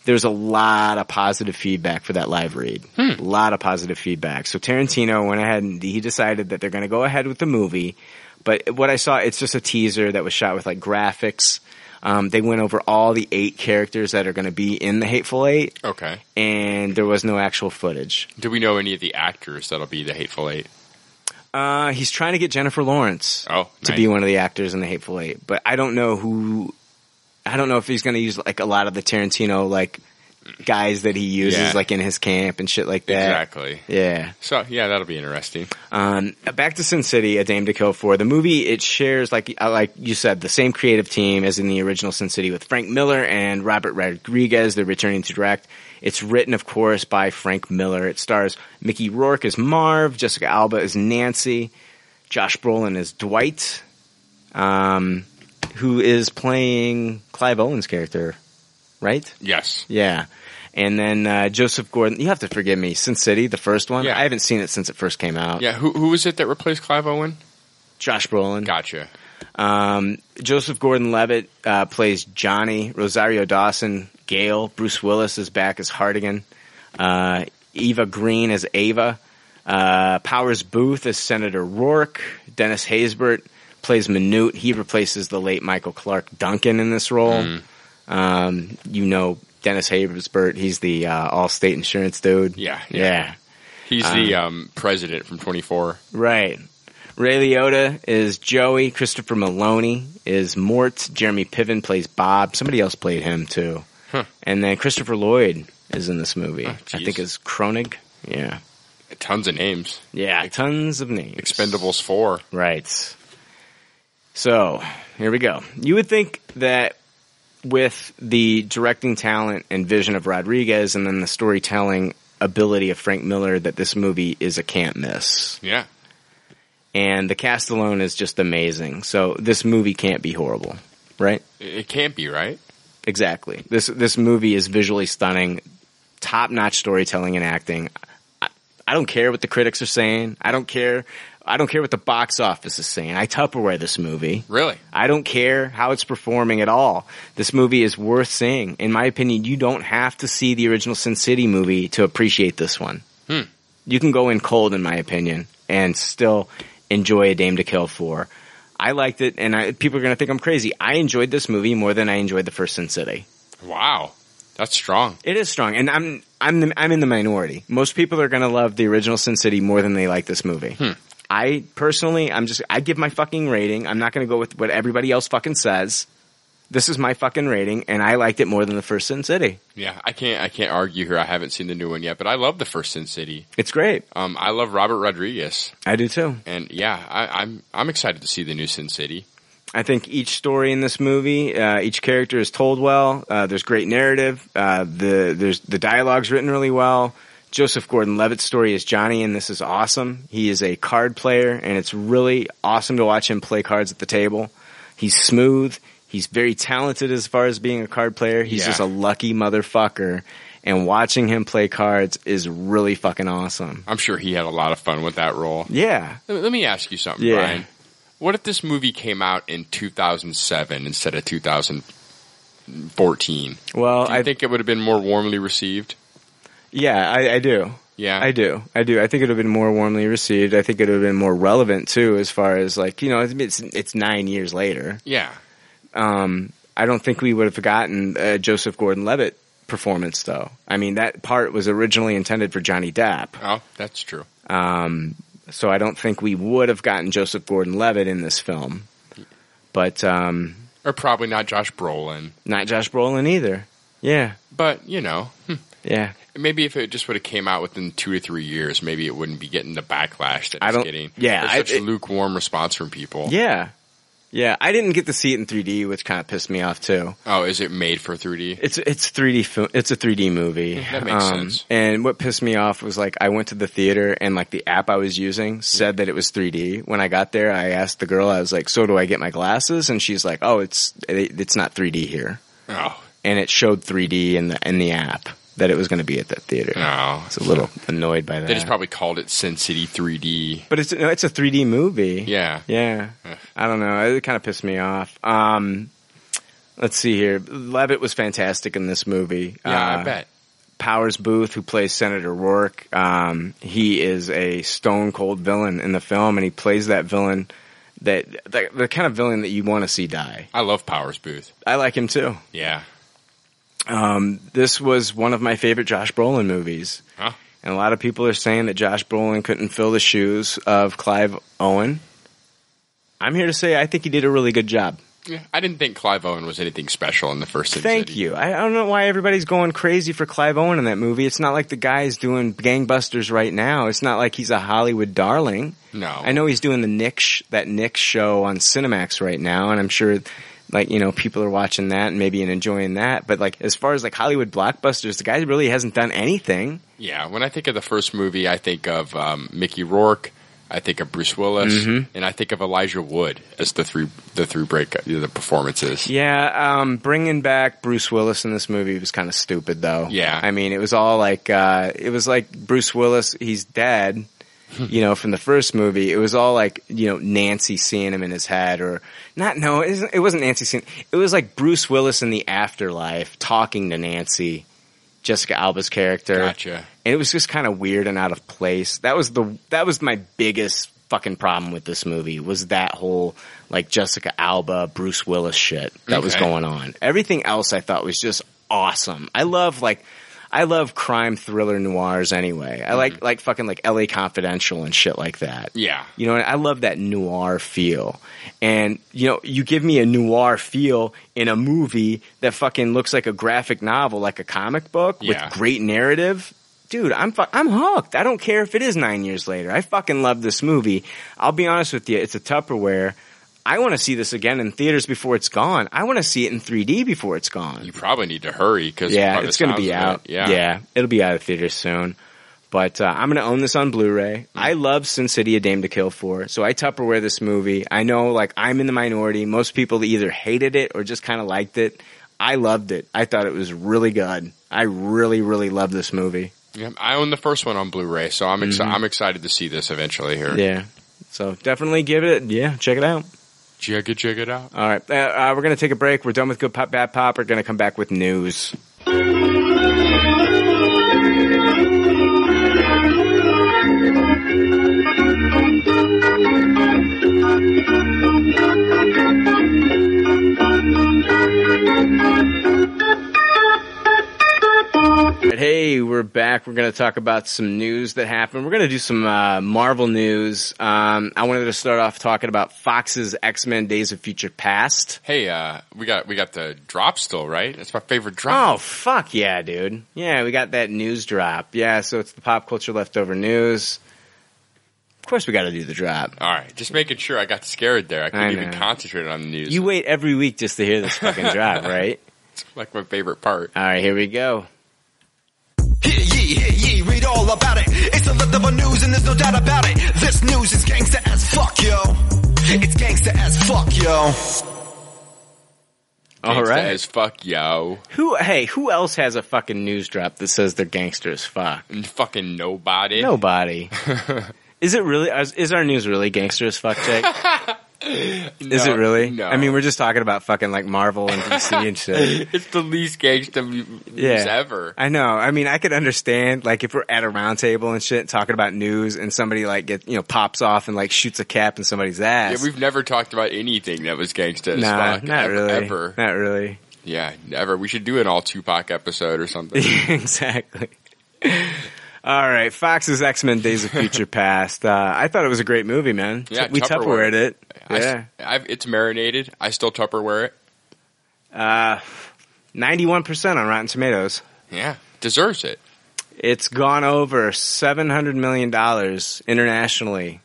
A: there's a lot of positive feedback for that live read.
F: Hmm.
A: A lot of positive feedback. So Tarantino went ahead and he decided that they're going to go ahead with the movie. But what I saw, it's just a teaser that was shot with like graphics. Um, they went over all the eight characters that are going to be in the Hateful Eight,
F: Okay.
A: and there was no actual footage.
F: Do we know any of the actors that'll be the Hateful Eight?
A: Uh, he's trying to get Jennifer Lawrence
F: oh,
A: to be one of the actors in the Hateful Eight, but I don't know who. I don't know if he's going to use like a lot of the Tarantino like guys that he uses
F: Yeah.
A: like in his camp and shit like that.
F: Exactly.
A: Yeah.
F: So yeah, that'll be interesting.
A: Um, back to Sin City, A Dame to Kill For. The movie it shares, like uh, like you said, the same creative team as in the original Sin City with Frank Miller and Robert Rodriguez. They're returning to direct. It's written, of course, by Frank Miller. It stars Mickey Rourke as Marv, Jessica Alba as Nancy, Josh Brolin as Dwight, um, who is playing Clive Owen's character, right?
F: Yes.
A: Yeah. And then uh, Joseph Gordon, you have to forgive me. Sin City, the first one. I haven't seen it since it first came out.
F: Yeah. Who who was it that replaced Clive Owen?
A: Josh Brolin.
F: Gotcha.
A: Um, Joseph Gordon-Levitt uh, plays Johnny. Rosario Dawson, Gail. Bruce Willis is back as Hardigan. Uh, Eva Green as Ava. Uh, Powers Booth as Senator Rourke. Dennis Haysbert plays Minute. He replaces the late Michael Clark Duncan in this role.
F: Mm.
A: Um, you know Dennis Haysbert. He's the uh, Allstate insurance dude.
F: Yeah, yeah.
A: Yeah.
F: He's the um, president from Twenty Four.
A: Right. Ray Liotta is Joey. Christopher Maloney is Mort. Jeremy Piven plays Bob. Somebody else played him too.
F: Huh.
A: And then Christopher Lloyd is in this movie. I think is Kronig. Yeah.
F: Tons of names.
A: Yeah, tons of names.
F: Expendables four.
A: Right. So here we go. You would think that with the directing talent and vision of Rodriguez, and then the storytelling ability of Frank Miller, that this movie is a can't miss
F: Yeah.
A: and the cast alone is just amazing. So this movie can't be horrible, right?
F: It it can't be right.
A: Exactly. This this movie is visually stunning, top notch storytelling and acting. I, I don't care what the critics are saying. I don't care. I don't care what the box office is saying. I Tupperware this movie.
F: Really?
A: I don't care how it's performing at all. This movie is worth seeing. In my opinion, you don't have to see the original Sin City movie to appreciate this one.
F: Hmm.
A: You can go in cold, in my opinion, and still enjoy A Dame to Kill for. I liked it, and I, people are going to think I'm crazy. I enjoyed this movie more than I enjoyed the first Sin City.
F: Wow, that's strong.
A: It is strong, and I'm I'm the, I'm in the minority. Most people are going to love the original Sin City more than they like this movie. I personally, I'm just I give my fucking rating. I'm not going to go with what everybody else fucking says. This is my fucking rating, and I liked it more than the first Sin City.
F: Yeah, I can't. I can't argue here. I haven't seen the new one yet, but I love the first Sin City.
A: It's great.
F: Um, I love Robert Rodriguez,
A: I do too.
F: and yeah, I, I'm I'm excited to see the new Sin City.
A: I think each story in this movie, uh, each character is told well. Uh, there's great narrative. Uh, the there's the dialogue's written really well. Joseph Gordon-Levitt's story is Johnny, and this is awesome. He is a card player, and it's really awesome to watch him play cards at the table. He's smooth. He's very talented as far as being a card player. He's
F: Yeah.
A: just a lucky motherfucker. And watching him play cards is really fucking awesome.
F: I'm sure he had a lot of fun with that role.
A: Yeah.
F: Let let me ask you something,
A: Yeah.
F: Brian. What if this movie came out in 2007 instead of 2014?
A: Well,
F: I think it would have been more warmly received.
A: Yeah, I, I do.
F: Yeah.
A: I do. I do. I think it would have been more warmly received. I think it would have been more relevant too, as far as like you know, it's it's nine years later.
F: Yeah.
A: Um, I don't think we would have gotten uh, Joseph Gordon-Levitt performance though. I mean, that part was originally intended for Johnny Depp.
F: Oh, that's true.
A: Um, so I don't think we would have gotten Joseph Gordon-Levitt in this film. But um,
F: Or probably not Josh Brolin.
A: not Josh Brolin either. Yeah.
F: But, you know, hmm.
A: Yeah.
F: maybe if it just would have came out within two to three years, maybe it wouldn't be getting the backlash that
A: I
F: it's
A: don't-
F: getting.
A: yeah,
F: There's
A: I-
F: such a lukewarm response from people.
A: Yeah. Yeah, I didn't get to see it in 3D, which kind of pissed me off too.
F: Oh, is it made for 3D?
A: It's it's 3D film. It's a 3D movie. Um,
F: That makes sense.
A: And what pissed me off was like I went to the theater and like the app I was using said that it was 3D. When I got there, I asked the girl. I was like, "So do I get my glasses?" And she's like, "Oh, it's it, it's not 3D here."
F: Oh.
A: And it showed 3D in the in the app that it was going to be at that theater.
F: Oh.
A: I was a little annoyed by that.
F: They just probably called it Sin City 3D.
A: But it's no, it's a 3D movie.
F: Yeah.
A: yeah. I don't know. It kind of pissed me off. Um, let's see here. Levitt was fantastic in this movie.
F: Yeah, I
A: Uh,
F: bet.
A: Powers Booth, who plays Senator Rourke, um, he is a stone cold villain in the film, and he plays that villain that the, the kind of villain that you want to see die.
F: I love Powers Booth.
A: I like him too.
F: Yeah.
A: Um, this was one of my favorite Josh Brolin movies.
F: Huh?
A: And a lot of people are saying that Josh Brolin couldn't fill the shoes of Clive Owen. I'm here to say I think he did a really good job.
F: Yeah, I didn't think Clive Owen was anything special in the first. Sin
A: Thank
F: City.
A: you. I, I don't know why everybody's going crazy for Clive Owen in that movie. It's not like the guy's doing gangbusters right now. It's not like he's a Hollywood darling.
F: No.
A: I know he's doing the Nick sh- that Nick show on Cinemax right now, and I'm sure, like you know, people are watching that and maybe and enjoying that. But like as far as like Hollywood blockbusters, the guy really hasn't done anything.
F: Yeah, when I think of the first movie, I think of um, Mickey Rourke. I think of Bruce Willis,
A: Mhm.
F: and I think of Elijah Wood as the three the three break the performances.
A: [laughs] Yeah, um, bringing back Bruce Willis in this movie was kind of stupid, though.
F: Yeah.
A: I mean, it was all like uh, it was like Bruce Willis. He's dead,
F: Hmm.
A: you know, from the first movie. It was all like you know Nancy seeing him in his head, or not. No, it, isn't, it wasn't Nancy seeing. It was like Bruce Willis in the afterlife talking to Nancy, Jessica Alba's character.
F: Gotcha.
A: And it was just kind of weird and out of place. That was the that was my biggest fucking problem with this movie was that whole like Jessica Alba, Bruce Willis shit that was
F: Okay.
A: going on. Everything else I thought was just awesome. I love like I love crime thriller noirs anyway. I like like fucking like LA Confidential and shit like that.
F: Yeah.
A: You know, and I love that noir feel. And, you know, you give me a noir feel in a movie that fucking looks like a graphic novel, like a comic book
F: Yeah.
A: with great narrative. Dude, I'm fu- I'm hooked. I don't care if it is nine years later. I fucking love this movie. I'll be honest with you, it's a Tupperware. I want to see this again in theaters before it's gone. I want to see it in 3D before it's gone.
F: You probably need to hurry because
A: Yeah, it's going to be out.
F: Yeah,
A: it'll be out of theaters soon. But uh, I'm going to own this on Blu-ray. I love Sin City: A Dame to Kill For, so I Tupperware this movie. I know, like, I'm in the minority. Most people either hated it or just kind of liked it. I loved it. I thought it was really good. I really, really love this movie.
F: Yeah, I own the first one on Blu-ray, so I'm exci-
A: Mhm.
F: I'm excited to see this eventually here.
A: Yeah. So definitely give it. Yeah, check it out.
F: check it, check it out.
A: All right, uh, uh, we're going to take a break. We're done with good pop, bad pop. We're going to come back with news. But hey, we're back. We're going to talk about some news that happened. We're going to do some uh, Marvel news. Um, I wanted to start off talking about Fox's X Men Days of Future Past.
F: Hey, uh, we got we got the drop still, right? That's my favorite
A: Oh
F: drop.
A: fuck yeah, dude! Yeah, we got that news drop. Yeah, so it's the pop culture leftover news. Of course, we got to do the drop.
F: All right, just making sure I got scared there. I couldn't
A: Oh. I
F: even
A: know.
F: concentrate on the news.
A: You wait every week just to hear this fucking drop, right?
F: It's like my favorite part.
A: All right, here we go.
C: Ye, hear ye, read all about it. It's a leftover news and there's no doubt about it. This news is gangsta as fuck, yo. It's gangsta as fuck, yo.
A: All
F: Gangsta
A: right.
F: as fuck, yo.
A: Who? Hey, who else has a fucking news drop that says they're gangster as fuck?
F: Fucking nobody.
A: Nobody. [laughs] is it really? Is, is our news really gangster as fuck,
F: [laughs]
A: Jake? is it really?
F: No.
A: I mean, we're just talking about fucking like Marvel and DC
F: [laughs]
A: and shit.
F: [laughs] it's the least gangsta mu- news ever.
A: I know. I mean, I could understand like if we're at a round table and shit talking about news and somebody like get you know pops off and like shoots a cap in somebody's ass.
F: Yeah, we've never talked about anything that was gangsta as
A: nah,
F: fuck.
A: not
F: ever,
A: really.
F: Ever.
A: Not really. [laughs]
F: Yeah, never. We should do an all Tupac episode
A: [laughs]
F: or something.
A: exactly. All right, Fox's X Men: Days of
F: [laughs]
A: Future Past. Uh, I thought it was a great movie, man.
F: Yeah,
A: we
F: Tupperware.
A: Tupperwared it.
F: I s-
A: yeah,
F: I've, it's marinated. I still Tupperware it.
A: uh, ninety-one percent on Rotten Tomatoes.
F: Yeah, deserves it.
A: It's gone over seven hundred million dollars internationally,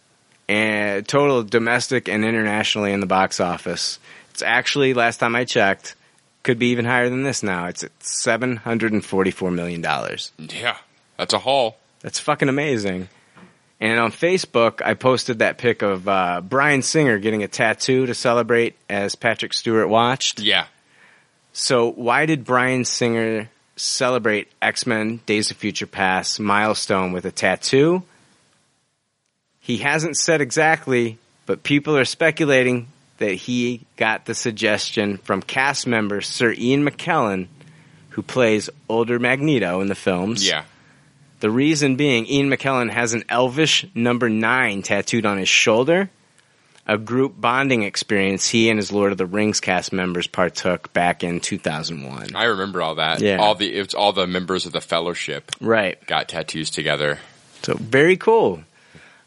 A: and total domestic and internationally in the box office. It's actually last time I checked, could be even higher than this now. It's at seven hundred and forty-four million dollars.
F: Yeah, that's a haul.
A: That's fucking amazing. And on Facebook, I posted that pic of uh, Brian Singer getting a tattoo to celebrate as Patrick Stewart watched.
F: Yeah.
A: So why did Brian Singer celebrate X Men Days of Future Past milestone with a tattoo? He hasn't said exactly, but people are speculating that he got the suggestion from cast member Sir Ian McKellen, who plays older Magneto in the films.
F: Yeah.
A: The reason being, Ian McKellen has an elvish number nine tattooed on his shoulder, a group bonding experience he and his Lord of the Rings cast members partook back in 2001.
F: I remember all that.
A: Yeah.
F: All the it's all the members of the fellowship
A: Right.
F: got tattoos together.
A: So very cool.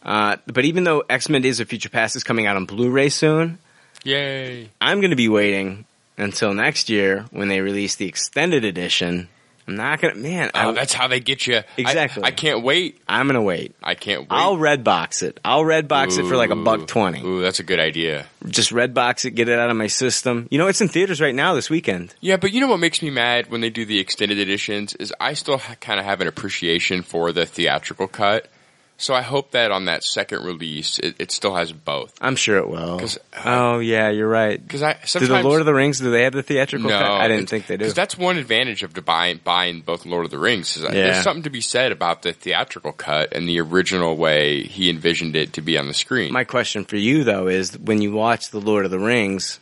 A: Uh, but even though X Men Days of Future Past is coming out on Blu ray soon,
F: Yay.
A: I'm going to be waiting until next year when they release the extended edition. I'm not going to, man,
F: Oh, that's how they get you.
A: Exactly.
F: I, I can't wait.
A: I'm going to wait.
F: I can't wait.
A: I'll red box it. I'll red box it for like a
F: Ooh.
A: buck 20.
F: Ooh, that's a good idea.
A: just red box it, get it out of my system. You know, it's in theaters right now this weekend.
F: Yeah, but you know what makes me mad when they do the extended editions is I still ha- kind of have an appreciation for the theatrical cut. So I hope that on that second release, it, it still has both.
A: I'm sure it will. Oh yeah, you're right.
F: Because I
A: do the
F: sometimes-
A: Lord of the Rings. Do they have the theatrical
F: No,
A: cut? I didn't
F: it's-
A: think they do.
F: 'cause that's one advantage of to buying buying both Lord of the Rings. Is that
A: Yeah.
F: There's something to be said about the theatrical cut and the original way he envisioned it to be on the screen.
A: My question for you though is, when you watch the Lord of the Rings,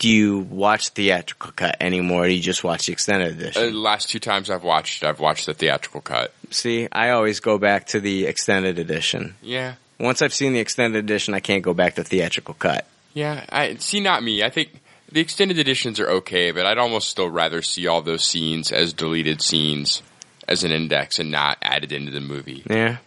A: do you watch the theatrical cut anymore? Or do you just watch the extended edition?
F: Uh, the last two times I've watched, I've watched the theatrical cut.
A: See, I always go back to the extended edition.
F: Yeah,
A: Once I've seen the extended edition, I can't go back to theatrical cut.
F: yeah. I see. Not me. I think the extended editions are okay, but I'd almost still rather see all those scenes as deleted scenes as an index and not added into the movie.
A: Yeah.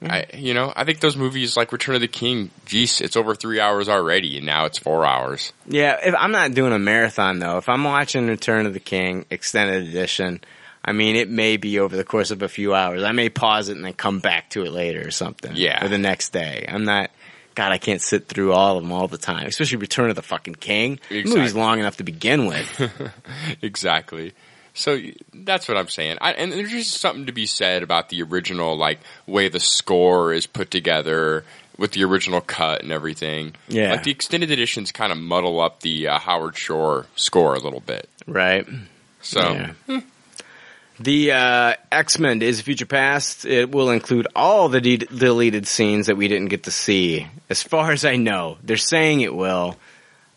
A: Mm-hmm.
F: I, you know, I think those movies like Return of the King, geez, it's over three hours already, and now it's four hours.
A: Yeah, if I'm not doing a marathon though, if I'm watching Return of the King extended edition, I mean it may be over the course of a few hours. I may pause it and then come back to it later or something.
F: Yeah.
A: Or the next day. I'm not God, I can't sit through all of them all the time, especially Return of the fucking King. The movie's
F: Exactly.
A: long enough to begin with. [laughs]
F: exactly. So y- that's what I'm saying. I, and there's just something to be said about the original, like way the score is put together with the original cut and everything.
A: Yeah.
F: like the extended editions kind of muddle up the uh, Howard Shore score a little bit.
A: right.
F: So
A: Yeah. The uh, X Men Days of Future Past. It will include all the de- deleted scenes that we didn't get to see. As far as I know, they're saying it will,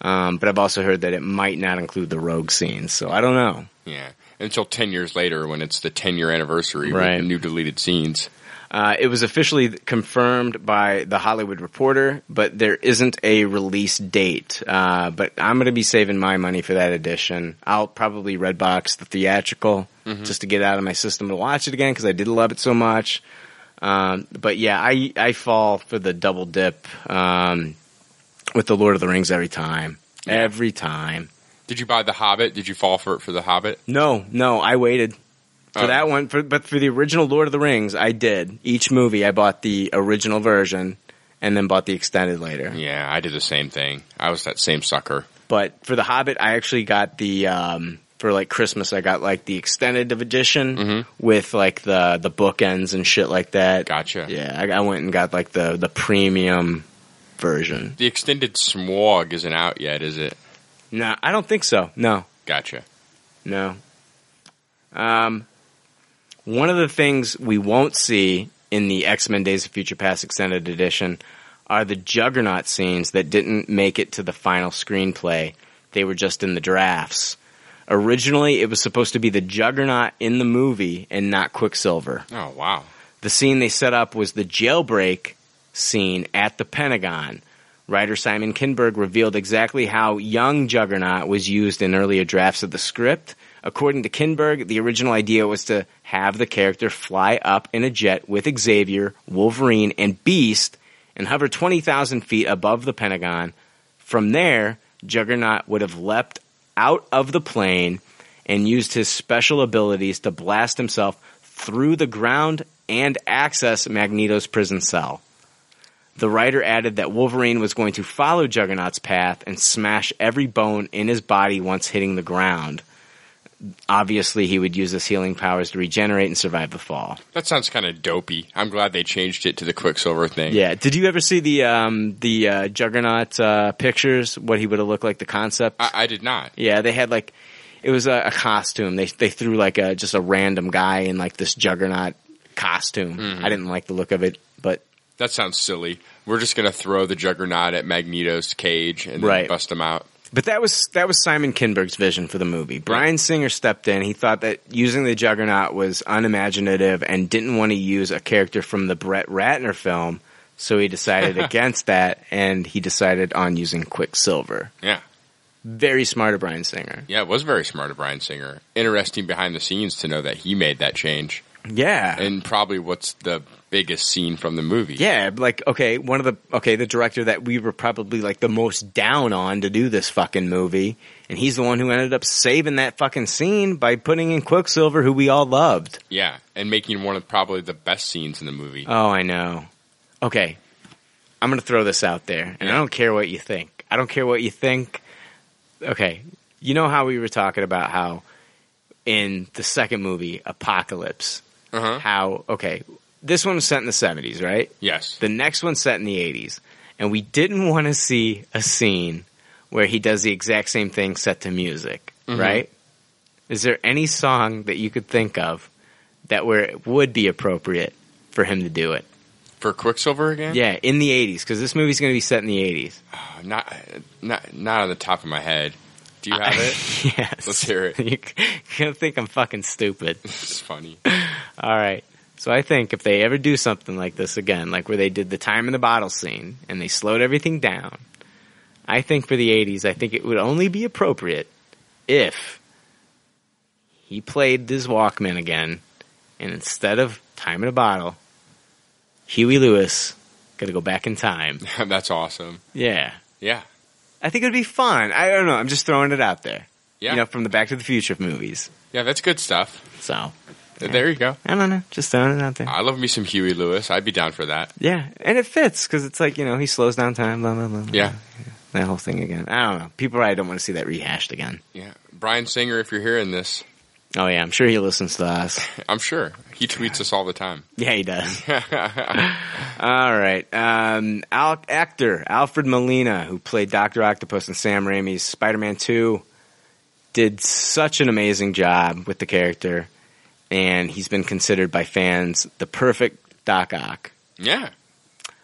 A: um, but I've also heard that it might not include the rogue scenes. So I don't know.
F: yeah, until ten years later when it's the ten year anniversary
A: Right.
F: with new deleted scenes.
A: Uh, it was officially confirmed by the Hollywood Reporter, but there isn't a release date. Uh, but I'm going to be saving my money for that edition. I'll probably redbox the theatrical
F: Mhm.
A: just to get it out of my system to watch it again because I did love it so much. Um, but yeah, I I fall for the double dip um, with the Lord of the Rings every time. Every time.
F: Did you buy The Hobbit? Did you fall for it for The Hobbit?
A: No, no, I waited for
F: Oh.
A: that one. For, but for the original Lord of the Rings, I did. Each movie, I bought the original version and then bought the extended later.
F: Yeah, I did the same thing. I was that same sucker.
A: But for The Hobbit, I actually got the um, for like Christmas. I got like the extended edition
F: Mm-hmm.
A: with like the the bookends and shit like that.
F: Gotcha.
A: Yeah, I, I went and got like the the premium version.
F: The extended smog isn't out yet, is it?
A: No, I don't think so. No.
F: Gotcha.
A: No. Um, one of the things we won't see in the X Men Days of Future Past Extended Edition are the Juggernaut scenes that didn't make it to the final screenplay. They were just in the drafts. Originally, it was supposed to be the Juggernaut in the movie and not Quicksilver.
F: Oh, wow.
A: The scene they set up was the jailbreak scene at the Pentagon. Writer Simon Kinberg revealed exactly how young Juggernaut was used in earlier drafts of the script. According to Kinberg, the original idea was to have the character fly up in a jet with Xavier, Wolverine, and Beast and hover 20,000 feet above the Pentagon. From there, Juggernaut would have leapt out of the plane and used his special abilities to blast himself through the ground and access Magneto's prison cell. The writer added that Wolverine was going to follow Juggernaut's path and smash every bone in his body once hitting the ground. Obviously, he would use his healing powers to regenerate and survive the fall.
F: That sounds kind of dopey. I'm glad they changed it to the Quicksilver thing.
A: Yeah. Did you ever see the um, the uh, Juggernaut uh, pictures? What he would have looked like? The concept.
F: I, I did not.
A: Yeah, they had like it was a, a costume. They they threw like a just a random guy in like this Juggernaut costume.
F: Mhm.
A: I didn't like the look of it, but
F: That sounds silly. We're just going to throw the Juggernaut at Magneto's cage and then
A: Right.
F: bust him out.
A: But that was that was Simon Kinberg's vision for the movie. Brian Singer stepped in. He thought that using the Juggernaut was unimaginative and didn't want to use a character from the Brett Ratner film, so he decided against that and he decided on using Quicksilver.
F: Yeah.
A: Very smart of Brian Singer.
F: Yeah, it was very smart of Brian Singer. Interesting behind the scenes to know that he made that change.
A: Yeah.
F: And probably what's the biggest scene from the movie.
A: Yeah, like okay, one of the okay, the director that we were probably like the most down on to do this fucking movie, and he's the one who ended up saving that fucking scene by putting in Quicksilver who we all loved.
F: Yeah, and making one of probably the best scenes in the movie.
A: Oh, I know. Okay. I'm going to throw this out there, and I don't care what you think. I don't care what you think. Okay. You know how we were talking about how in the second movie, Apocalypse, how, okay, this one was set in the 70s, right?
F: Yes.
A: The next one's set in the 80s. And we didn't want to see a scene where he does the exact same thing set to music,
F: Mhm.
A: right? Is there any song that you could think of that where it would be appropriate for him to do it?
F: For Quicksilver again?
A: Yeah, in the 80s, because this movie's going to be set in the 80s.
F: Not, not, not on the top of my head. Do you have it?
A: [laughs]
F: [laughs]
A: yes.
F: Let's hear it.
A: You're going to think I'm fucking stupid.
F: It's funny. [laughs]
A: All right. So I think if they ever do something like this again, like where they did the time in the bottle scene and they slowed everything down, I think for the 80s, I think it would only be appropriate if he played this Walkman again and instead of time in a bottle, Huey Lewis got to go back in time.
F: That's awesome.
A: Yeah.
F: Yeah.
A: I think it'd be fun. I don't know. I'm just throwing it out there.
F: Yeah.
A: You know, from the Back to the Future movies.
F: Yeah, that's good stuff.
A: So.
F: There you go.
A: I don't know. Just throwing it out there.
F: I love me some Huey Lewis. I'd be down for that.
A: Yeah, and it fits because it's like you know he slows down time, blah blah blah. blah.
F: Yeah.
A: that whole thing again. I don't know. People probably don't want to see that rehashed again.
F: Yeah. Brian Singer, if you're hearing this,
A: Oh yeah, I'm sure he listens to us.
F: I'm sure he tweets us all the time.
A: Yeah, he does. All right, um, Al- actor Alfred Molina, who played Doctor Octopus in Sam Raimi's Spider-Man Two, did such an amazing job with the character, and he's been considered by fans the perfect Doc Ock.
F: yeah.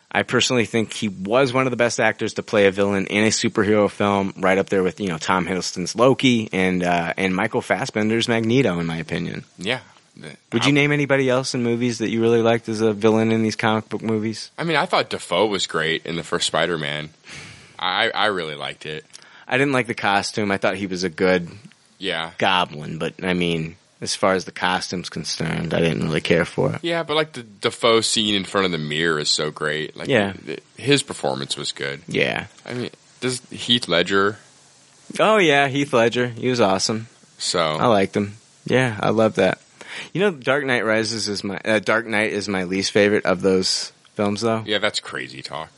A: I personally think he was one of the best actors to play a villain in a superhero film, right up there with you know Tom Hiddleston's Loki and uh, and Michael Fassbender's Magneto, in my opinion.
F: Yeah.
A: Would you name anybody else in movies that you really liked as a villain in these comic book movies?
F: I mean, I thought Defoe was great in the first Spider Man. I, I really liked it.
A: I didn't like the costume. I thought he was a good
F: Yeah.
A: goblin, but I mean, as far as the costume's concerned, I didn't really care for it.
F: Yeah, but like the Defoe scene in front of the mirror is so great. Like,
A: Yeah.
F: th- his performance was good.
A: Yeah.
F: I mean, does Heath Ledger?
A: Oh yeah, Heath Ledger. He was awesome.
F: So
A: I liked him. Yeah, I love that. You know, Dark Knight Rises is my uh, Dark Knight is my least favorite of those films, though.
F: Yeah, that's crazy talk.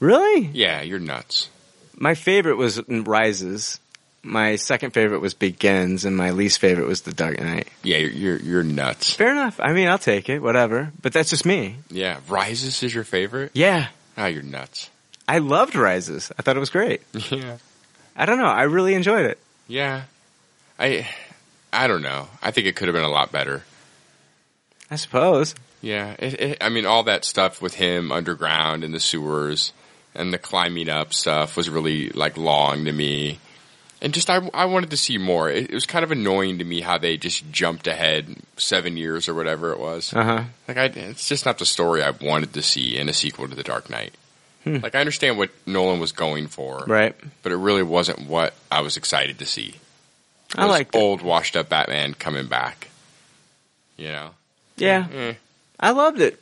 A: Really?
F: Yeah, you're nuts.
A: My favorite was Rises. My second favorite was Begins, and my least favorite was The Dark Knight.
F: Yeah, you're you're, you're nuts.
A: Fair enough. I mean, I'll take it, whatever. But that's just me.
F: Yeah, Rises is your favorite?
A: Yeah,
F: Oh, you're nuts.
A: I loved Rises. I thought it was great.
F: [laughs] Yeah.
A: I don't know. I really enjoyed it.
F: Yeah. I I don't know. I think it could have been a lot better.
A: I suppose.
F: Yeah. It, it, I mean, all that stuff with him underground in the sewers and the climbing up stuff was really like long to me. And just I, I wanted to see more. It, it was kind of annoying to me how they just jumped ahead seven years or whatever it was.
A: Uh-huh.
F: Like I, it's just not the story I wanted to see in a sequel to The Dark Knight.
A: Hmm.
F: Like I understand what Nolan was going for,
A: Right.
F: But it really wasn't what I was excited to see.
A: I
F: This
A: liked it.
F: old, washed up Batman coming back. You know,
A: Yeah. Mm-hmm. I loved it.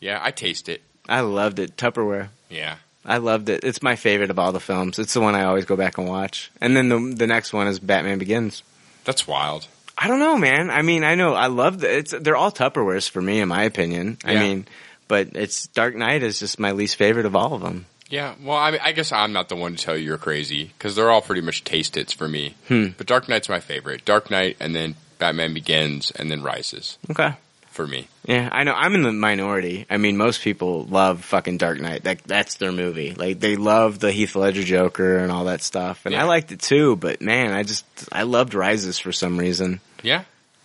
F: yeah, I taste it.
A: I loved it. Tupperware.
F: Yeah,
A: I loved it. It's my favorite of all the films. It's the one I always go back and watch. And then the the next one is Batman Begins.
F: that's wild.
A: I don't know, man. I mean, I know I love the, it's they're all Tupperwares for me in my opinion. I
F: Yeah.
A: mean, but it's Dark Knight is just my least favorite of all of them.
F: Yeah, well, I, mean, I guess I'm not the one to tell you you're crazy because they're all pretty much taste its for me.
A: Hmm.
F: But Dark Knight's my favorite. Dark Knight, and then Batman Begins, and then Rises
A: Okay.
F: for me.
A: Yeah, I know. I'm in the minority. I mean, most people love fucking Dark Knight. That that's their movie. Like they love the Heath Ledger Joker and all that stuff. And I liked it too, but man, I just I loved Rises for some reason.
F: Yeah,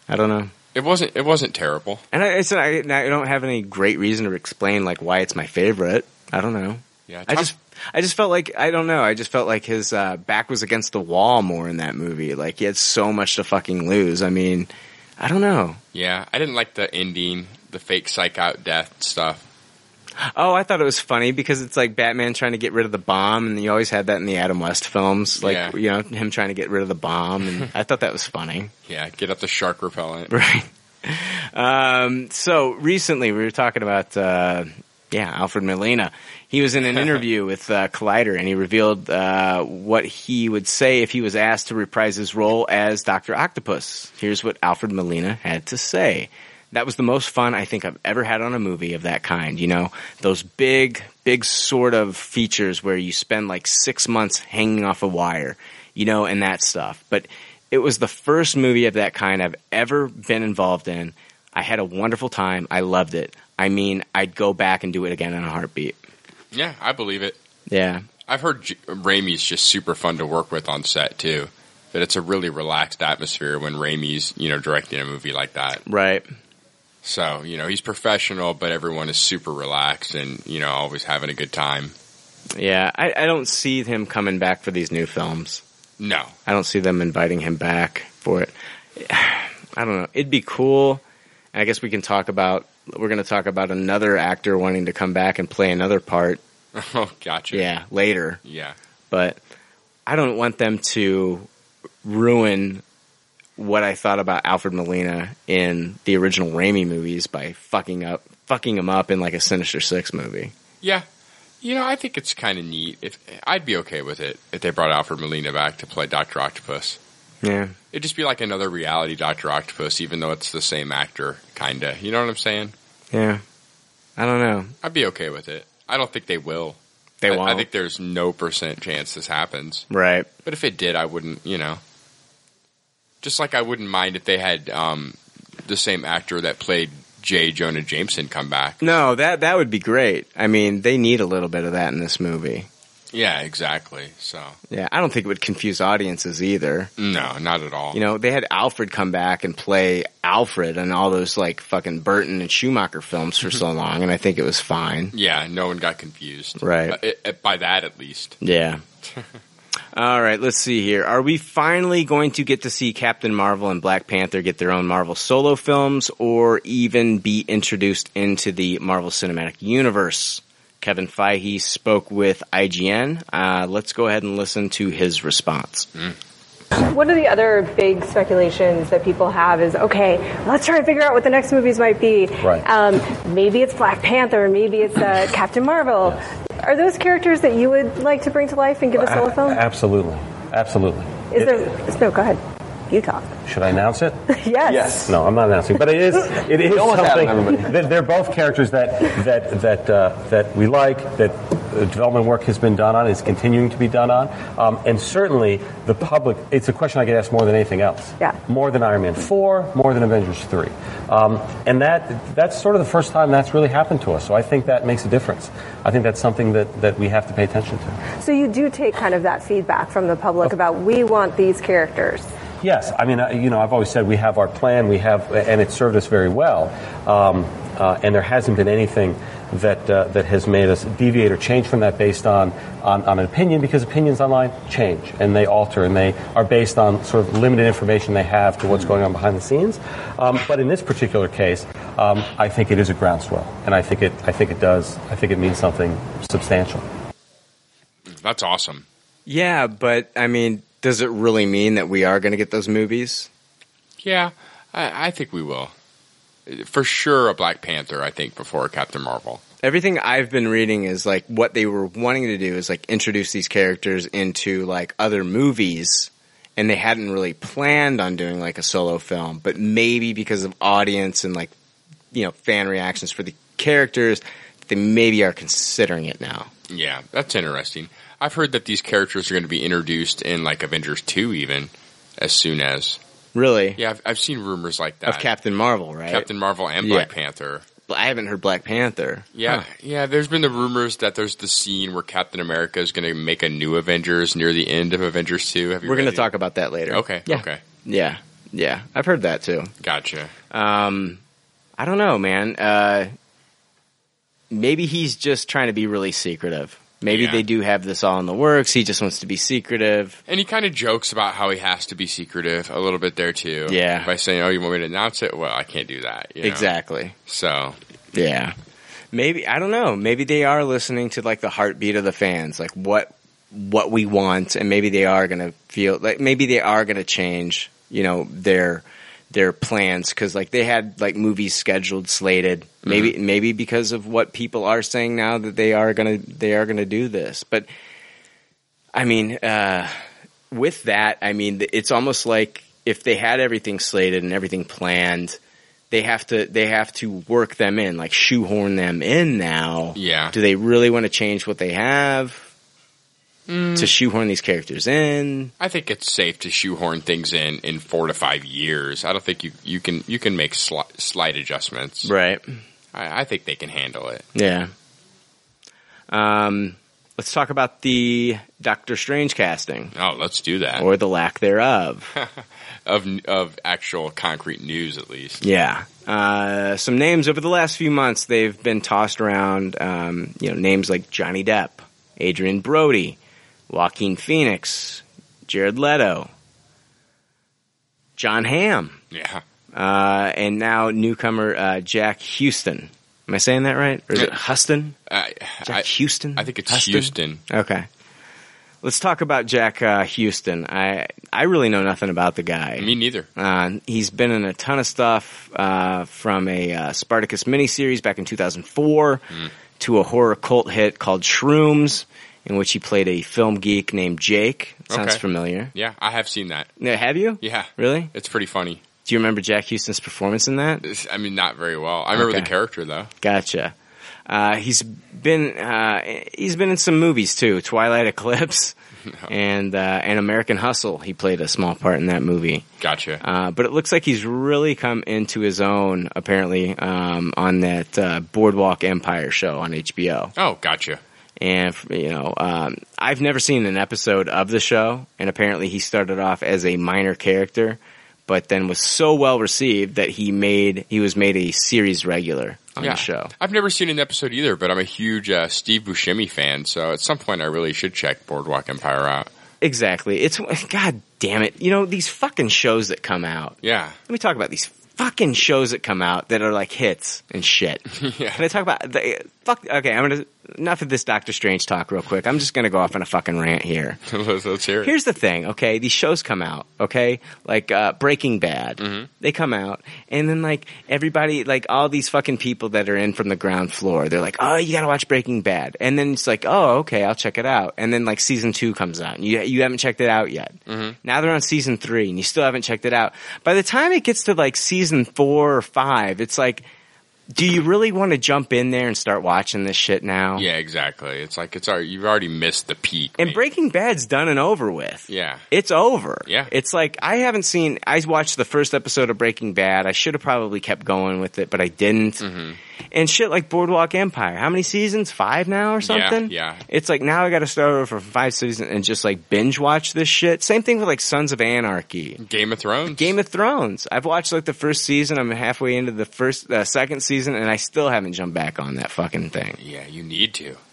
A: I don't know.
F: it wasn't it wasn't terrible.
A: And I, it's I, and I don't have any great reason to explain like why it's my favorite. I don't know.
F: Yeah,
A: I just I just felt like I don't know. I just felt like his uh, back was against the wall more in that movie. Like he had so much to fucking lose. I mean, I don't know.
F: Yeah, I didn't like the ending, the fake psych out death stuff.
A: Oh, I thought it was funny because it's like Batman trying to get rid of the bomb, and you always had that in the Adam West films, like
F: Yeah.
A: you know him trying to get rid of the bomb, and I thought that was funny. [laughs]
F: Yeah, get up the shark repellent.
A: Right. Um, so recently we were talking about, uh, yeah, Alfred Molina. He was in an interview with uh, Collider and he revealed uh, what he would say if he was asked to reprise his role as Dr. Octopus. Here's what Alfred Molina had to say. That was the most fun I think I've ever had on a movie of that kind. You know, those big, big sort of features where you spend like six months hanging off a wire, you know, and that stuff. But it was the first movie of that kind I've ever been involved in. I had a wonderful time. I loved it. I mean, I'd go back and do it again in a heartbeat.
F: Yeah, I believe it.
A: Yeah.
F: I've heard J- Raimi's just super fun to work with on set too. That it's a really relaxed atmosphere when Raimi's you know directing a movie like that.
A: Right.
F: So you know he's professional, but everyone is super relaxed and you know always having a good time.
A: Yeah. I, I don't see him coming back for these new films.
F: No, [laughs]
A: I don't see them inviting him back for it. [sighs] I don't know. It'd be cool. And I guess we can talk about, we're going to talk about another actor wanting to come back and play another part.
F: Oh, gotcha.
A: Yeah. Later.
F: Yeah.
A: but I don't want them to ruin what I thought about Alfred Molina in the original Raimi movies by fucking up, fucking him up in like a Sinister Six movie.
F: Yeah. You know, I think it's kind of neat. If I'd be okay with it if they brought Alfred Molina back to play Doctor Octopus.
A: Yeah,
F: It'd just be like another reality Doctor Octopus, even though it's the same actor, kinda. You know what I'm saying?
A: yeah. I don't know.
F: I'd be okay with it. I don't think they will.
A: They
F: I- I,
A: won't.
F: think there's no percent chance this happens.
A: Right.
F: But if it did, I wouldn't. You know, just like I wouldn't mind if they had um, the same actor that played J. Jonah Jameson come back.
A: No, that that would be great. I mean, they need a little bit of that in this movie.
F: Yeah, exactly. So
A: Yeah, I don't think it would confuse audiences either.
F: no, not at all.
A: You know, they had Alfred come back and play Alfred and all those like fucking Burton and Schumacher films for so long, and I think it was fine.
F: Yeah, no one got confused.
A: Right.
F: Uh, it- it- by that, at least.
A: Yeah. [laughs] All right, let's see here. Are we finally going to get to see Captain Marvel and Black Panther get their own Marvel solo films or even be introduced into the Marvel Cinematic Universe? Kevin Feige spoke with IGN. Uh, let's go ahead and listen to his response.
U: One of the other big speculations that people have is okay, let's try and figure out what the next movies might be.
V: Right.
U: Um, maybe it's Black Panther, maybe it's uh, Captain Marvel. Are those characters that you would like to bring to life and give a solo film?
W: Absolutely. Absolutely.
U: Is there? No, go ahead. You talk.
W: Should I announce it?
U: [laughs] Yes.
W: No, I'm not announcing, but it is it is Don't look at him, something. everybody. They're, they're both characters that that that uh, that we like that uh, development work has been done on, is continuing to be done on, um, and certainly the public. It's a question I get asked more than anything else. Yeah. More than Iron Man four, more than Avengers three, um, and that that's sort of the first time that's really happened to us. So I think that makes a difference. I think that's something that, that we have to pay attention to.
U: So you do take kind of that feedback from the public about we want these characters.
W: Yes, I mean, I- you know, I've always said we have our plan, we have, and it served us very well. Um, uh, and there hasn't been anything [laughs] that uh, that has made us deviate or change from that based on, on on an opinion, because opinions online change and they alter and they are based on sort of limited information they have to what's going on behind the scenes. Um, but in this particular case, um, I think it is a groundswell, and I think it I think it does I think it means something substantial.
F: That's awesome.
A: Yeah, but I mean, does it really mean that we are going to get those movies?
F: Yeah, I, I think we will. For sure, a Black Panther, I think, before Captain Marvel.
A: Everything I've been reading is like what they were wanting to do is like introduce these characters into like other movies and they hadn't really planned on doing like a solo film, but maybe because of audience and like you know, fan reactions for the characters, they maybe are considering it now.
F: Yeah, that's interesting. I've heard that these characters are going to be introduced in like Avengers 2 even as soon as.
A: Really?
F: Yeah, I've, I've seen rumors like that.
A: Of Captain Marvel, right?
F: Captain Marvel and
A: Yeah.
F: Black Panther.
A: I haven't heard Black Panther.
F: Yeah, yeah. There's been the rumors that there's the scene where Captain America is going to make a new Avengers near the end of Avengers Two. Have you
A: We're
F: going to
A: talk about that later.
F: Okay.
A: Yeah.
F: Okay.
A: Yeah. Yeah. I've heard that too.
F: Gotcha.
A: Um, I don't know, man. Uh, maybe he's just trying to be really secretive. Maybe
F: Yeah.
A: they do have this all in the works. He just wants to be secretive.
F: And he kind of jokes about how he has to be secretive a little bit there too.
A: Yeah.
F: By saying, "Oh, you want me to announce it? Well, I can't do that." you know?
A: Exactly.
F: So.
A: Yeah. Maybe I don't know. Maybe they are listening to like the heartbeat of the fans, like what what we want, and maybe they are going to feel like maybe they are going to change, you know, their their plans because like they had like movies scheduled, slated. Maybe maybe because of what people are saying now that they are gonna they are gonna do this, but I mean, uh, with that, I mean, th- it's almost like if they had everything slated and everything planned, they have to they have to work them in, like shoehorn them in now.
F: Yeah.
A: Do they really want to change what they have to shoehorn these characters in?
F: I think it's safe to shoehorn things in in four to five years. I don't think you, you can you can make sli- slight adjustments.
A: Right.
F: I, I think they can handle it.
A: Yeah. Um, let's talk about the Doctor Strange casting
F: Oh, let's do that.
A: or the lack thereof.
F: of of actual concrete news, at least.
A: Yeah. Uh, some names over the last few months they've been tossed around. Um, you know, names like Johnny Depp, Adrian Brody, Joaquin Phoenix, Jared Leto, John Hamm,
F: Yeah.
A: uh, and now newcomer uh, Jack Houston. Am I saying that right? Or is it Huston?
F: I,
A: Jack Houston. I think
F: it's Houston.
A: Okay. Let's talk about Jack uh, Houston. I I really know nothing about the guy.
F: Me neither.
A: Uh, he's been in a ton of stuff uh, from a uh, Spartacus miniseries back in 2004
F: Mm.
A: to a horror cult hit called Shrooms, in which he played a film geek named Jake. Sounds
F: Okay.
A: familiar.
F: Yeah, I have seen that.
A: Now, have you?
F: Yeah,
A: Really?
F: it's pretty funny.
A: Do you remember Jack Houston's performance in that?
F: It's- I mean, not very well. I remember
A: Okay.
F: the character though.
A: Gotcha. Uh, he's been uh, he's been in some movies too, Twilight Eclipse and uh, and American Hustle. He played a small part in that movie.
F: Gotcha.
A: Uh, but it looks like he's really come into his own apparently um, on that uh, Boardwalk Empire show on HBO.
F: Oh, gotcha.
A: And you know, um, I've never seen an episode of the show, and apparently he started off as a minor character, but then was so well received that he made he was made a series regular on
F: yeah.
A: the show.
F: I've never seen an episode either, but I'm a huge uh, Steve Buscemi fan, so at some point I really should check Boardwalk Empire out.
A: Exactly. It's god damn it. You know these fucking shows that come out.
F: Yeah.
A: Let me talk about these fucking shows that come out that are like hits and shit. Can I talk about the fuck? Okay, I'm gonna enough of this Doctor Strange talk real quick. I'm just gonna go off on a fucking rant here.
F: [laughs] let's, let's hear it.
A: Here's the thing, okay? These shows come out, okay? Like uh, Breaking Bad, they come out, and then like everybody, like all these fucking people that are in from the ground floor, they're like, "Oh, you gotta watch Breaking Bad," and then it's like, "Oh, okay, I'll check it out." And then like season two comes out, and you you haven't checked it out yet. Now they're on season three, and you still haven't checked it out. By the time it gets to like season four or five, it's like do you really want to jump in there and start watching this shit now?
F: Yeah, exactly. It's like it's already, you've already missed the peak.
A: And Breaking Bad's done and over with.
F: Yeah.
A: It's over.
F: Yeah.
A: It's like I haven't seen. I watched the first episode of Breaking Bad. I should have probably kept going with it, but I didn't.
F: Mm-hmm.
A: And shit like Boardwalk Empire. How many seasons? Five now or something?
F: yeah.
A: It's like now I got to start over from five seasons and just like binge watch this shit. Same thing with like Sons of Anarchy.
F: Game of Thrones.
A: Game of Thrones. I've watched like the first season. I'm halfway into the first uh, second season, and I still haven't jumped back on that fucking thing.
F: Yeah, you need to. [laughs]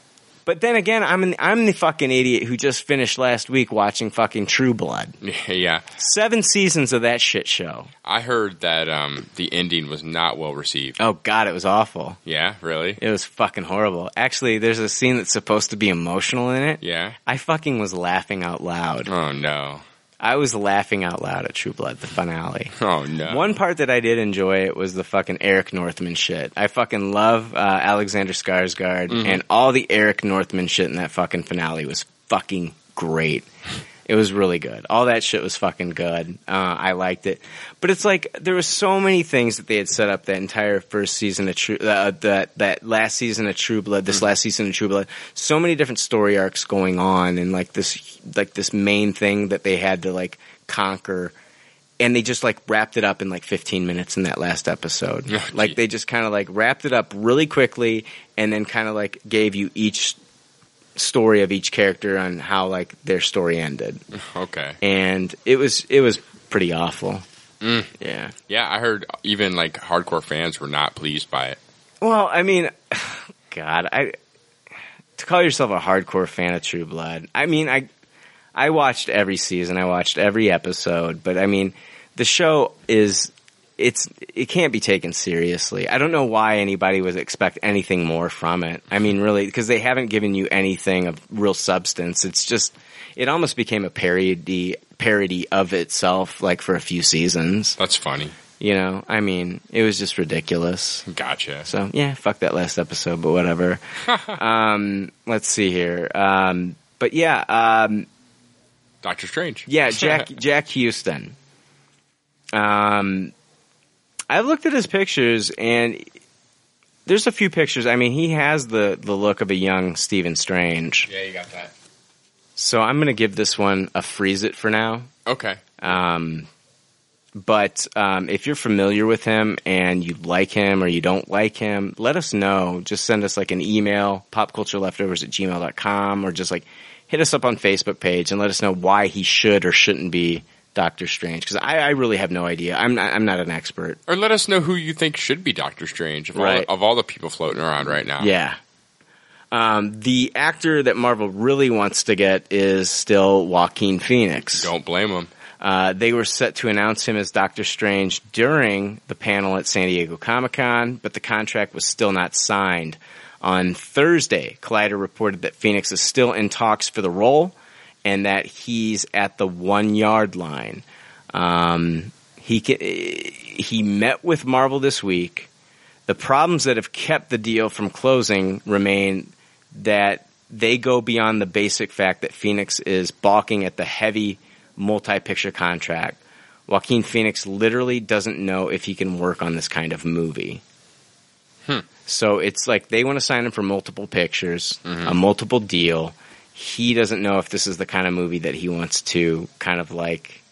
A: But then again, I'm an, I'm the fucking idiot who just finished last week watching fucking True Blood.
F: yeah.
A: Seven seasons of that shit show.
F: I heard that um, the ending was not well received.
A: Oh god, it was awful.
F: Yeah, really?
A: It was fucking horrible. Actually, there's a scene that's supposed to be emotional in it.
F: Yeah.
A: I fucking was laughing out loud.
F: Oh no.
A: I was laughing out loud at True Blood, the finale.
F: Oh no.
A: One part that I did enjoy it was the fucking Eric Northman shit. I fucking love uh, Alexander Skarsgård
F: Mhm.
A: and all the Eric Northman shit in that fucking finale was fucking great. It was really good. All that shit was fucking good. Uh, I liked it, but it's like there was so many things that they had set up that entire first season of True, uh, that that last season of True Blood, this last season of True Blood. So many different story arcs going on, and like this, like this main thing that they had to like conquer and they just like wrapped it up in like 15 minutes in that last episode. like they just kind of like wrapped it up really quickly and then kind of like gave you each story of each character on how like their story ended.
F: Okay.
A: And it was it was pretty awful.
F: Mm.
A: Yeah.
F: Yeah, I heard even like hardcore fans were not pleased by it.
A: Well, I mean, [sighs] God, I to call yourself a hardcore fan of True Blood. I mean, I I watched every season, I watched every episode, but I mean, the show is it's it can't be taken seriously. I don't know why anybody would expect anything more from it. I mean, really, because they haven't given you anything of real substance. It's just it almost became a parody parody of itself, like for a few seasons.
F: That's funny.
A: You know, I mean, it was just ridiculous.
F: Gotcha.
A: So yeah, fuck that last episode, but whatever. um, let's see here. Um, but yeah, um,
F: Doctor Strange.
A: Yeah, Jack Jack Houston. Um, I looked at his pictures, and there's a few pictures. I mean, he has the the look of a young Stephen Strange.
F: Yeah, you got that.
A: So I'm gonna give this one a freeze it for now.
F: Okay.
A: Um, but um, if you're familiar with him and you like him or you don't like him, let us know. Just send us like an email, popcultureleftovers at gmail.com, or just like hit us up on Facebook page and let us know why he should or shouldn't be Doctor Strange. Because I, I really have no idea. I'm not, I'm not an expert.
F: Or let us know who you think should be Doctor Strange of,
A: Right.
F: all, of all the people floating around right now.
A: Yeah. Um, the actor that Marvel really wants to get is still Joaquin Phoenix.
F: Don't blame him.
A: Uh, they were set to announce him as Doctor Strange during the panel at San Diego Comic Con, but the contract was still not signed. On Thursday, Collider reported that Phoenix is still in talks for the role and that he's at the one yard line. Um, he ca- he met with Marvel this week. The problems that have kept the deal from closing remain that they go beyond the basic fact that Phoenix is balking at the heavy multi-picture contract. Joaquin Phoenix literally doesn't know if he can work on this kind of movie.
F: Hmm.
A: So it's like they want to sign him for multiple pictures, a multiple deal. He doesn't know if this is the kind of movie that he wants to kind of like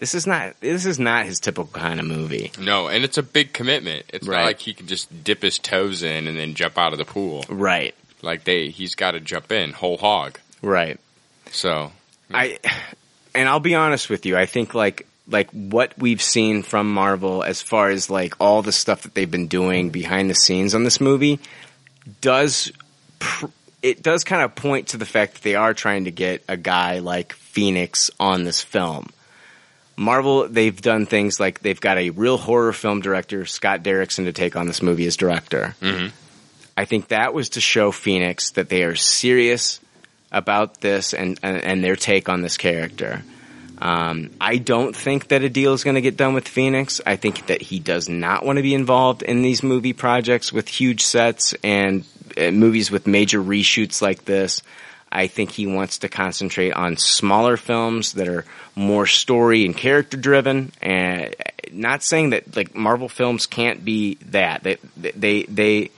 A: this is not this is not his typical kind of movie.
F: No, and it's a big commitment. It's
A: Right.
F: not like he can just dip his toes in and then jump out of the pool.
A: Right.
F: Like they he's got to jump in whole hog.
A: Right.
F: So,
A: I and I'll be honest with you, I think like like what we've seen from Marvel as far as like all the stuff that they've been doing behind the scenes on this movie does pr- it does kind of point to the fact that they are trying to get a guy like Phoenix on this film. Marvel, they've done things like they've got a real horror film director, Scott Derrickson, to take on this movie as director.
F: Mhm.
A: I think that was to show Phoenix that they are serious about this and, and, and their take on this character. Um, I don't think that a deal is going to get done with Phoenix. I think that he does not want to be involved in these movie projects with huge sets and uh, movies with major reshoots like this. I think he wants to concentrate on smaller films that are more story and character driven and not saying that like Marvel films can't be that. They they they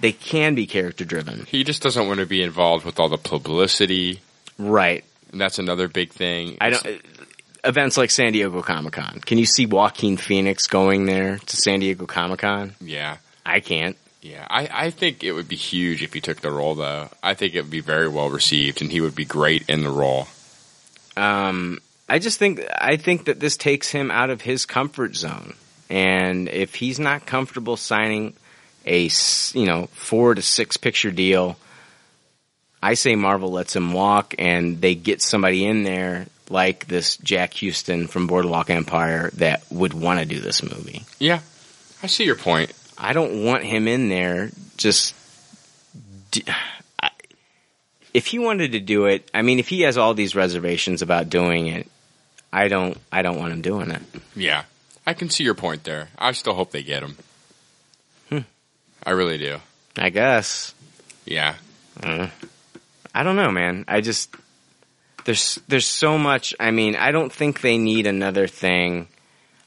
A: they can be character driven.
F: He just doesn't want to be involved with all the publicity.
A: Right.
F: And that's another big thing.
A: I don't. Events like San Diego Comic Con. Can you see Joaquin Phoenix going there to San Diego Comic Con?
F: Yeah.
A: I can't.
F: Yeah, I, I think it would be huge if he took the role, though. I think it would be very well received, and he would be great in the role.
A: Um, I just think I think that this takes him out of his comfort zone, and if he's not comfortable signing a s- you know four to six picture deal, I say Marvel lets him walk, and they get somebody in there like this Jack Houston from Boardwalk Empire that would want to do this movie.
F: Yeah, I see your point.
A: I don't want him in there just. d- I- If he wanted to do it, I mean, if he has all these reservations about doing it, I don't. I don't want him doing it.
F: Yeah, I can see your point there. I still hope they get him.
A: Hmm.
F: I really do.
A: I guess.
F: Yeah.
A: Uh, I don't know, man. I just there's there's so much. I mean, I don't think they need another thing.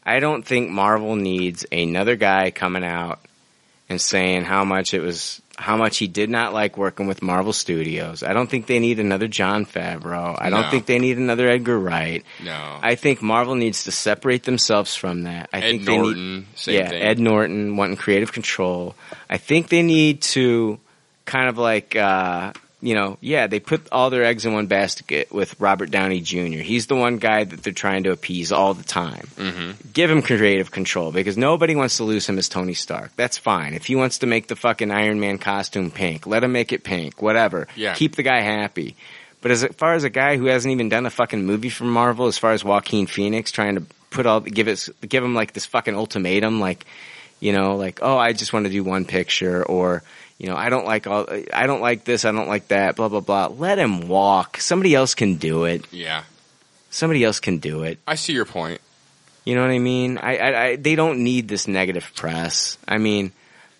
A: I don't think Marvel needs another guy coming out and saying how much it was how much he did not like working with Marvel Studios. I don't think they need another John Favreau. I don't
F: No.
A: think they need another Edgar Wright.
F: No.
A: I think Marvel needs to separate themselves from that. I
F: Ed
A: think they
F: Norton,
A: need,
F: same
A: yeah,
F: thing.
A: Ed Norton wanting creative control. I think they need to kind of like, uh, you know, yeah, they put all their eggs in one basket with Robert Downey Jr. He's the one guy that they're trying to appease all the time.
F: Mm-hmm.
A: Give him creative control because nobody wants to lose him as Tony Stark. That's fine. If he wants to make the fucking Iron Man costume pink, let him make it pink. Whatever.
F: Yeah.
A: Keep the guy happy. But as far as a guy who hasn't even done a fucking movie for Marvel, as far as Joaquin Phoenix trying to put all give it give him like this fucking ultimatum, like you know, like oh, I just want to do one picture, or you know, I don't like all, I don't like this, I don't like that, blah blah blah. Let him walk. Somebody else can do it.
F: Yeah,
A: Somebody else can do it.
F: I see your point.
A: You know what I mean? I, I, I they don't need this negative press. I mean,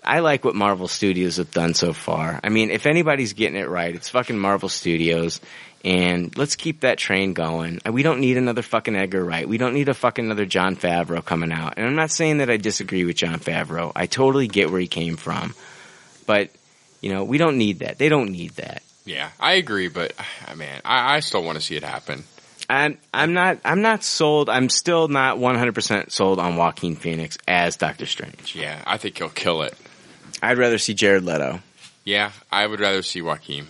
A: I like what Marvel Studios have done so far. I mean, if anybody's getting it right, it's fucking Marvel Studios. And let's keep that train going. We don't need another fucking Edgar Wright. We don't need a fucking another John Favreau coming out. And I'm not saying that I disagree with John Favreau. I totally get where he came from. But, you know, we don't need that. They don't need that.
F: Yeah, I agree, but ah, man, I, I still want to see it happen.
A: I'm I'm not I'm not sold. I'm still not 100% sold on Joaquin Phoenix as Doctor Strange.
F: Yeah, I think he'll kill it.
A: I'd rather see Jared Leto.
F: Yeah, I would rather see Joaquin.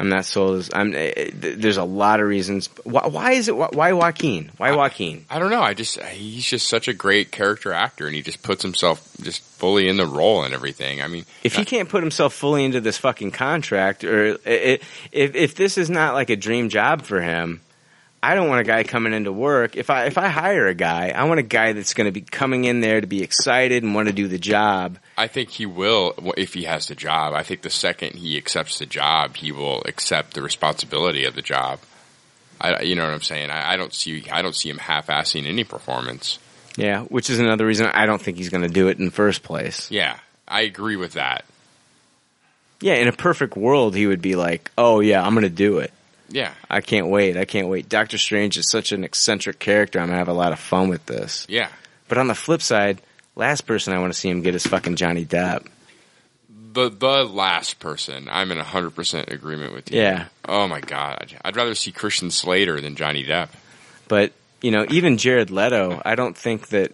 A: I'm not sold as I'm. eh, eh, th- There's a lot of reasons. Why, why is it? Why, why Joaquin? Why Joaquin?
F: I don't know. I just he's just such a great character actor, and he just puts himself just fully in the role and everything. I mean,
A: If he can't put himself fully into this fucking contract, or eh, eh, if if this is not like a dream job for him, I don't want a guy coming into work. If I if I hire a guy, I want a guy that's going to be coming in there to be excited and want to do the job.
F: I think he will w- if he has the job. I think the second he accepts the job, he will accept the responsibility of the job. I, you know what I'm saying? I, I don't see I don't see him half-assing any performance.
A: Yeah, which is another reason I don't think he's going to do it in the first place.
F: Yeah, I agree with that.
A: Yeah, in a perfect world, he would be like, "Oh yeah, I'm going to do it."
F: Yeah,
A: I can't wait. I can't wait. Doctor Strange is such an eccentric character. I'm gonna have a lot of fun with this.
F: yeah.
A: But on the flip side, last person I want to see him get is fucking Johnny Depp.
F: The the last person, I'm in 100% agreement with you.
A: Yeah.
F: Oh my god, I'd rather see Christian Slater than Johnny Depp.
A: But you know, even Jared Leto, I don't think that.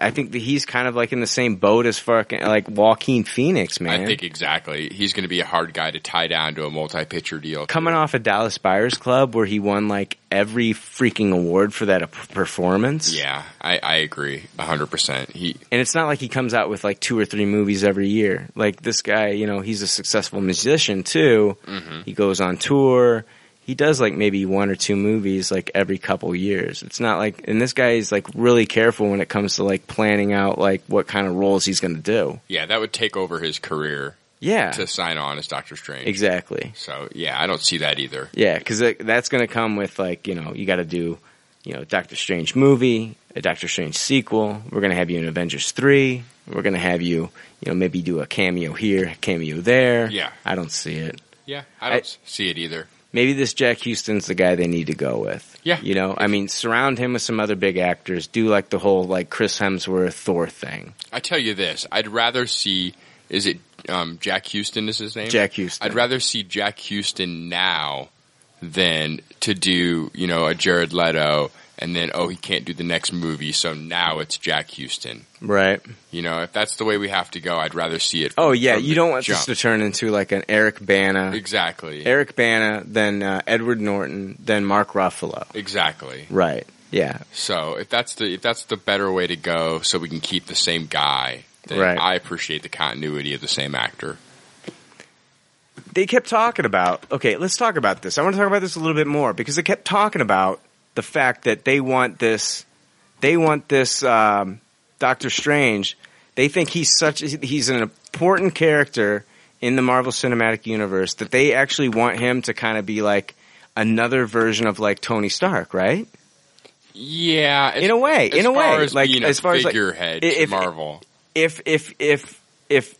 A: I think that he's kind of like in the same boat as fucking like Joaquin Phoenix, man.
F: I think exactly. He's going to be a hard guy to tie down to a multi-pitcher deal.
A: coming off of Dallas Buyers Club, where he won like every freaking award for that performance.
F: Yeah, I, I agree 100%. He
A: And it's not like he comes out with like two or three movies every year. Like this guy, you know, he's a successful musician too. He goes on tour. He does like maybe one or two movies like every couple years. It's not like, and this guy is like really careful when it comes to like planning out like what kind of roles he's going to do.
F: Yeah, that would take over his career.
A: Yeah.
F: To sign on as Doctor Strange.
A: Exactly.
F: So, yeah, I don't see that either.
A: Yeah, because that's going to come with like you know you got to do you know Doctor Strange movie, a Doctor Strange sequel. We're going to have you in Avengers three. We're going to have you you know maybe do a cameo here, a cameo there.
F: Yeah.
A: I don't see it.
F: Yeah, I don't s see it either.
A: maybe this Jack Houston's the guy they need to go with.
F: Yeah.
A: You know, I mean, surround him with some other big actors. Do like the whole like Chris Hemsworth Thor thing.
F: I tell you this, I'd rather see. Is it um, Jack Houston? Is his name?
A: Jack Houston.
F: I'd rather see Jack Houston now than to do you know a Jared Leto, and then oh he can't do the next movie, so now it's Jack Houston.
A: Right.
F: You know, if that's the way we have to go, I'd rather see it.
A: Oh yeah,
F: from
A: you
F: the
A: don't want
F: jump.
A: this to turn into like an Eric Bana.
F: Exactly.
A: Eric Bana, then uh, Edward Norton, then Mark Ruffalo.
F: Exactly.
A: Right. Yeah.
F: So if that's the if that's the better way to go, so we can keep the same guy, then
A: Right.
F: I appreciate the continuity of the same actor.
A: they kept talking about okay let's talk about this i want to talk about this a little bit more because they kept talking about the fact that they want this they want this um, doctor strange they think he's such he's an important character in the marvel cinematic universe that they actually want him to kind of be like another version of like tony stark right
F: Yeah,
A: in a way in a way like as far
F: figurehead
A: as like,
F: to Marvel.
A: if if if if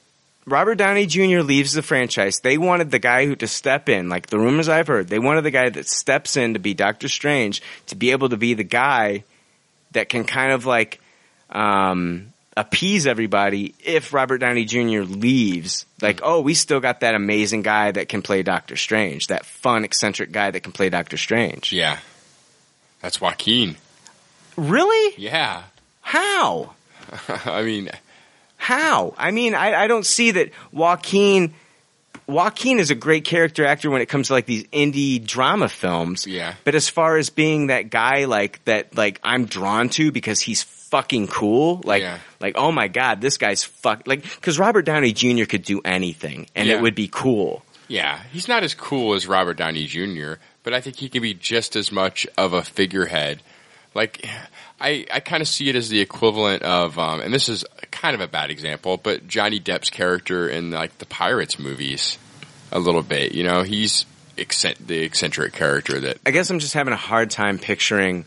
A: Robert Downey Jr. leaves the franchise, they wanted the guy who to step in. Like the rumors I've heard, they wanted the guy that steps in to be Doctor Strange to be able to be the guy that can kind of like um, appease everybody if Robert Downey Jr. leaves. Like, oh, we still got that amazing guy that can play Doctor Strange, that fun eccentric guy that can play Doctor Strange.
F: Yeah, that's Joaquin.
A: Really?
F: Yeah. [laughs]
A: How?
F: I mean,
A: How? I mean, I, I don't see that Joaquin. Joaquin is a great character actor when it comes to like these indie drama films.
F: Yeah.
A: But as far as being that guy, like that, like I'm drawn to because he's fucking cool. Like, like oh my god, this guy's fuck. Like, because Robert Downey Jr. could do anything, and
F: Yeah.
A: it would be cool.
F: yeah, he's not as cool as Robert Downey Jr., but I think he can be just as much of a figurehead. Like, I I kind of see it as the equivalent of, um, and this is kind of a bad example, but Johnny Depp's character in like the Pirates movies, a little bit. You know, he's eccent- the eccentric character that
A: I guess I'm just having a hard time picturing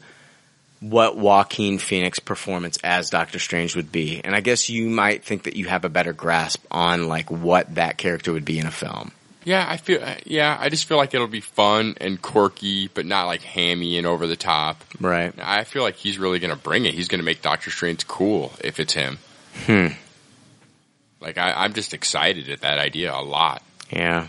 A: what Joaquin Phoenix performance as Doctor Strange would be. And I guess you might think that you have a better grasp on like what that character would be in a film.
F: Yeah, I feel. Yeah, I just feel like it'll be fun and quirky, but not like hammy and over the top.
A: Right.
F: I feel like he's really going to bring it. He's going to make Doctor Strange cool if it's him.
A: Hmm.
F: Like I, I'm just excited at that idea a lot.
A: Yeah.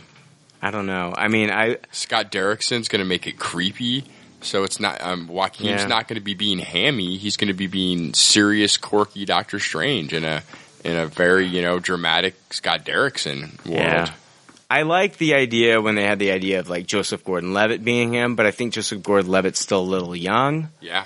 A: I don't know. I mean, I
F: Scott Derrickson's going to make it creepy, so it's not. Um, Joaquin's
A: Yeah.
F: not going to be being hammy. He's going to be being serious, quirky Doctor Strange in a in a very you know dramatic Scott Derrickson world.
A: Yeah. I like the idea when they had the idea of like Joseph Gordon-Levitt being him, but I think Joseph Gordon-Levitt's still a little young.
F: Yeah.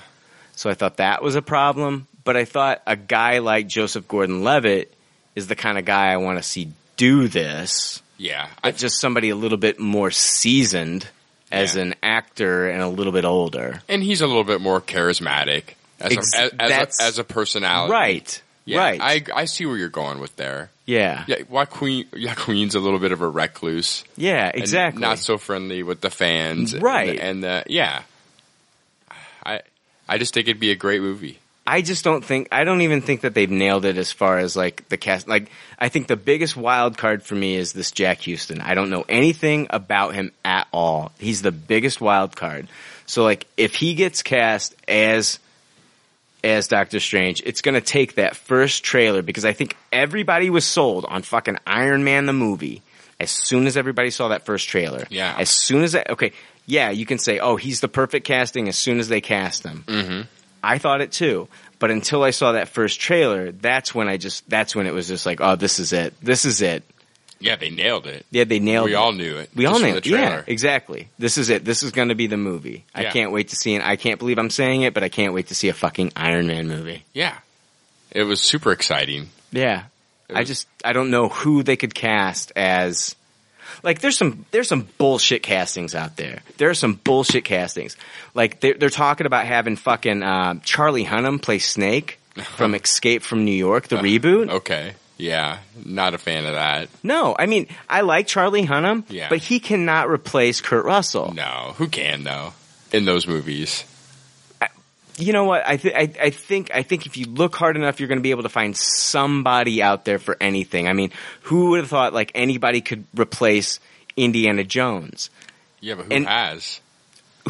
A: So I thought that was a problem, but I thought a guy like Joseph Gordon-Levitt is the kind of guy I want to see do this.
F: Yeah.
A: But uh, just somebody a little bit more seasoned as
F: Yeah.
A: an actor and a little bit older.
F: and he's a little bit more charismatic as
A: Ex-
F: a, as, as
A: that's-
F: a, as a personality.
A: Right.
F: Uh, Yeah,
A: Right.
F: I I see where you're going with there.
A: Yeah.
F: Yeah, Joaquin Joaquin's a little bit of a recluse.
A: Yeah,
F: and
A: exactly.
F: Not so friendly with the fans. and the-
A: Right.
F: And the, yeah. I I just think it'd be a great movie.
A: I just don't think I don't even think that they've nailed it as far as like the cast. Like I think the biggest wild card for me is this Jack Houston. I don't know anything about him at all. He's the biggest wild card. So like if he gets cast as as Doctor Strange, it's going to take that first trailer because I think everybody was sold on fucking Iron Man the movie as soon as everybody saw that first trailer.
F: Yeah.
A: As soon as that, okay, yeah, you can say, oh, he's the perfect casting as soon as they cast him.
F: Mm-hmm.
A: I thought it too, but until I saw that first trailer, that's when I just, that's when it was just like, oh, this is it. This is it.
F: Yeah, they nailed it.
A: Yeah, they nailed
F: We
A: it.
F: all knew it.
A: We
F: just
A: all
F: from
A: nailed it.
F: the
A: Yeah,
F: trailer.
A: exactly. This is it. This is going to be the movie. I
F: Yeah.
A: can't wait to see it. I can't believe I'm saying it, but I can't wait to see a fucking Iron Man movie.
F: Yeah. It was super exciting.
A: Yeah. I just I don't know who they could cast as like there's some there's some bullshit castings out there. There are some bullshit castings. Like they're, they're talking about having fucking um Charlie Hunnam play
F: [laughs]
A: Snake from Escape from New York, the reboot.
F: Okay. Yeah. Not a fan of that.
A: No, I mean I like Charlie Hunnam,
F: Yeah.
A: but he cannot replace Kurt Russell.
F: No, who can though? In those movies.
A: You know what? I, th- I I think I think if you look hard enough, you're going to be able to find somebody out there for anything. I mean, who would have thought like anybody could replace Indiana Jones?
F: Yeah, but who
A: And-
F: has?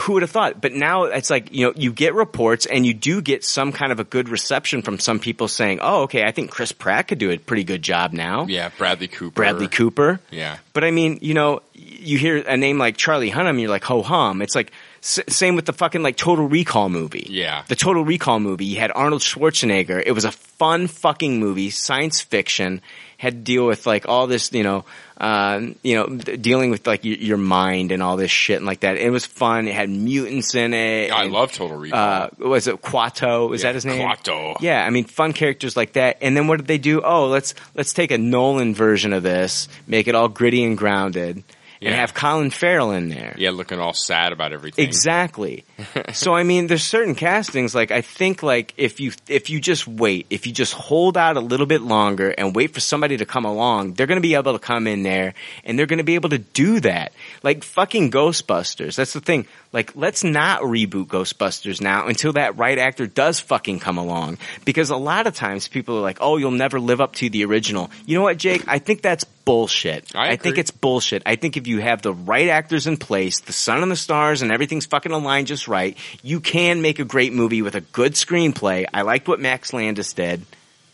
A: who would have thought? But now it's like, you know, you get reports and you do get some kind of a good reception from some people saying, oh, okay, I think Chris Pratt could do a pretty good job now.
F: Yeah, Bradley Cooper.
A: Bradley Cooper.
F: Yeah.
A: But I mean, you know, you hear a name like Charlie Hunnam, you're like, ho hum. It's like, s- same with the fucking like Total Recall movie.
F: Yeah.
A: The Total Recall movie, you had Arnold Schwarzenegger. It was a fun fucking movie, science fiction, had to deal with like all this, you know, um, you know, d- dealing with like y- your mind and all this shit and like that. It was fun. It had mutants in it.
F: I
A: and,
F: love Total Recall.
A: Uh, was it Quato? Is that his name?
F: Quato.
A: Yeah, I mean, fun characters like that. And then what did they do? Oh, let's let's take a Nolan version of this, make it all gritty and grounded,
F: Yeah.
A: and have Colin Farrell in there.
F: yeah, looking all sad about everything.
A: Exactly. [laughs] so I mean, there's certain castings. Like I think, like if you if you just wait, if you just hold out a little bit longer and wait for somebody to come along, they're going to be able to come in there and they're going to be able to do that. Like fucking Ghostbusters. That's the thing. Like let's not reboot Ghostbusters now until that right actor does fucking come along. Because a lot of times people are like, "Oh, you'll never live up to the original." You know what, Jake? I think that's bullshit.
F: I
A: I think
F: agree.
A: it's bullshit. I think if you have the right actors in place, the sun and the stars, and everything's fucking aligned just right, you can make a great movie with a good screenplay. I liked what Max Landis did.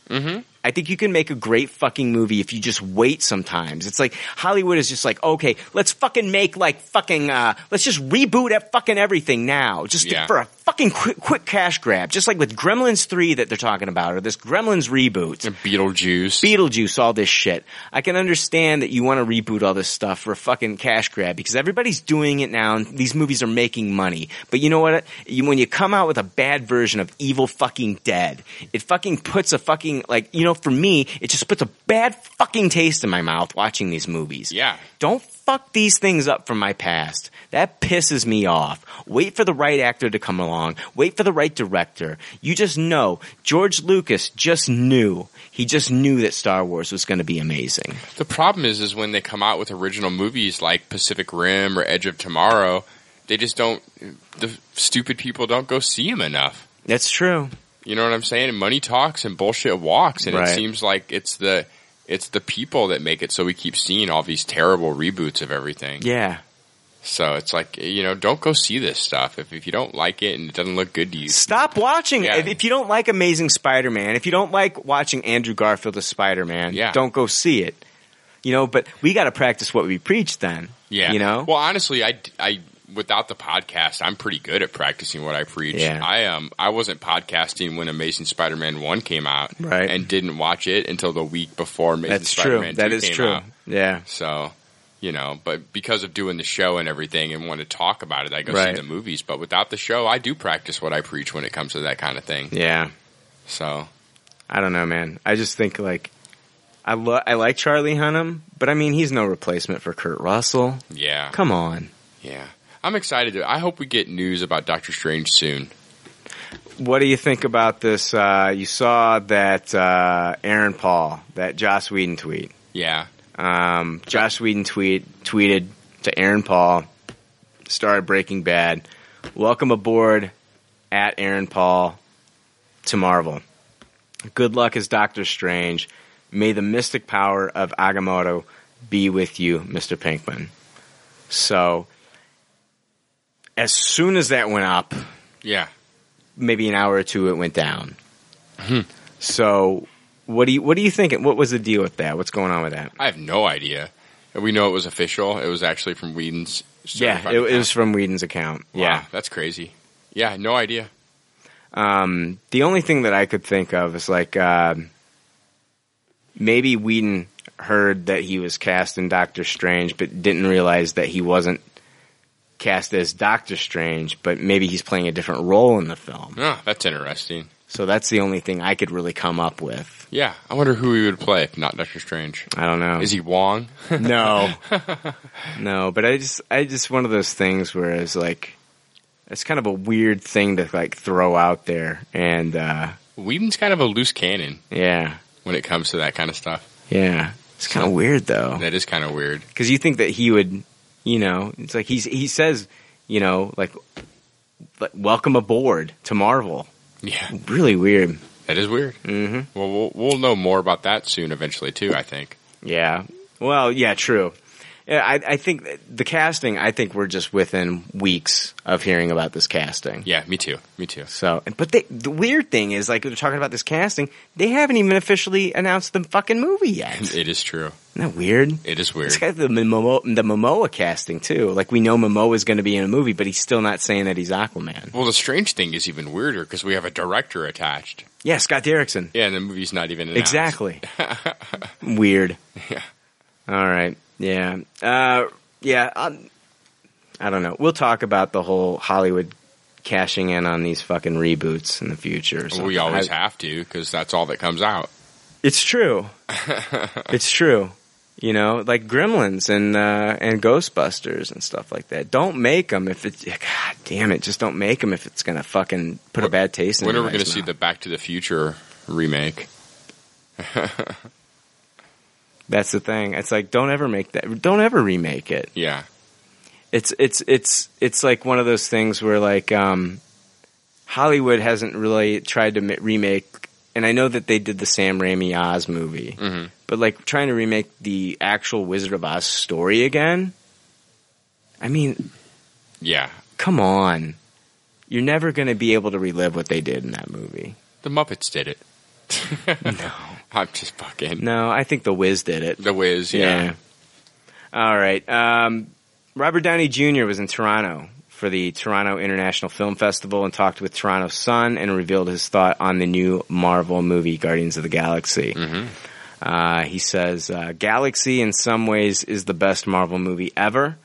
A: Mm-hmm. I think you can make a great fucking movie if you just wait sometimes. It's like Hollywood is just like, okay, let's fucking make like fucking, uh, let's just reboot at fucking everything now. Just
F: Yeah.
A: for a fucking quick, quick cash grab. Just like with Gremlins 3 that they're talking about or this Gremlins reboot.
F: Beetlejuice.
A: Beetlejuice, all this shit. I can understand that you want to reboot all this stuff for a fucking cash grab because everybody's doing it now and these movies are making money. But you know what? You, when you come out with a bad version of Evil Fucking Dead, it fucking puts a fucking, like, you know, for me, it just puts a bad fucking taste in my mouth watching these movies.
F: Yeah.
A: Don't fuck these things up from my past. That pisses me off. Wait for the right actor to come along. Wait for the right director. You just know. George Lucas just knew. He just knew that Star Wars was going to be amazing.
F: The problem is, is when they come out with original movies like Pacific Rim or Edge of Tomorrow, they just don't. The stupid people don't go see them enough.
A: That's true.
F: You know what I'm saying? And money talks and bullshit walks, and
A: Right.
F: it seems like it's the it's the people that make it. So we keep seeing all these terrible reboots of everything.
A: Yeah.
F: So it's like you know, don't go see this stuff if if you don't like it and it doesn't look good to you.
A: Stop watching. If, if you don't like Amazing Spider-Man, if you don't like watching Andrew Garfield as Spider-Man,
F: Yeah.
A: don't go see it. You know, but we got to practice what we preach then.
F: Yeah.
A: You know?
F: Well, honestly, I, I without the podcast, I'm pretty good at practicing what I preach.
A: Yeah.
F: I um I wasn't podcasting when Amazing Spider-Man 1 came out
A: Right.
F: and didn't watch it until the week before Amazing
A: That's true.
F: Spider-Man 2
A: That is
F: came
A: true.
F: out.
A: Yeah.
F: So, you know, but because of doing the show and everything and want to talk about it, I go
A: Right.
F: see the movies, but without the show, I do practice what I preach when it comes to that kind of thing.
A: Yeah.
F: So
A: I don't know, man. I just think like I lo- I like Charlie Hunnam, but I mean he's no replacement for Kurt Russell.
F: Yeah.
A: Come on.
F: Yeah. I'm excited. to- I hope we get news about Doctor Strange soon.
A: What do you think about this? Uh, you saw that uh, Aaron Paul, that Joss Whedon tweet.
F: Yeah.
A: Um, Josh Whedon tweet tweeted to Aaron Paul, star of Breaking Bad, "Welcome aboard, at Aaron Paul, to Marvel. Good luck as Doctor Strange. May the mystic power of Agamotto be with you, Mister Pinkman." So, as soon as that went up,
F: Yeah.
A: maybe an hour or two, it went down. So, what do you what do you think? What was the deal with that? What's going on with that?
F: I have no idea. We know it was official. It was actually from Whedon's.
A: Yeah,
F: certified
A: it, it was
F: account.
A: from Whedon's account.
F: Wow,
A: Yeah.
F: that's crazy. Yeah, no idea.
A: Um, the only thing that I could think of is like um maybe Whedon heard that he was cast in Doctor Strange, but didn't realize that he wasn't cast as Doctor Strange. But maybe he's playing a different role in the film.
F: Oh, that's interesting.
A: So that's the only thing I could really come up with.
F: Yeah, I wonder who he would play if not Doctor Strange.
A: I don't know.
F: Is he Wong?
A: No. [laughs] no, but I just I just one of those things where it's like it's kind of a weird thing to like throw out there and uh
F: Whedon's kind of a loose cannon
A: yeah.
F: when it comes to that kind of stuff.
A: Yeah. It's kind of weird though.
F: That is kind of weird.
A: Cuz you think that he would, you know, it's like he's he says, you know, like like welcome aboard to Marvel.
F: Yeah.
A: Really weird.
F: That is weird. Mm-hmm. Well, we'll we'll know more about that soon, eventually too. I think.
A: Yeah. Well, yeah, true. Yeah, I, I think that the casting. I think we're just within weeks of hearing about this casting.
F: Yeah, me too. Me too.
A: So, but they, the weird thing is, like they're talking about this casting, they haven't even officially announced the fucking movie yet. [laughs] Isn't
F: It is true.
A: that weird?
F: It is weird.
A: It's got the Momoa, the Momoa casting too. Like we know Momoa is going to be in a movie, but he's still not saying that he's Aquaman.
F: Well, the strange thing is even weirder because we have a director attached.
A: Yeah, Scott Derrickson.
F: Yeah, and the movie's not even announced. [laughs]
A: Exactly. Weird.
F: Yeah.
A: All right. Yeah. Uh, yeah. Um, I don't know. We'll talk about the whole Hollywood cashing in on these fucking reboots in the future. or something.
F: we always
A: I-
F: have to because that's all that comes out.
A: It's
F: [laughs]
A: true. it's true. You know, like Gremlins and uh, and Ghostbusters and stuff like that. Don't make them if it's God damn it. Just don't make them if it's gonna fucking put a bad taste in.
F: when are we
A: everybody's
F: going to see
A: mouth.
F: the Back to the Future remake?
A: That's the thing. It's like don't ever make that. Don't ever remake it.
F: Yeah.
A: It's it's it's it's like one of those things where like um, Hollywood hasn't really tried to ma- remake. And I know that they did the Sam Raimi Oz movie,
F: Mhm.
A: but like trying to remake the actual Wizard of Oz story again. I mean,
F: yeah.
A: Come on, you're never going to be able to relive what they did in that movie.
F: The Muppets did it. no. [laughs] I'm just fucking.
A: No, I think The Wiz did it.
F: The Wiz, yeah.
A: All right. Um, Robert Downey Jr. was in Toronto for the Toronto International Film Festival and talked with Toronto Sun and revealed his thought on the new Marvel movie, Guardians of the Galaxy. Uh, he says, uh, Galaxy in some ways is the best Marvel movie ever.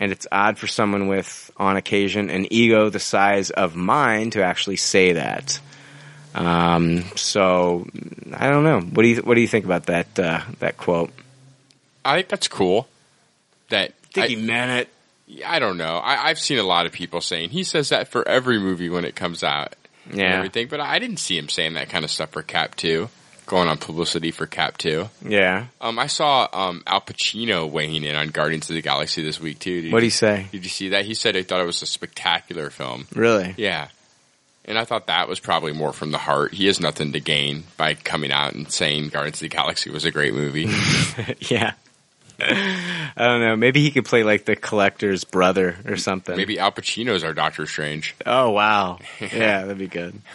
A: And it's odd for someone with, on occasion, an ego the size of mine to actually say that. Um, so I don't know. What do you What do you think about that uh, that quote?
F: I think that's cool. That
A: think he meant it.
F: I don't know. I, I've seen a lot of people saying he says that for every movie when it comes out and
A: Yeah.
F: everything, but I didn't see him saying that kind of stuff for Cap Two, going on publicity for Cap Two.
A: Yeah.
F: Um, I saw um, Al Pacino weighing in on Guardians of the Galaxy this week too. Did
A: What'd he
F: you-
A: say?
F: Did you see that? He said he thought it was a spectacular film.
A: Really?
F: Yeah. And I thought that was probably more from the heart. He has nothing to gain by coming out and saying Guardians of the Galaxy was a great movie.
A: [laughs] yeah. I don't know. Maybe he could play like the collector's brother or something.
F: Maybe Al Pacino's our Doctor Strange.
A: Oh
F: [laughs]
A: wow. Yeah, that'd be good. [laughs]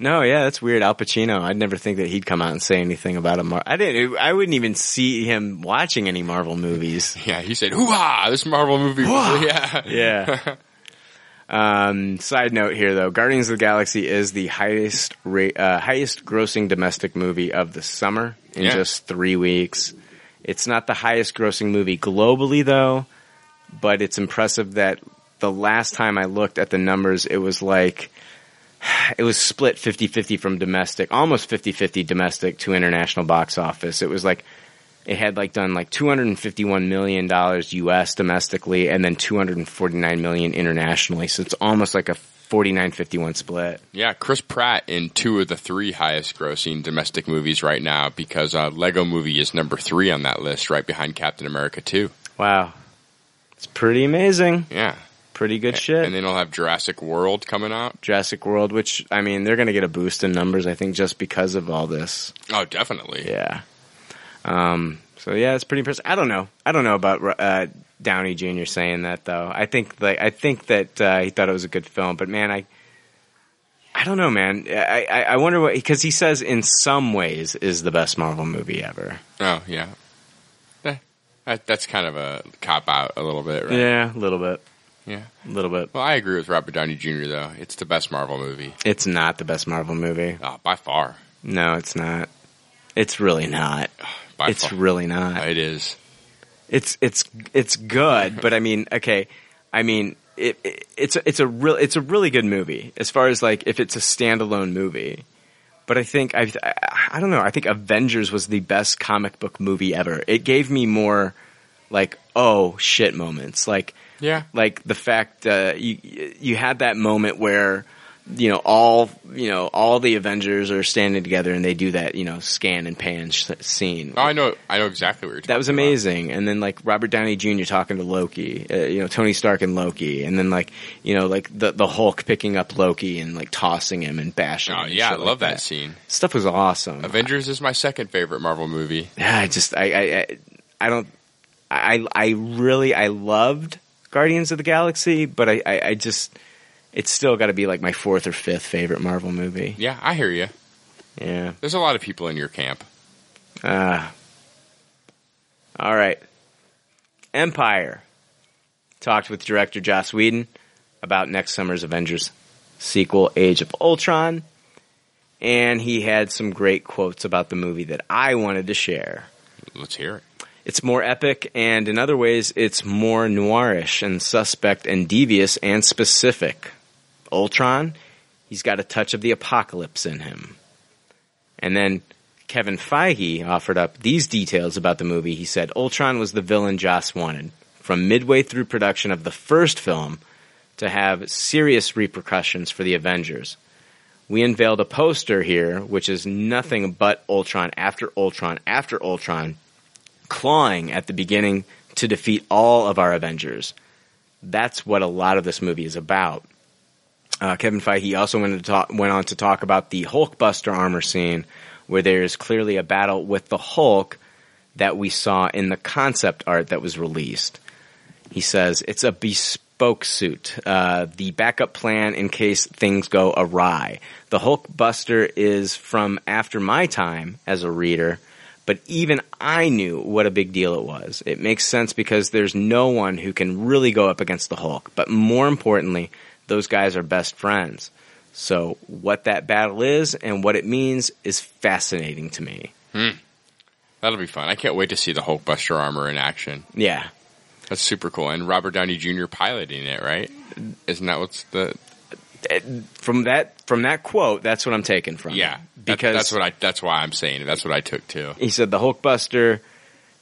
A: No, yeah, that's weird. Al Pacino. I'd never think that he'd come out and say anything about a Mar. I didn't. I wouldn't even see him watching any Marvel movies.
F: Yeah, he said, "Hoo ha! This Marvel movie."
A: Hoo-ha! [laughs]
F: Yeah,
A: Yeah. Um, side note here, though, Guardians of the Galaxy is the highest ra- uh, highest grossing domestic movie of the summer in
F: Yeah.
A: just three weeks. It's not the highest grossing movie globally, though, but it's impressive that the last time I looked at the numbers, it was like [sighs] it was split 50-50 from domestic, almost 50-50 domestic to international box office. It was like it had like done like 251 million dollars US domestically and then 249 million internationally. So it's almost like a 49-51 split.
F: yeah. Chris Pratt in two of the three highest-grossing domestic movies right now because uh, Lego Movie is number three on that list, right behind Captain America Two.
A: Wow. It's pretty amazing.
F: Yeah,
A: Pretty good shit.
F: and then he'll have Jurassic World coming out.
A: Jurassic World, which I mean, they're going to get a boost in numbers, I think, just because of all this.
F: Oh, definitely.
A: Yeah. Um. So yeah, it's pretty impressive. I don't know. I don't know about uh, Downey Jr. saying that though. I think like I think that uh, he thought it was a good film, but man, I I don't know, man. I I, I wonder what because he says in some ways is the best Marvel movie ever.
F: Oh, yeah. Eh, That, that's kind of a cop out a little bit, right?
A: Yeah, a little bit.
F: Yeah.
A: A little bit.
F: Well, I agree with Robert Downey Jr. though. It's the best Marvel movie
A: It's not the best Marvel movie.
F: uh, by far.
A: No, it's not. It's really not.
F: By
A: it's
F: far.
A: really not.
F: It is.
A: It's it's it's good, but I mean, okay, I mean, it, it it's a- it's a real it's a really good movie as far as like if it's a standalone movie. But I think I I- I don't know. I think Avengers was the best comic book movie ever. It gave me more like oh shit moments. Like
F: Yeah.
A: like the fact uh, you you had that moment where you know all you know all the Avengers are standing together and they do that you know scan and pan sh- scene.
F: Oh, I know. I know exactly what you're.
A: That was amazing. And then like Robert Downey Jr. talking to Loki, uh, you know Tony Stark and Loki, and then like you know like the the Hulk picking up Loki and like tossing him and bashing.
F: Oh,
A: him and
F: yeah, I
A: shit like
F: love that scene.
A: Stuff was awesome.
F: Avengers is my second favorite Marvel movie.
A: Yeah, I just I I I, I don't. I- I I really I loved Guardians of the Galaxy, but I I, I just it's still got to be like my fourth or fifth favorite Marvel movie.
F: Yeah, I hear you.
A: Yeah.
F: There's a lot of people in your camp.
A: Ah. all right. Empire talked with director Joss Whedon about next summer's Avengers sequel, Age of Ultron, and he had some great quotes about the movie that I wanted to share.
F: Let's hear it.
A: It's more epic, and in other ways, it's more noirish and suspect and devious and specific. Ultron, he's got a touch of the apocalypse in him. And then Kevin Feige offered up these details about the movie. He said Ultron was the villain Joss wanted. From midway through production of the first film, to have serious repercussions for the Avengers. We unveiled a poster here, which is nothing but Ultron after Ultron after Ultron, clawing at the beginning to defeat all of our Avengers. That's what a lot of this movie is about. Uh, Kevin Feige also went, to talk, went on to talk about the Hulkbuster armor scene, where there is clearly a battle with the Hulk that we saw in the concept art that was released. He says it's a bespoke suit, uh, the backup plan in case things go awry. The Hulkbuster is from after my time as a reader, but even I knew what a big deal it was. It makes sense because there's no one who can really go up against the Hulk, but more importantly, those guys are best friends. So what that battle is and what it means is fascinating to me.
F: Hmm. That'll be fun. I can't wait to see the Hulkbuster armor in action.
A: Yeah.
F: That's super cool. And Robert Downey Jr. piloting it, right? Isn't that what's the
A: From that from that quote, that's what I'm taking from. it.
F: yeah? that-
A: Because-
F: that's what I. That's why I'm saying it. That's what I took too.
A: He said the Hulkbuster.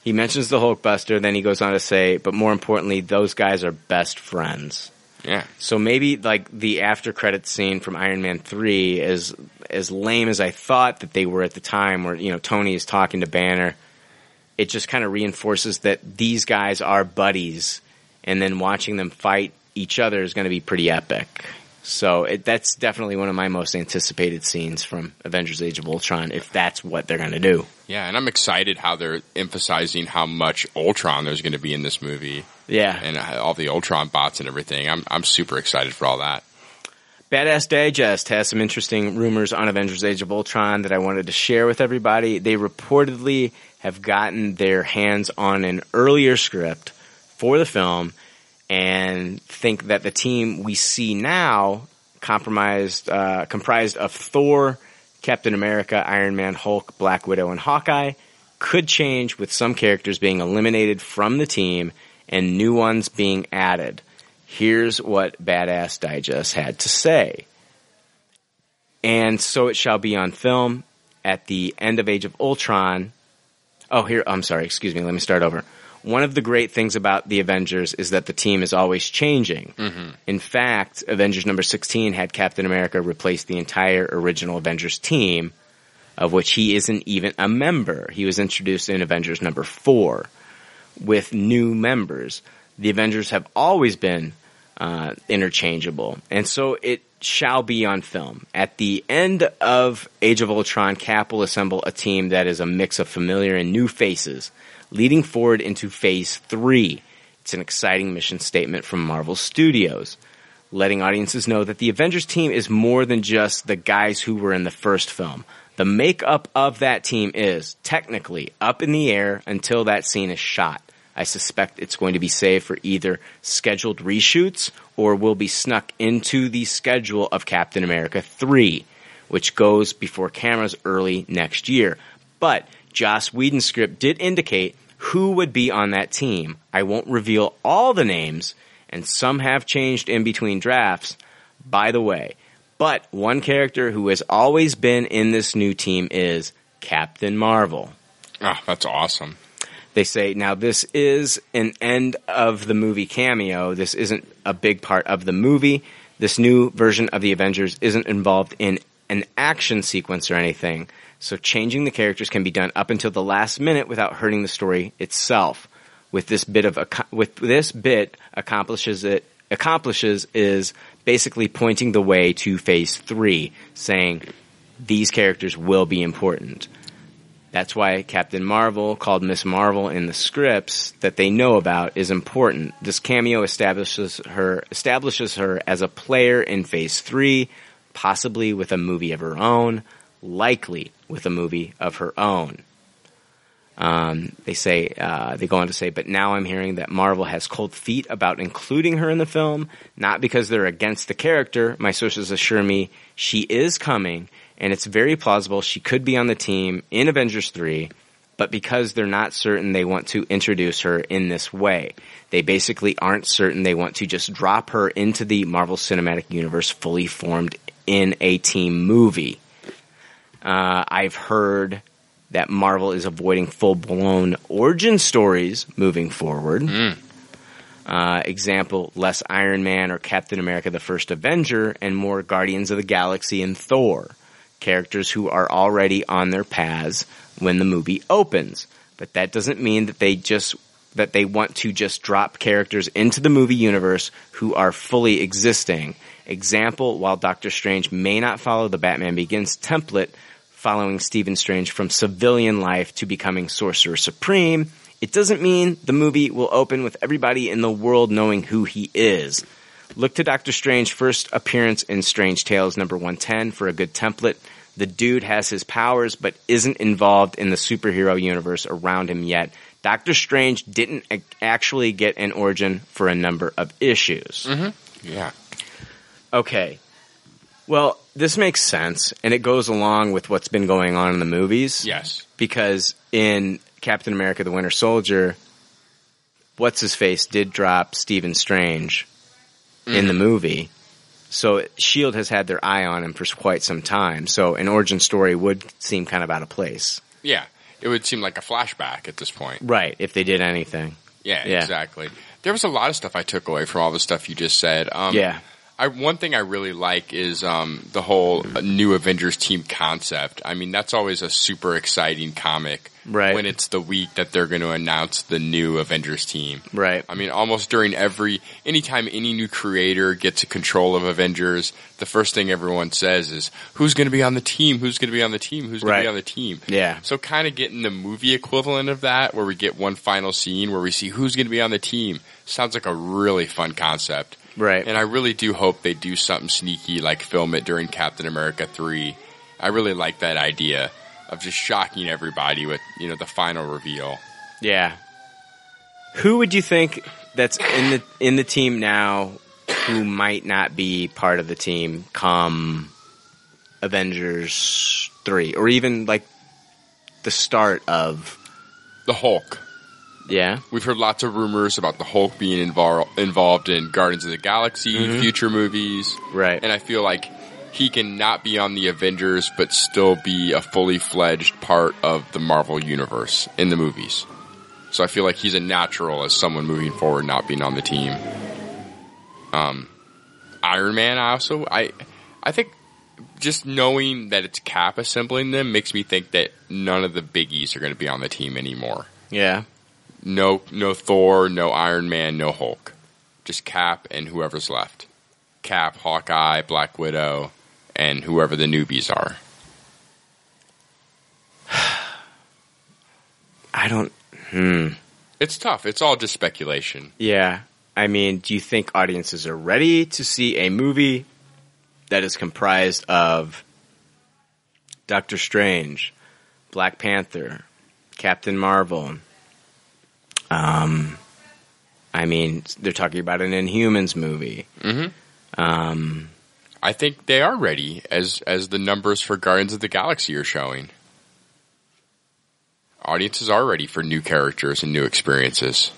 A: He mentions the Hulkbuster, then he goes on to say, but more importantly, those guys are best friends.
F: Yeah.
A: So maybe like the after credit scene from Iron Man three is as lame as I thought that they were at the time, where you know Tony is talking to Banner. It just kind of reinforces that these guys are buddies, and then watching them fight each other is going to be pretty epic. So it, that's definitely one of my most anticipated scenes from Avengers: Age of Ultron, if that's what they're going to do.
F: Yeah, and I'm excited how they're emphasizing how much Ultron there's going to be in this movie.
A: Yeah.
F: and uh, all the Ultron bots and everything. I'm I'm super excited for all that.
A: Badass Digest has some interesting rumors on Avengers Age of Ultron that I wanted to share with everybody. They reportedly have gotten their hands on an earlier script for the film and think that the team we see now compromised uh, comprised of Thor, Captain America, Iron Man, Hulk, Black Widow, and Hawkeye could change with some characters being eliminated from the team and new ones being added. Here's what Badass Digest had to say. And so it shall be on film at the end of Age of Ultron. Oh, here, I'm sorry, excuse me, let me start over. One of the great things about the Avengers is that the team is always changing. In fact, Avengers number 16 had Captain America replace the entire original Avengers team, of which he isn't even a member. He was introduced in Avengers number 4 with new members. The Avengers have always been uh, interchangeable, and so it shall be on film. At the end of Age of Ultron, Cap will assemble a team that is a mix of familiar and new faces, leading forward into Phase 3. It's an exciting mission statement from Marvel Studios, letting audiences know that the Avengers team is more than just the guys who were in the first film. The makeup of that team is technically up in the air until that scene is shot. I suspect it's going to be saved for either scheduled reshoots or will be snuck into the schedule of Captain America 3, which goes before cameras early next year. But Joss Whedon's script did indicate who would be on that team. I won't reveal all the names, and some have changed in between drafts, by the way. But one character who has always been in this new team is Captain Marvel.
F: Ah, that's awesome.
A: They say, now this is an end of the movie cameo. This isn't a big part of the movie. This new version of the Avengers isn't involved in an action sequence or anything. So changing the characters can be done up until the last minute without hurting the story itself. With this bit of ac- with this bit accomplishes it accomplishes is basically pointing the way to phase 3 saying these characters will be important. That's why Captain Marvel, called Miss Marvel in the scripts that they know about, is important. This cameo establishes her establishes her as a player in Phase Three, possibly with a movie of her own, likely with a movie of her own. Um, they say uh, they go on to say, but now I'm hearing that Marvel has cold feet about including her in the film, not because they're against the character. My sources assure me she is coming, and it's very plausible she could be on the team in Avengers three, but because they're not certain they want to introduce her in this way, they basically aren't certain they want to just drop her into the Marvel Cinematic Universe fully formed in a team movie. Uh, I've heard that Marvel is avoiding full blown origin stories moving forward. Uh, example, less Iron Man or Captain America the First Avenger, and more Guardians of the Galaxy and Thor, characters who are already on their paths when the movie opens. But that doesn't mean that they just that they want to just drop characters into the movie universe who are fully existing. Example, while Doctor Strange may not follow the Batman Begins template, following Stephen Strange from civilian life to becoming Sorcerer Supreme, it doesn't mean the movie will open with everybody in the world knowing who he is. Look to Doctor Strange's first appearance in Strange Tales number 110 for a good template. The dude has his powers but isn't involved in the superhero universe around him yet. Doctor Strange didn't ac- actually get an origin for a number of issues.
F: Yeah.
A: Okay. Well, this makes sense, and it goes along with what's been going on in the movies.
F: Yes.
A: Because in Captain America the Winter Soldier, what's his face did drop Stephen Strange in the movie. So Shield E has had their eye on him for quite some time. So an origin story would seem kind of out of place.
F: Yeah. It would seem like a flashback at this point.
A: Right, if they did anything.
F: Yeah,
A: Yeah.
F: exactly. There was a lot of stuff I took away from all the stuff you just said. Um,
A: Yeah.
F: I, one thing I really like is um, the whole uh, new Avengers team concept. I mean, that's always a super exciting comic.
A: Right.
F: When it's the week that they're going to announce the new Avengers team.
A: Right.
F: I mean, almost during every, anytime any new creator gets a control of Avengers, the first thing everyone says is, who's going to be on the team? Who's going to be on the team? Who's going to
A: Right.
F: be on the team?
A: Yeah.
F: So kind of getting the movie equivalent of that, where we get one final scene where we see who's going to be on the team. Sounds like a really fun concept.
A: Right.
F: And I really do hope they do something sneaky, like film it during Captain America 3. I really like that idea of just shocking everybody with, you know, the final reveal.
A: Yeah. Who would you think that's in the in the team now who might not be part of the team come Avengers 3 or even like the start of
F: the Hulk?
A: Yeah.
F: We've heard lots of rumors about the Hulk being invol- involved in Guardians of the Galaxy,
A: Mhm.
F: future movies.
A: Right.
F: And I feel like he can not be on the Avengers, but still be a fully fledged part of the Marvel Universe in the movies. So I feel like he's a natural as someone moving forward, not being on the team. Um, Iron Man, I also, I, I think just knowing that it's Cap assembling them makes me think that none of the biggies are going to be on the team anymore
A: Yeah.
F: no no Thor, no Iron Man, no Hulk. Just Cap and whoever's left. Cap, Hawkeye, Black Widow, and whoever the newbies are.
A: I don't hmm.
F: It's tough. It's all just speculation.
A: Yeah. I mean, do you think audiences are ready to see a movie that is comprised of Doctor Strange, Black Panther, Captain Marvel? Um, I mean, they're talking about an Inhumans movie.
F: Mhm.
A: Um,
F: I think they are ready as as the numbers for Guardians of the Galaxy are showing. Audiences are ready for new characters and new experiences.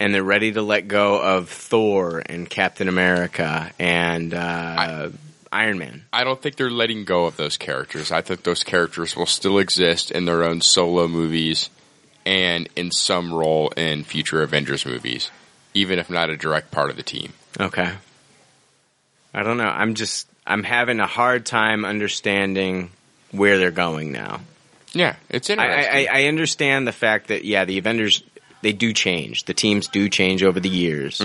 A: and they're ready to let go of Thor and Captain America and uh, Iron Man.
F: I don't think they're letting go of those characters. I think those characters will still exist in their own solo movies and in some role in future Avengers movies, even if not a direct part of the team.
A: Okay. I don't know. I'm just I'm having a hard time understanding where they're going now.
F: Yeah, it's
A: I,
F: interesting.
A: I, I understand the fact that yeah, the Avengers they do change. The teams do change over the years.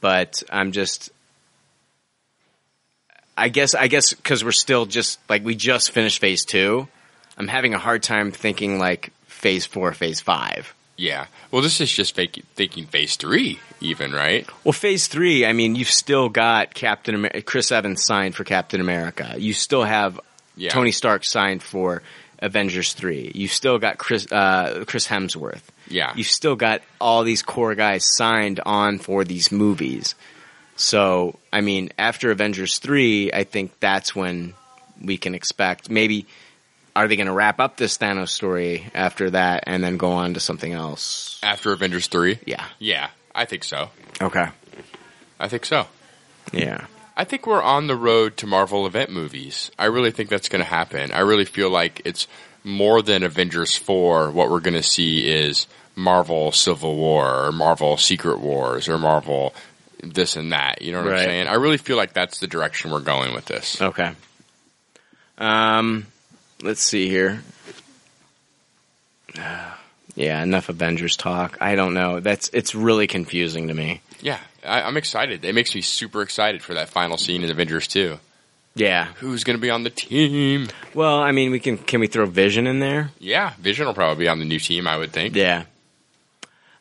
A: But I'm just I guess I guess cuz we're still just like we just finished phase 2. I'm having a hard time thinking like phase four, phase five.
F: Yeah. Well, this is just fake, thinking phase three, even right?
A: Well, phase three, I mean, you've still got Captain America, Chris Evans signed for Captain America. You still have
F: Yeah.
A: Tony Stark signed for Avengers three. You've still got Chris uh, Chris Hemsworth.
F: Yeah.
A: You've still got all these core guys signed on for these movies. So, I mean, after Avengers three, I think that's when we can expect maybe. Are they going to wrap up this Thanos story after that and then go on to something else?
F: After Avengers three.
A: Yeah.
F: Yeah, I think so.
A: Okay.
F: I think so.
A: Yeah.
F: I think we're on the road to Marvel event movies. I really think that's going to happen. I really feel like it's more than Avengers 4. What we're going to see is Marvel Civil War or Marvel Secret Wars or Marvel this and that. You know what
A: Right.
F: I'm saying? I really feel like that's the direction we're going with this.
A: Okay. Um, let's see here. [sighs] Yeah, enough Avengers talk. I don't know. That's it's really confusing to me.
F: Yeah, I, I'm excited. It makes me super excited for that final scene in Avengers 2.
A: Yeah.
F: Who's going to be on the team?
A: Well, I mean, we can can we throw Vision in there?
F: Yeah, Vision will probably be on the new team, I would think.
A: Yeah.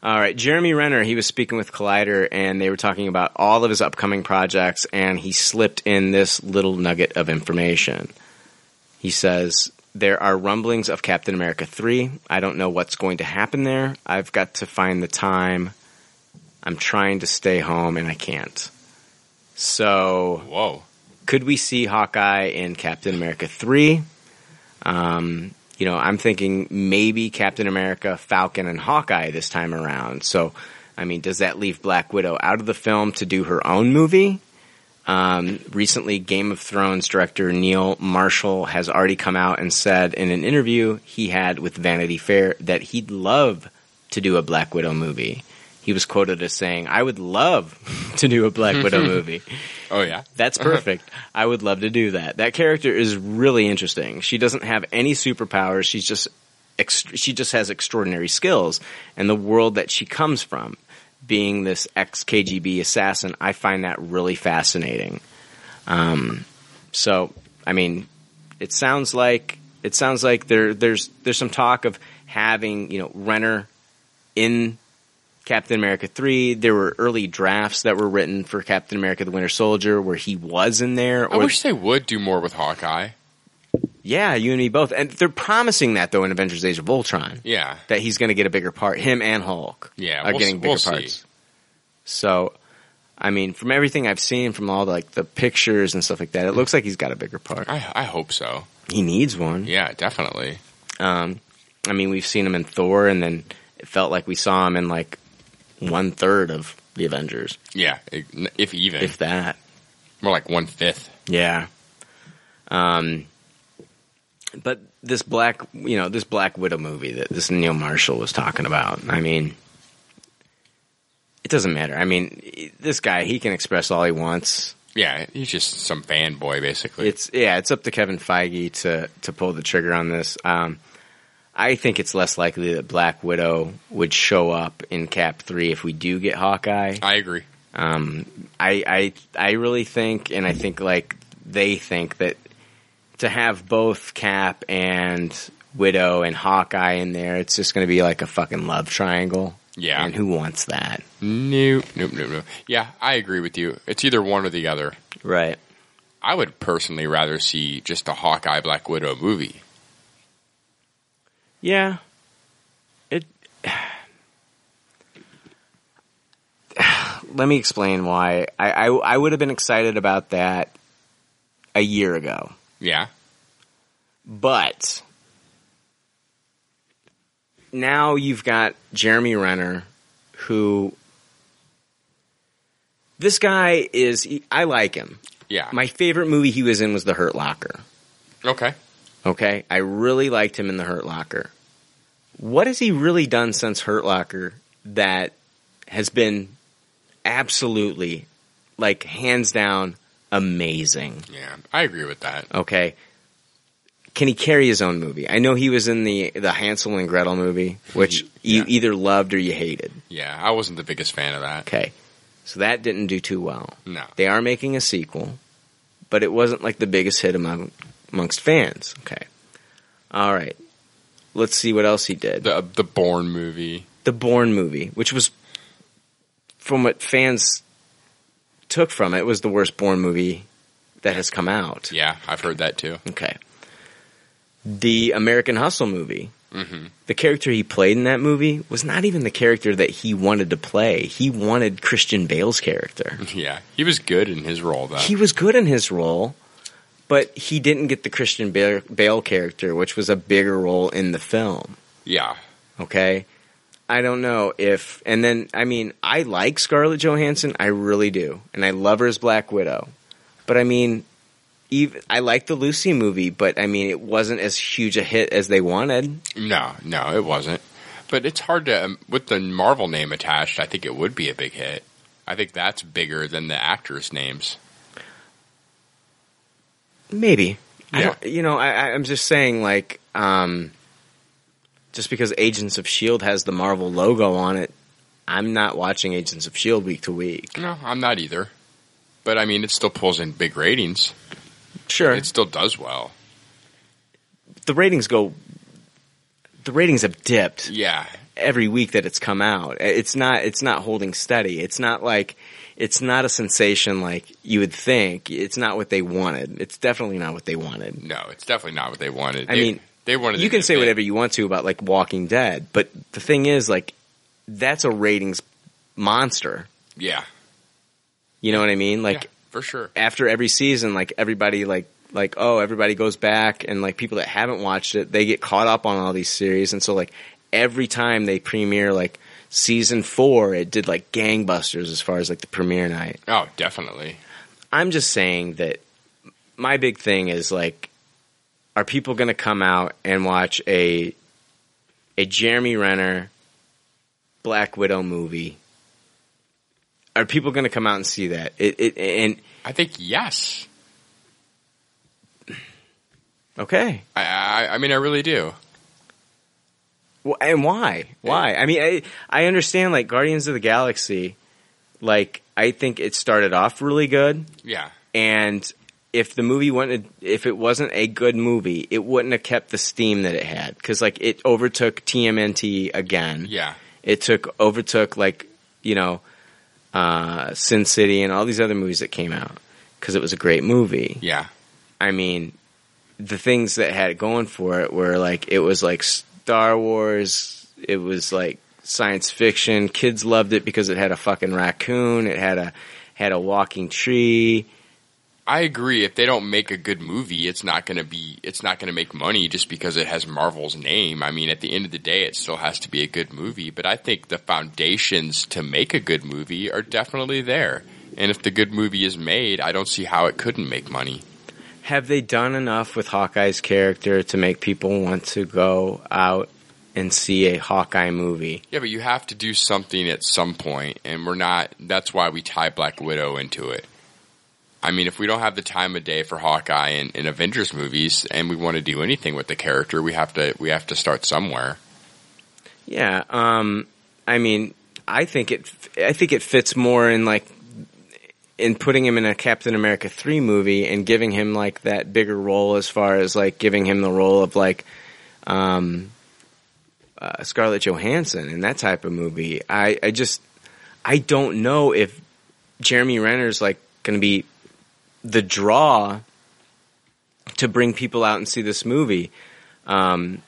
A: All right, Jeremy Renner, he was speaking with Collider and they were talking about all of his upcoming projects and he slipped in this little nugget of information. He says, There are rumblings of Captain America 3. I don't know what's going to happen there. I've got to find the time. I'm trying to stay home and I can't. So.
F: Whoa.
A: Could we see Hawkeye in Captain America 3? Um, you know, I'm thinking maybe Captain America, Falcon, and Hawkeye this time around. So, I mean, does that leave Black Widow out of the film to do her own movie? Um, recently, Game of Thrones director Neil Marshall has already come out and said in an interview he had with Vanity Fair that he'd love to do a Black Widow movie. He was quoted as saying, I would love [laughs] to do a Black Widow movie.
F: Oh, yeah.
A: [laughs] That's perfect. I would love to do that. That character is really interesting. She doesn't have any superpowers. She's just ex- she just has extraordinary skills and the world that she comes from, being this ex KGB assassin. I find that really fascinating. Um, so I mean, it sounds like it sounds like there there's there's some talk of having you know Renner in Captain America 3. There were early drafts that were written for Captain America the Winter Soldier where he was in there.
F: I wish they would do more with Hawkeye.
A: Yeah, you and me both. And they're promising that, though, in Avengers Age of Ultron,
F: Yeah.
A: that he's going to get a bigger part. Him and Hulk
F: Yeah,
A: are
F: we'll-
A: getting bigger
F: we'll see.
A: parts. So, I mean, from everything I've seen, from all the, like the pictures and stuff like that, it looks like he's got a bigger part.
F: I, I hope so.
A: He needs one.
F: Yeah, definitely.
A: Um, I mean, we've seen him in Thor, and then it felt like we saw him in like one third of the Avengers.
F: Yeah, if even.
A: If that.
F: More like one fifth.
A: Yeah. Um, but this black, you know, this Black Widow movie that this Neil Marshall was talking about. I mean, it doesn't matter. I mean, this guy he can express all he wants.
F: Yeah, he's just some fanboy, basically.
A: It's yeah, it's up to Kevin Feige to to pull the trigger on this. Um, I think it's less likely that Black Widow would show up in Cap three if we do get Hawkeye.
F: I agree.
A: Um, I I I really think, and I think like they think that to have both Cap and Widow and Hawkeye in there, it's just going to be like a fucking love triangle.
F: Yeah.
A: and who wants that?
F: Nope, nope, nope, nope. Yeah, I agree with you. It's either one or the other.
A: Right.
F: I would personally rather see just a Hawkeye Black Widow movie.
A: Yeah. It. [sighs] Let me explain why I I, I would have been excited about that a year ago.
F: Yeah.
A: But now you've got Jeremy Renner, who this guy is. he- I like him.
F: Yeah.
A: My favorite movie he was in was The Hurt Locker.
F: Okay.
A: Okay, I really liked him in The Hurt Locker. What has he really done since Hurt Locker that has been absolutely, like hands down, amazing?
F: Yeah, I agree with that.
A: Okay. Can he carry his own movie? I know he was in the the Hansel and Gretel movie, which you either loved or you hated.
F: Yeah, I wasn't the biggest fan of that.
A: Okay. So that didn't do too well.
F: No.
A: They are making a sequel, but it wasn't like the biggest hit among amongst fans. Okay. All right. Let's see what else he did.
F: The the Bourne movie.
A: The Bourne movie, which was from what fans took from it was the worst Bourne movie that has come out.
F: Yeah, I've heard that too. [laughs]
A: Okay. The American Hustle movie.
F: Mm-hmm.
A: The character he played in that movie was not even the character that he wanted to play. He wanted Christian Bale's character.
F: Yeah, he was good in his role though.
A: He was good in his role, but he didn't get the Christian Bale, Bale character, which was a bigger role in the film.
F: yeah,
A: Okay. I don't know if, and then, I mean, I like Scarlett Johansson. I really do. And I love her as Black Widow. But I mean, even, I like the Lucy movie, but I mean, it wasn't as huge a hit as they wanted.
F: No, no, it wasn't. But it's hard to um, with the Marvel name attached. I think it would be a big hit. I think that's bigger than the actors' names.
A: Maybe. I
F: Yeah.
A: don't- you know, I, I- I'm just saying, like, um, just because Agents of S.H.I.E.L.D. E has the Marvel logo on it, I'm not watching Agents of S.H.I.E.L.D. E week to week.
F: No, I'm not either. But I mean, it still pulls in big ratings.
A: Sure,
F: it still does well.
A: The ratings go, the ratings have dipped.
F: Yeah,
A: every week that it's come out. Uh, It's not it's not holding steady. It's not like it's not a sensation like you would think. It's not what they wanted. It's definitely not what they wanted.
F: No, it's definitely not what they wanted.
A: I
F: They-
A: mean,
F: they wanted.
A: you
F: it
A: can
F: to
A: say
F: be-
A: whatever you want to about like Walking Dead, but the thing is like that's a ratings monster.
F: Yeah,
A: You know what I mean? Like
F: for sure.
A: after every season, like everybody like like oh everybody goes back and like people that haven't watched it they get caught up on all these series and so like every time they premiere like season four it did like gangbusters as far as like the premiere night.
F: Oh, definitely.
A: I'm just saying that my big thing is like, are people going to come out and watch a a Jeremy Renner Black Widow movie? Are people going to come out and see that? It, it and
F: I think yes.
A: Okay.
F: I, I, I mean, I really do.
A: Well, and why? Why? I mean, I I understand like Guardians of the Galaxy. Like, I think it started off really good.
F: Yeah.
A: And if the movie wouldn't, if it wasn't a good movie, it wouldn't have kept the steam that it had because like it overtook TMNT again.
F: Yeah.
A: It took overtook like you know, uh, Sin City and all these other movies that came out because it was a great movie.
F: Yeah.
A: I mean, the things that had it going for it were like it was like Star Wars. It was like science fiction. Kids loved it because it had a fucking raccoon. It had a had a walking tree.
F: I agree. If they don't make a good movie, it's not going to be. It's not going to make money just because it has Marvel's name. I mean, at the end of the day, it still has to be a good movie. But I think the foundations to make a good movie are definitely there. And if the good movie is made, I don't see how it couldn't make money.
A: Have they done enough with Hawkeye's character to make people want to go out and see a Hawkeye movie?
F: Yeah, but you have to do something at some point, and we're not. That's why we tie Black Widow into it. I mean, if we don't have the time of day for Hawkeye and, and Avengers movies, and we want to do anything with the character, we have to we have to start somewhere.
A: Yeah, um, I mean, I think it, I think it fits more in like, in putting him in a Captain America three movie and giving him like that bigger role as far as like giving him the role of like, um, uh, Scarlett Johansson in that type of movie. I, I just, I don't know if Jeremy Renner's like going to be the draw to bring people out and see this movie. Um,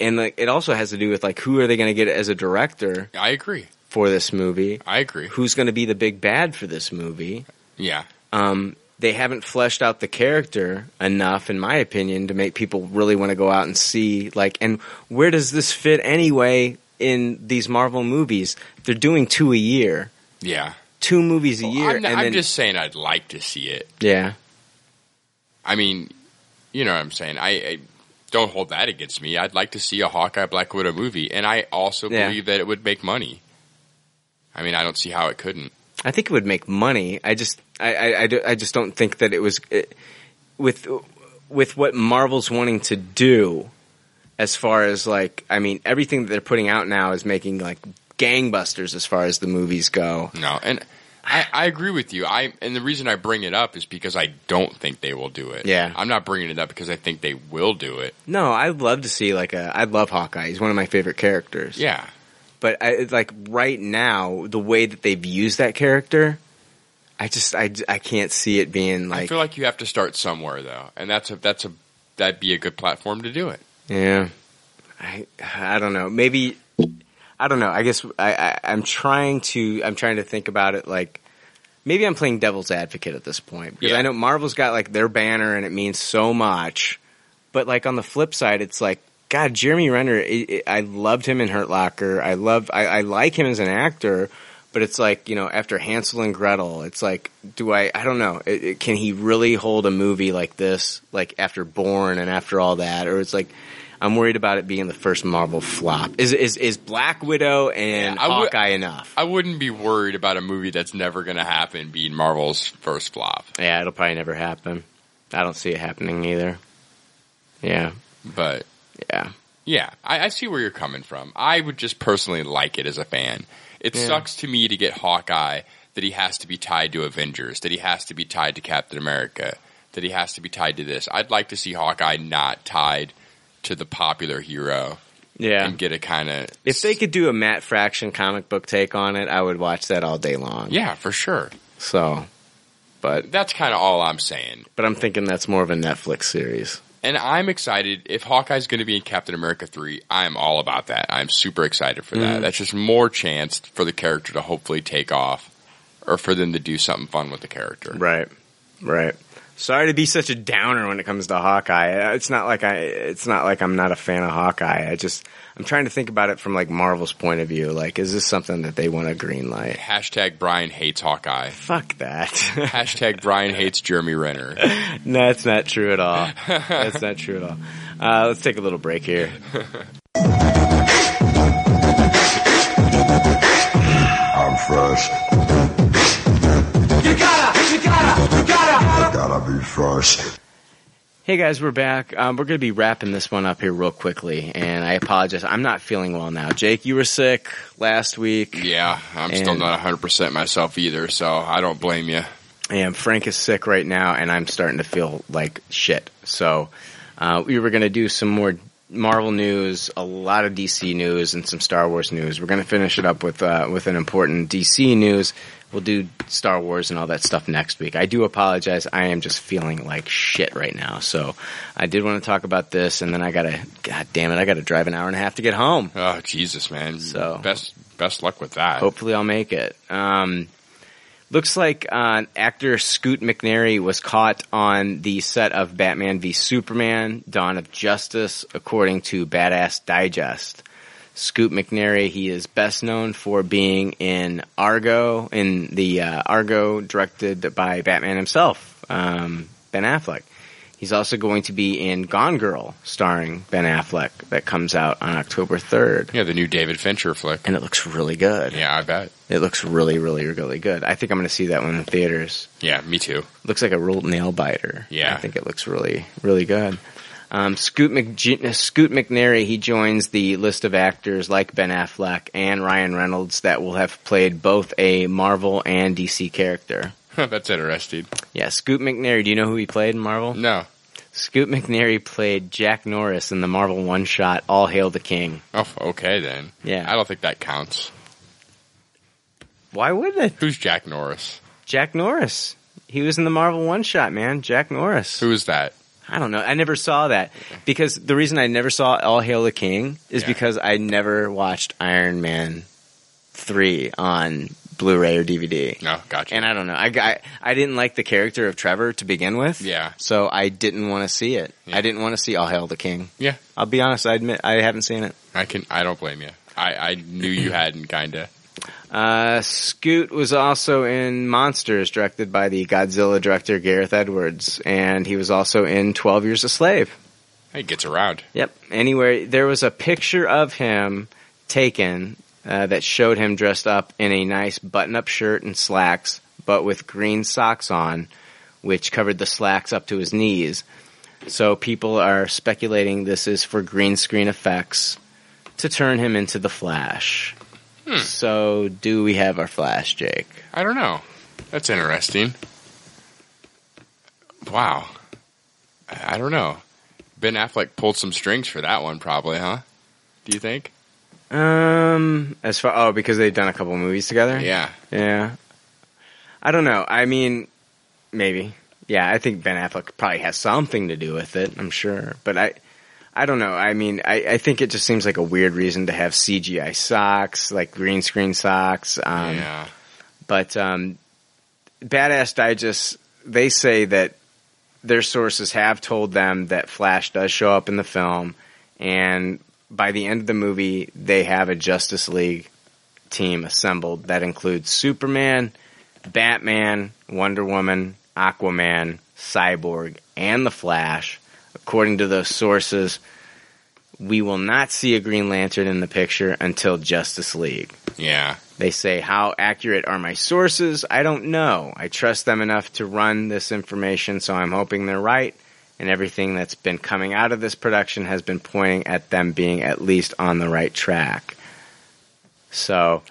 A: and like it also has to do with like who are they going to get as a director?
F: I agree
A: for this movie.
F: I agree.
A: Who's going to be the big bad for this movie?
F: Yeah,
A: Um, they haven't fleshed out the character enough, in my opinion, to make people really want to go out and see like. And where does this fit anyway in these Marvel movies? They're doing two a year,
F: yeah.
A: two movies a year,
F: I'm,
A: and
F: I'm
A: then
F: just saying, I'd like to see it.
A: yeah.
F: I mean, you know what I'm saying. I, I don't hold that against me. I'd like to see a Hawkeye Black Widow movie, and I also
A: Yeah.
F: believe that it would make money. I mean, I don't see how it couldn't.
A: I think it would make money. I just, I, I, I, do- I just don't think that it was it, with with what Marvel's wanting to do. As far as like, I mean, everything that they're putting out now is making like gangbusters as far as the movies go.
F: No, and I, I agree with you. I and the reason I bring it up is because I don't think they will do it.
A: Yeah.
F: I'm not bringing it up because I think they will do it.
A: No, I'd love to see like a. I love Hawkeye. He's one of my favorite characters.
F: Yeah.
A: But I, it's like right now, the way that they've used that character, I just I, I can't see it being
F: I
A: like
F: feel like you have to start somewhere though, and that's a that's a that'd be a good platform to do it.
A: yeah. I I don't know. Maybe I don't know. I guess I, I I'm trying to I'm trying to think about it like maybe I'm playing devil's advocate at this point because I know Marvel's got like their banner and it means so much, but like on the flip side, it's like God, Jeremy Renner. It, it, I loved him in Hurt Locker. I love I, I like him as an actor, but it's like you know after Hansel and Gretel, it's like do I I don't know. It, it, can he really hold a movie like this like after Born and after all that, or it's like. I'm worried about it being the first Marvel flop. Is is is Black Widow and
F: I would-
A: Hawkeye enough?
F: I wouldn't be worried about a movie that's never going to happen being Marvel's first flop.
A: Yeah, it'll probably never happen. I don't see it happening either. Yeah.
F: But
A: yeah,
F: yeah, I, I see where you're coming from. I would just personally like it as a fan. It
A: Yeah.
F: sucks to me to get Hawkeye that he has to be tied to Avengers, that he has to be tied to Captain America, that he has to be tied to this. I'd like to see Hawkeye not tied to the popular hero
A: Yeah.
F: and get a kind of
A: If they could do a Matt Fraction comic book take on it, I would watch that all day long.
F: Yeah, for sure.
A: So, but
F: that's kind of all I'm saying.
A: but I'm thinking that's more of a Netflix series.
F: And I'm excited. If Hawkeye's going to be in Captain America 3, I'm all about that. I'm super excited for that.
A: Mhm.
F: That's just more chance for the character to hopefully take off or for them to do something fun with the character.
A: Right. Right. Sorry to be such a downer when it comes to Hawkeye. It's not like I it's not like I'm not a fan of Hawkeye. I just I'm trying to think about it from like Marvel's point of view. Like is this something that they want to green light?
F: Hashtag Brian hates Hawkeye.
A: Fuck that. [laughs]
F: Hashtag Brian hates Jeremy Renner.
A: no, that's not true at all. That's not true at all. Uh, let's take a little break here.
B: I'm fresh.
M: You gotta, you gotta, you gotta.
B: Gotta be fresh.
A: Hey guys, we're back. Um, we're going to be wrapping this one up here real quickly, and I apologize. I'm not feeling well now. Jake, you were sick last week.
F: Yeah, I'm still
A: And-
F: not 100% myself either, so I don't blame you.
A: And Frank is sick right now, and I'm starting to feel like shit. So, uh, we were going to do some more Marvel news, a lot of DC news, and some Star Wars news. We're going to finish it up with uh, with an important DC news. We'll do Star Wars and all that stuff next week. I do apologize. I am just feeling like shit right now. So, I did want to talk about this, and then I got to, god damn it, I got to drive an hour and a half to get home.
F: Oh, Jesus, man. So best best luck with that.
A: Hopefully, I'll make it. Um, looks like uh, actor Scoot McNairy was caught on the set of Batman v Superman: Dawn of Justice, according to Badass Digest. Scoot McNairy, he is best known for being in Argo, in the uh, Argo directed by Batman himself, um, Ben Affleck. He's also going to be in Gone Girl, starring Ben Affleck, that comes out on October 3rd.
F: Yeah, the new David Fincher flick.
A: And it looks really good.
F: Yeah, I bet.
A: It looks really, really, really good. I think I'm going to see that one in theaters.
F: Yeah, me too. [laughs]
A: Looks like a real nail biter.
F: Yeah.
A: I think it looks really, really good. Um, Scoot, McG- Scoot McNairy, he joins the list of actors like Ben Affleck and Ryan Reynolds that will have played both a Marvel and DC character.
F: That's interesting.
A: Yeah, Scoot McNairy. Do you know who he played in Marvel?
F: No.
A: Scoot McNairy played Jack Norris in the Marvel one shot All Hail the King.
F: Oh, okay then.
A: Yeah.
F: I don't think that counts.
A: Why wouldn't it?
F: Who's Jack Norris?
A: Jack Norris. He was in the Marvel one shot, man. Jack Norris. Who
F: is that?
A: I don't know. I never saw that because the reason I never saw All Hail the King is because I never watched Iron Man 3 on Blu-ray or DVD.
F: No, gotcha.
A: And I don't know. I, I, I didn't like the character of Trevor to begin with.
F: Yeah.
A: So I didn't want to see it. I didn't want to see All Hail the King.
F: Yeah.
A: I'll be honest. I admit I haven't seen it.
F: I can. I don't blame you. I, I knew
A: [clears throat]
F: you hadn't, kinda.
A: Uh, Scoot was also in Monsters, directed by the Godzilla director Gareth Edwards, and he was also in Twelve Years a Slave.
F: It gets around.
A: Yep. Anyway, there was a picture of him taken uh, that showed him dressed up in a nice button-up shirt and slacks, but with green socks on, which covered the slacks up to his knees. So people are speculating this is for green screen effects to turn him into the Flash. So, do we have our Flash, Jake?
F: I don't know. That's interesting. Wow. I I don't know. Ben Affleck pulled some strings for that one, probably, huh? Do you think?
A: Um, as far oh, because they've done a couple movies together.
F: Yeah.
A: yeah. I don't know. I mean, maybe. Yeah, I think Ben Affleck probably has something to do with it. I'm sure, but I, I don't know. I mean, I, I think it just seems like a weird reason to have CGI socks, like green screen socks. Um,
F: yeah.
A: But um, Badass Digest, they say that their sources have told them that Flash does show up in the film, and by the end of the movie, they have a Justice League team assembled that includes Superman, Batman, Wonder Woman, Aquaman, Cyborg, and the Flash. According to those sources, we will not see a Green Lantern in the picture until Justice League.
F: Yeah.
A: They say, How accurate are my sources? I don't know. I trust them enough to run this information, so I'm hoping they're right. And everything that's been coming out of this production has been pointing at them being at least on the right track. So,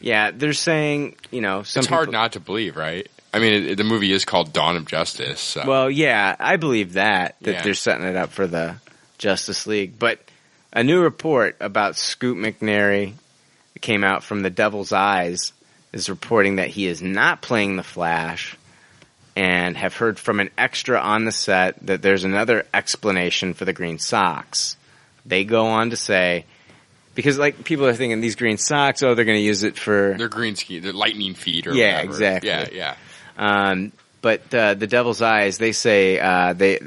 A: yeah, they're saying, you know, some
F: it's hard
A: people-
F: not to believe, right? I mean, it, the movie is called Dawn of Justice. So.
A: Well, yeah, I believe that that
F: Yeah.
A: they're setting it up for the Justice League. But a new report about Scoot McNairy that came out from the Devil's Eyes is reporting that he is not playing the Flash and have heard from an extra on the set that there's another explanation for the green socks. They go on to say because like people are thinking these green socks, oh, they're going to use it for
F: They're green ski, they're lightning feet or
A: yeah,
F: whatever.
A: exactly.
F: Yeah, yeah.
A: Um, but uh, the Devil's Eyes, they say uh, they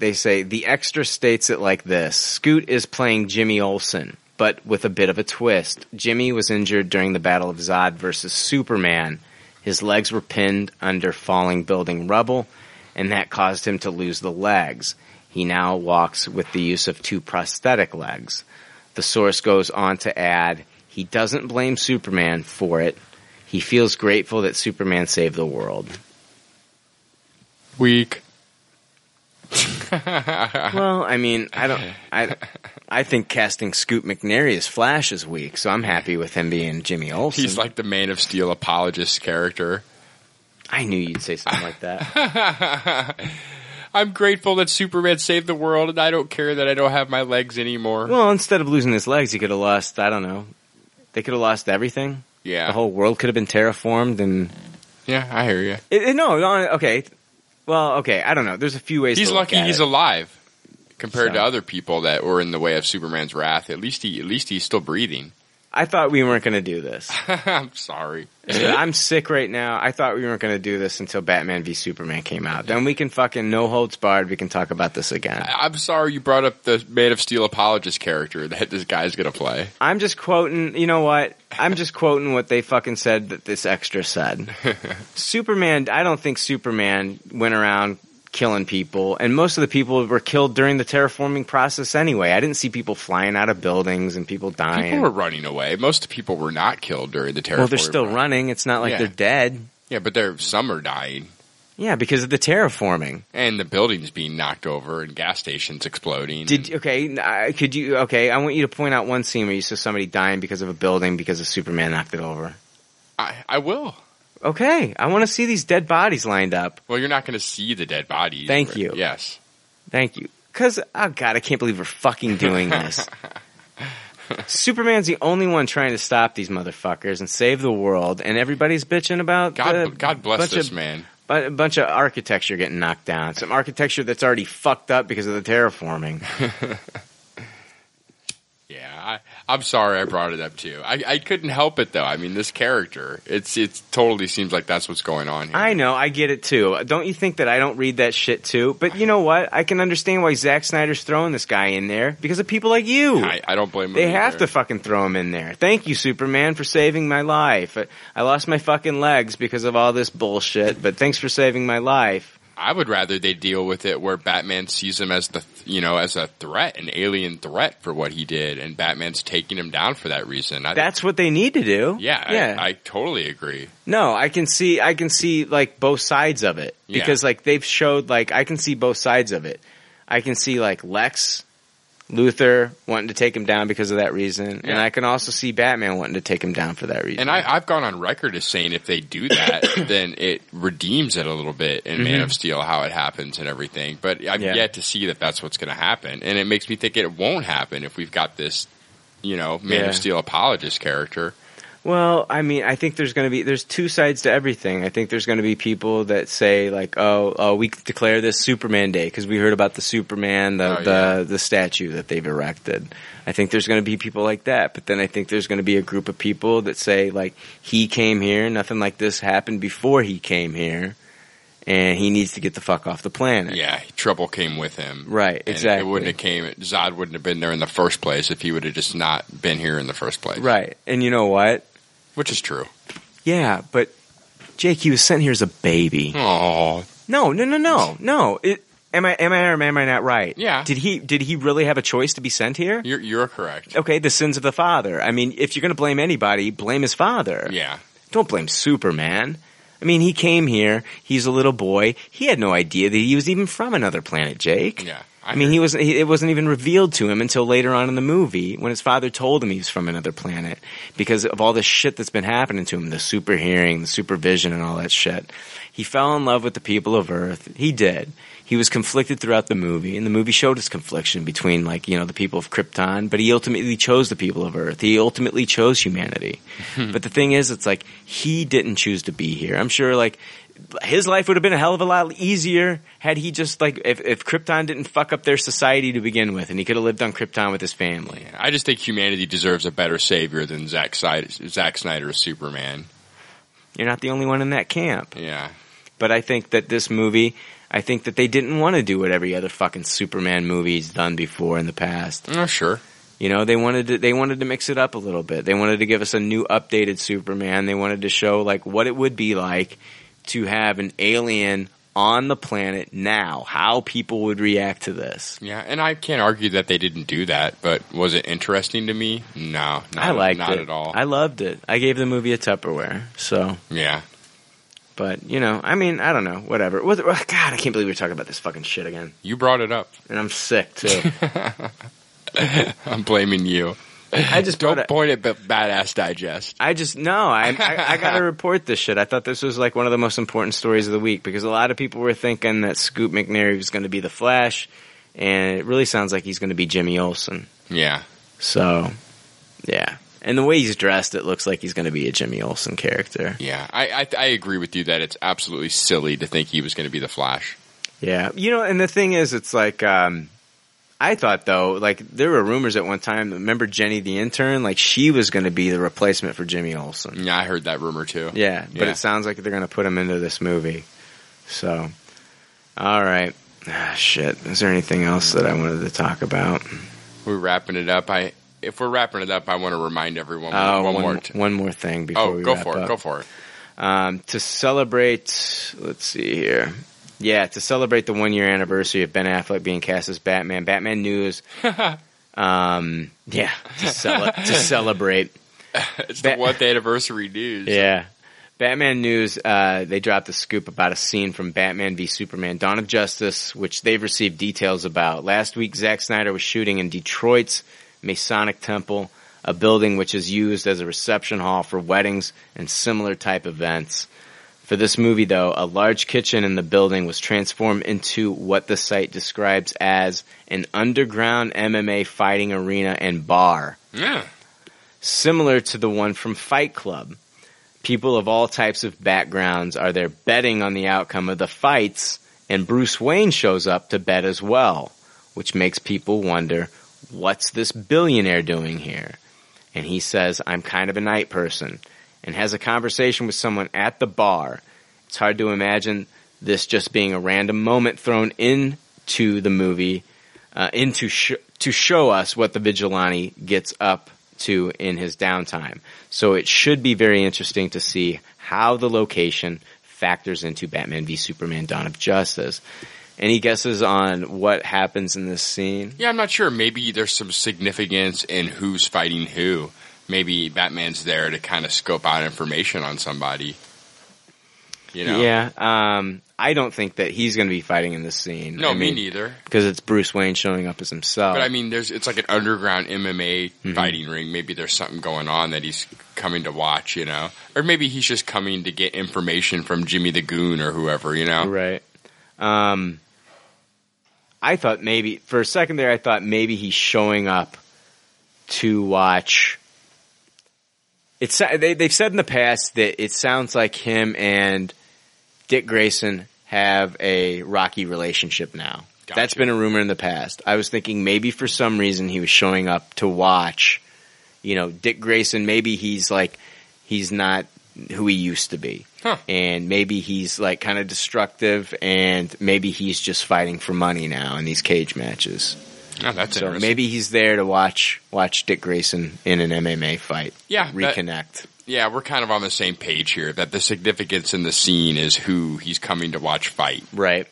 A: they say the extra states it like this: Scoot is playing Jimmy Olsen, but with a bit of a twist. Jimmy was injured during the Battle of Zod versus Superman. His legs were pinned under falling building rubble, and that caused him to lose the legs. He now walks with the use of two prosthetic legs. The source goes on to add, he doesn't blame Superman for it. He feels grateful that Superman saved the world.
F: Weak.
A: well, I mean, I don't. I I think casting Scoot McNairy as Flash is weak, so I'm happy with him being Jimmy Olsen.
F: He's like the Man of Steel apologist character.
A: I knew you'd say something like that. [laughs]
F: I'm grateful that Superman saved the world, and I don't care that I don't have my legs anymore.
A: well, instead of losing his legs, he could have lost. I don't know. They could have lost everything.
F: Yeah.
A: the whole world could have been terraformed, and
F: yeah, I hear you.
A: It, it- no, no, okay. Well, okay. I don't know. There's a few ways.
F: He's
A: to look
F: lucky
A: at
F: he's
A: it.
F: alive compared to
A: So.
F: other people that were in the way of Superman's wrath. At least he, at least he's still [laughs] breathing.
A: I thought we weren't going to do
F: [laughs]
A: this.
F: I'm sorry.
A: I'm sick right now. I thought we weren't going to do this until Batman v Superman came out. Then we can fucking no holds barred. We can talk about this again.
F: I'm sorry you brought up the Man of Steel apologist character that this guy's gonna play.
A: I'm just quoting, you know what? I'm just quoting what they fucking said that this extra said. Superman, I don't think Superman went around killing people, and most of the people were killed during the terraforming process anyway. I didn't see people flying out of buildings and people dying.
F: People were running away. Most people were not killed during the terror.
A: well, they're still running. It's not like
F: Yeah.
A: they're dead.
F: Yeah, but they're some are dying,
A: Yeah, because of the terraforming.
F: and the buildings being knocked over, and gas stations exploding.
A: Did okay? I- Could you okay? I want you to point out one scene where you saw somebody dying because of a building because of Superman knocked it over.
F: I, I will.
A: Okay, I want to see these dead bodies lined up.
F: Well, you're not going to see the dead bodies.
A: Thank
F: but-
A: you.
F: Yes.
A: Thank you. Because, oh God, I can't believe we're fucking doing
F: [laughs]
A: this. Superman's the only one trying to stop these motherfuckers and save the world, and everybody's bitching about
F: God,
A: the
F: God bless
A: bunch
F: this
A: of,
F: man.
A: bu- bunch of architecture getting knocked down. Some architecture that's already fucked up because of the
F: [laughs]
A: terraforming.
F: Yeah, I, I'm sorry I brought it up too. I, I couldn't help it though. I mean, this character, it's it totally seems like that's what's going on here.
A: I know, I get it too. Don't you think that I don't read that shit too? But you know what? I can understand why Zack Snyder's throwing this guy in there because of people like you.
F: I, I don't blame him.
A: They have
F: either.
A: to fucking throw him in there. Thank you, Superman, for saving my life. I- I lost my fucking legs because of all this bullshit, but thanks for saving my life.
F: I would rather they deal with it where Batman sees him as the you know as a threat, an alien threat for what he did, and Batman's taking him down for that reason. I,
A: That's what they need to do.
F: yeah,
A: yeah.
F: I, I totally agree.
A: no, I can see, I can see like both sides of it
F: Yeah.
A: because like they've showed like I can see both sides of it. I can see like Lex Luther wanting to take him down because of that reason, and I can also see Batman wanting to take him down for that reason.
F: And I, I've gone on record as saying if they do that,
A: [coughs]
F: then it redeems it a little bit in Man
A: Mhm.
F: of Steel, how it happens and everything. But I've
A: Yeah.
F: yet to see that that's what's going to happen. And it makes me think it won't happen if we've got this, you know, Man
A: Yeah.
F: of Steel apologist character.
A: Well, I mean, I think there's going to be there's two sides to everything. I think there's going to be people that say like, "Oh, oh, we declare this Superman Day because we heard about the Superman, the
F: Oh,
A: the,
F: yeah.
A: the statue that they've erected." I think there's going to be people like that, but then I think there's going to be a group of people that say like, "He came here, nothing like this happened before he came here, and he needs to get the fuck off the planet."
F: Yeah, trouble came with him.
A: Right,
F: And
A: exactly.
F: It wouldn't have came. Zod wouldn't have been there in the first place if he would have just not been here in the first place.
A: Right, and you know what?
F: Which is true.
A: Yeah, but Jake, he was sent here as a baby.
F: Oh
A: no, no, no,
F: [laughs]
A: no, no! It, am I am I or am I not right?
F: Yeah.
A: Did he did he really have a choice to be sent here?
F: You're you're correct.
A: Okay, the sins of the father. I mean, if you're going to blame anybody, blame his father.
F: Yeah.
A: Don't blame Superman. I mean, he came here. He's a little boy. He had no idea that he was even from another planet, Jake.
F: Yeah.
A: I, mean, he wasn't. He, it wasn't even revealed to him until later on in the movie when his father told him he was from another planet because of all the shit that's been happening to him, the super hearing, the supervision, and all that shit. He fell in love with the people of Earth. He did. He was conflicted throughout the movie, and the movie showed his confliction between, like, you know, the people of Krypton, but he ultimately chose the people of Earth. He ultimately chose humanity. but the thing is, it's like, he didn't choose to be here. I'm sure, like, his life would have been a hell of a lot easier had he just like if, if Krypton didn't fuck up their society to begin with, and he could have lived on Krypton with his family.
F: I just think humanity deserves a better savior than Zack Snyder, Zack Snyder's Superman.
A: You're not the only one in that camp.
F: Yeah.
A: But I think that this movie, I think that they didn't want to do what every other fucking Superman movie's done before in the past.
F: Oh, sure.
A: You know, they wanted to, they wanted to mix it up a little bit. They wanted to give us a new updated Superman. They wanted to show like what it would be like to have an alien on the planet now, how people would react to this.
F: Yeah, and I can't argue that they didn't do that, but was it interesting to me? No, not,
A: I liked
F: not
A: it.
F: at all.
A: I loved it. I gave the movie a Tupperware. So
F: yeah,
A: but you know, I mean, I don't know. Whatever. What- [sighs] God, I can't believe we're talking about this fucking shit again.
F: You brought it up, [laughs]
A: and I'm sick too.
F: I'm blaming you. I just don't
A: uh,
F: point at b- badass digest.
A: I just no. I I, I got
F: [laughs]
A: to report this shit. I thought this was like one of the most important stories of the week because a lot of people were thinking that Scoop McNairy was going to be the Flash, and it really sounds like he's going to be Jimmy Olsen.
F: Yeah,
A: So, yeah. And the way he's dressed, it looks like he's going to be a Jimmy Olsen character.
F: yeah. I, I I agree with you that it's absolutely silly to think he was going to be the Flash.
A: Yeah. You know, and the thing is, it's like, um, I thought though, like, there were rumors at one time, remember Jenny the intern? Like, she was going to be the replacement for Jimmy Olsen.
F: Yeah, I heard that rumor too.
A: Yeah. But it sounds like they're going to put him into this movie. So, all right. Ah, shit. Is there anything else that I wanted to talk about?
F: we're wrapping it up. I if we're wrapping it up, I want to remind everyone
A: Oh,
F: one
A: one-
F: more. T-
A: one more thing before
F: oh,
A: we
F: go
A: wrap
F: for it.
A: up.
F: Go for it.
A: um, to celebrate. Let's see here. Yeah, to celebrate the one year anniversary of Ben Affleck being cast as Batman. Batman News. um, yeah, to, cele- to celebrate.
F: It's the one day anniversary news.
A: Yeah. Batman News, uh, they dropped a scoop about a scene from Batman v Superman Dawn of Justice, which they've received details about. Last week, Zack Snyder was shooting in Detroit's Masonic Temple, a building which is used as a reception hall for weddings and similar type events. For this movie, though, a large kitchen in the building was transformed into what the site describes as an underground MMA fighting arena and bar
F: Yeah.
A: similar to the one from Fight Club. People of all types of backgrounds are there betting on the outcome of the fights, and Bruce Wayne shows up to bet as well, which makes people wonder what's this billionaire doing here? And he says, I'm kind of a night person, and has a conversation with someone at the bar. It's hard to imagine this just being a random moment thrown into the movie uh, into sh- to show us what the vigilante gets up to in his downtime. So it should be very interesting to see how the location factors into Batman v Superman: Dawn of Justice. Any guesses on what happens in this scene?
F: Yeah, I'm not sure. Maybe there's some significance in who's fighting who. Maybe Batman's there to kind of scope out information on somebody. You know?
A: Yeah. Um, I don't think that he's going to be fighting in this scene.
F: No, me neither.
A: Because it's Bruce Wayne showing up as himself.
F: But I mean, there's it's like an underground MMA
A: Mm-hmm.
F: fighting ring. Maybe there's something going on that he's coming to watch, you know, or maybe he's just coming to get information from Jimmy the Goon or whoever, you know.
A: Right. Um, I thought maybe for a second there, I thought maybe he's showing up to watch. It's they, they've said in the past that it sounds like him and Dick Grayson have a rocky relationship now. That's been a rumor in the past. I was thinking maybe for some reason he was showing up to watch. You know, Dick Grayson. Maybe he's like he's not who he used to be. And maybe he's like kind of destructive and maybe he's just fighting for money now in these cage matches.
F: Oh, that's
A: so
F: interesting.
A: maybe he's there to watch watch Dick Grayson in an MMA fight.
F: Yeah, that-
A: Reconnect.
F: Yeah, we're kind of on the same page here. That the significance in the scene is who he's coming to watch fight.
A: Right.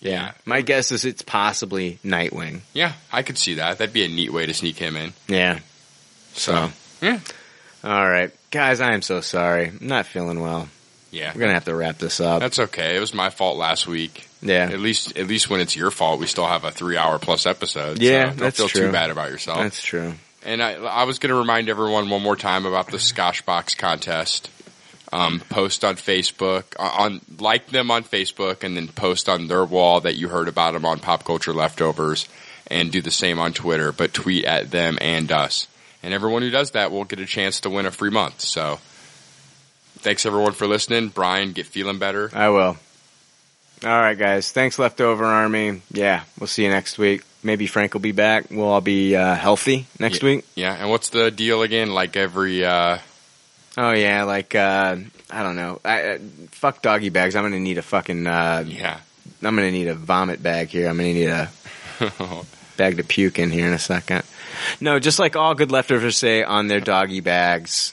A: yeah. My guess is it's possibly Nightwing.
F: Yeah, I could see that. That'd be a neat way to sneak him in.
A: Yeah. So.
F: Yeah.
A: All right. Guys, I am so sorry. I'm not feeling well.
F: Yeah.
A: We're going to have to wrap this up.
F: That's okay. It was my fault last week.
A: Yeah.
F: At least, at least when it's your fault, we still have a three-hour plus episode. so
A: yeah,
F: don't
A: that's
F: feel
A: true.
F: too bad about yourself.
A: That's true.
F: And I, I was going to remind everyone one more time about the Scotchbox contest. Um, post on Facebook, uh, on like them on Facebook, and then post on their wall that you heard about them on Pop Culture Leftovers, and do the same on Twitter. But tweet at them and us, and everyone who does that will get a chance to win a free month. So, thanks everyone for listening. Brian, get feeling better.
A: I will. All right, guys. Thanks, Leftover Army. Yeah, we'll see you next week. Maybe Frank will be back. We'll all be uh, healthy next
F: Yeah.
A: week.
F: Yeah, and what's the deal again? Like every uh
A: Oh yeah, like uh, I don't know. I, uh, fuck doggy bags. I'm gonna need a fucking uh,
F: yeah.
A: I'm gonna need a vomit bag here. I'm gonna need [laughs] a bag to puke in here in a second. No, just like all good leftovers say on their doggy bags.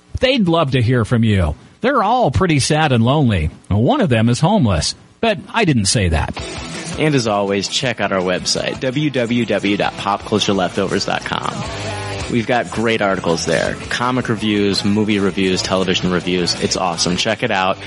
D: They'd love to hear from you. They're all pretty sad and lonely. One of them is homeless, but I didn't say that.
E: And as always, check out our website, www.popcultureleftovers.com. We've got great articles there comic reviews, movie reviews, television reviews. It's awesome. Check it out.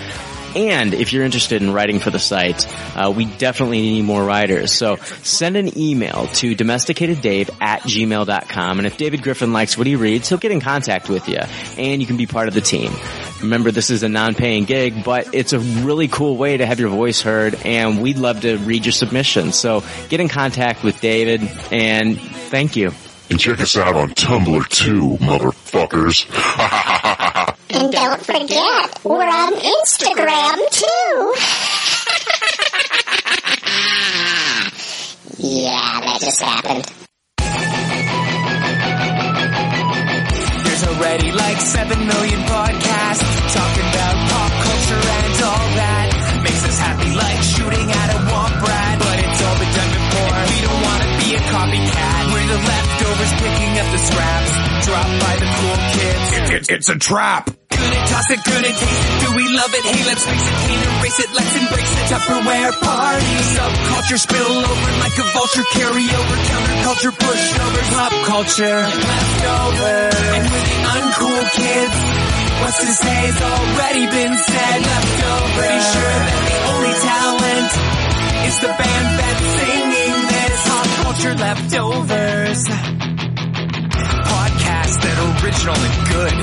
E: And if you're interested in writing for the site, uh, we definitely need more writers. So send an email to domesticatedDave at gmail.com. And if David Griffin likes what he reads, he'll get in contact with you and you can be part of the team. Remember, this is a non-paying gig, but it's a really cool way to have your voice heard, and we'd love to read your submissions. So get in contact with David, and thank you.
B: And check us out on Tumblr too, motherfuckers.
V: And don't forget, we're on Instagram too. yeah, that just happened.
C: There's already like 7 million podcasts talking about pop culture and all that. Makes us happy like shooting at a womp rat. But it's all been done before. and we don't want to be a copycat. We're the leftovers picking up the scraps dropped by the cool kids.
X: it's a trap.
C: Gonna toss it, gonna taste it. Do we love it? Hey, let's face it. Can't erase it. Let's embrace it. Tupperware party. Subculture spill over like a vulture. Carry over counterculture. Pushovers. Pop culture. Leftovers. And we're the uncool kids. What's to say's already been said. Leftovers. Pretty sure that the only talent is the band that's singing this. Pop culture leftovers podcasts that are original and good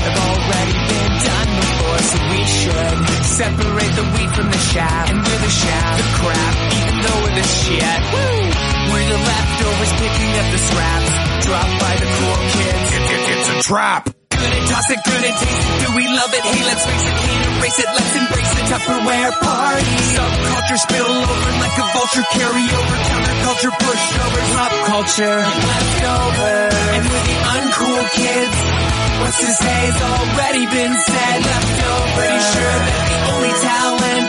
C: have already been done before, so we should separate the wheat from the chaff. And we're the chaff, the crap, even though we're the shit. Woo! We're the leftovers picking up the scraps dropped by the cool kids.
X: It's a trap.
C: Gonna toss it, gonna taste it. Do we love it? Hey, let's face it, can't erase it. Let's embrace it. Tupperware party. Subculture spill over like a vulture. Carry over counterculture, pushovers, pop culture, leftovers. And we're the uncool kids. What's to say's already been said. Leftovers. Pretty sure that the only talent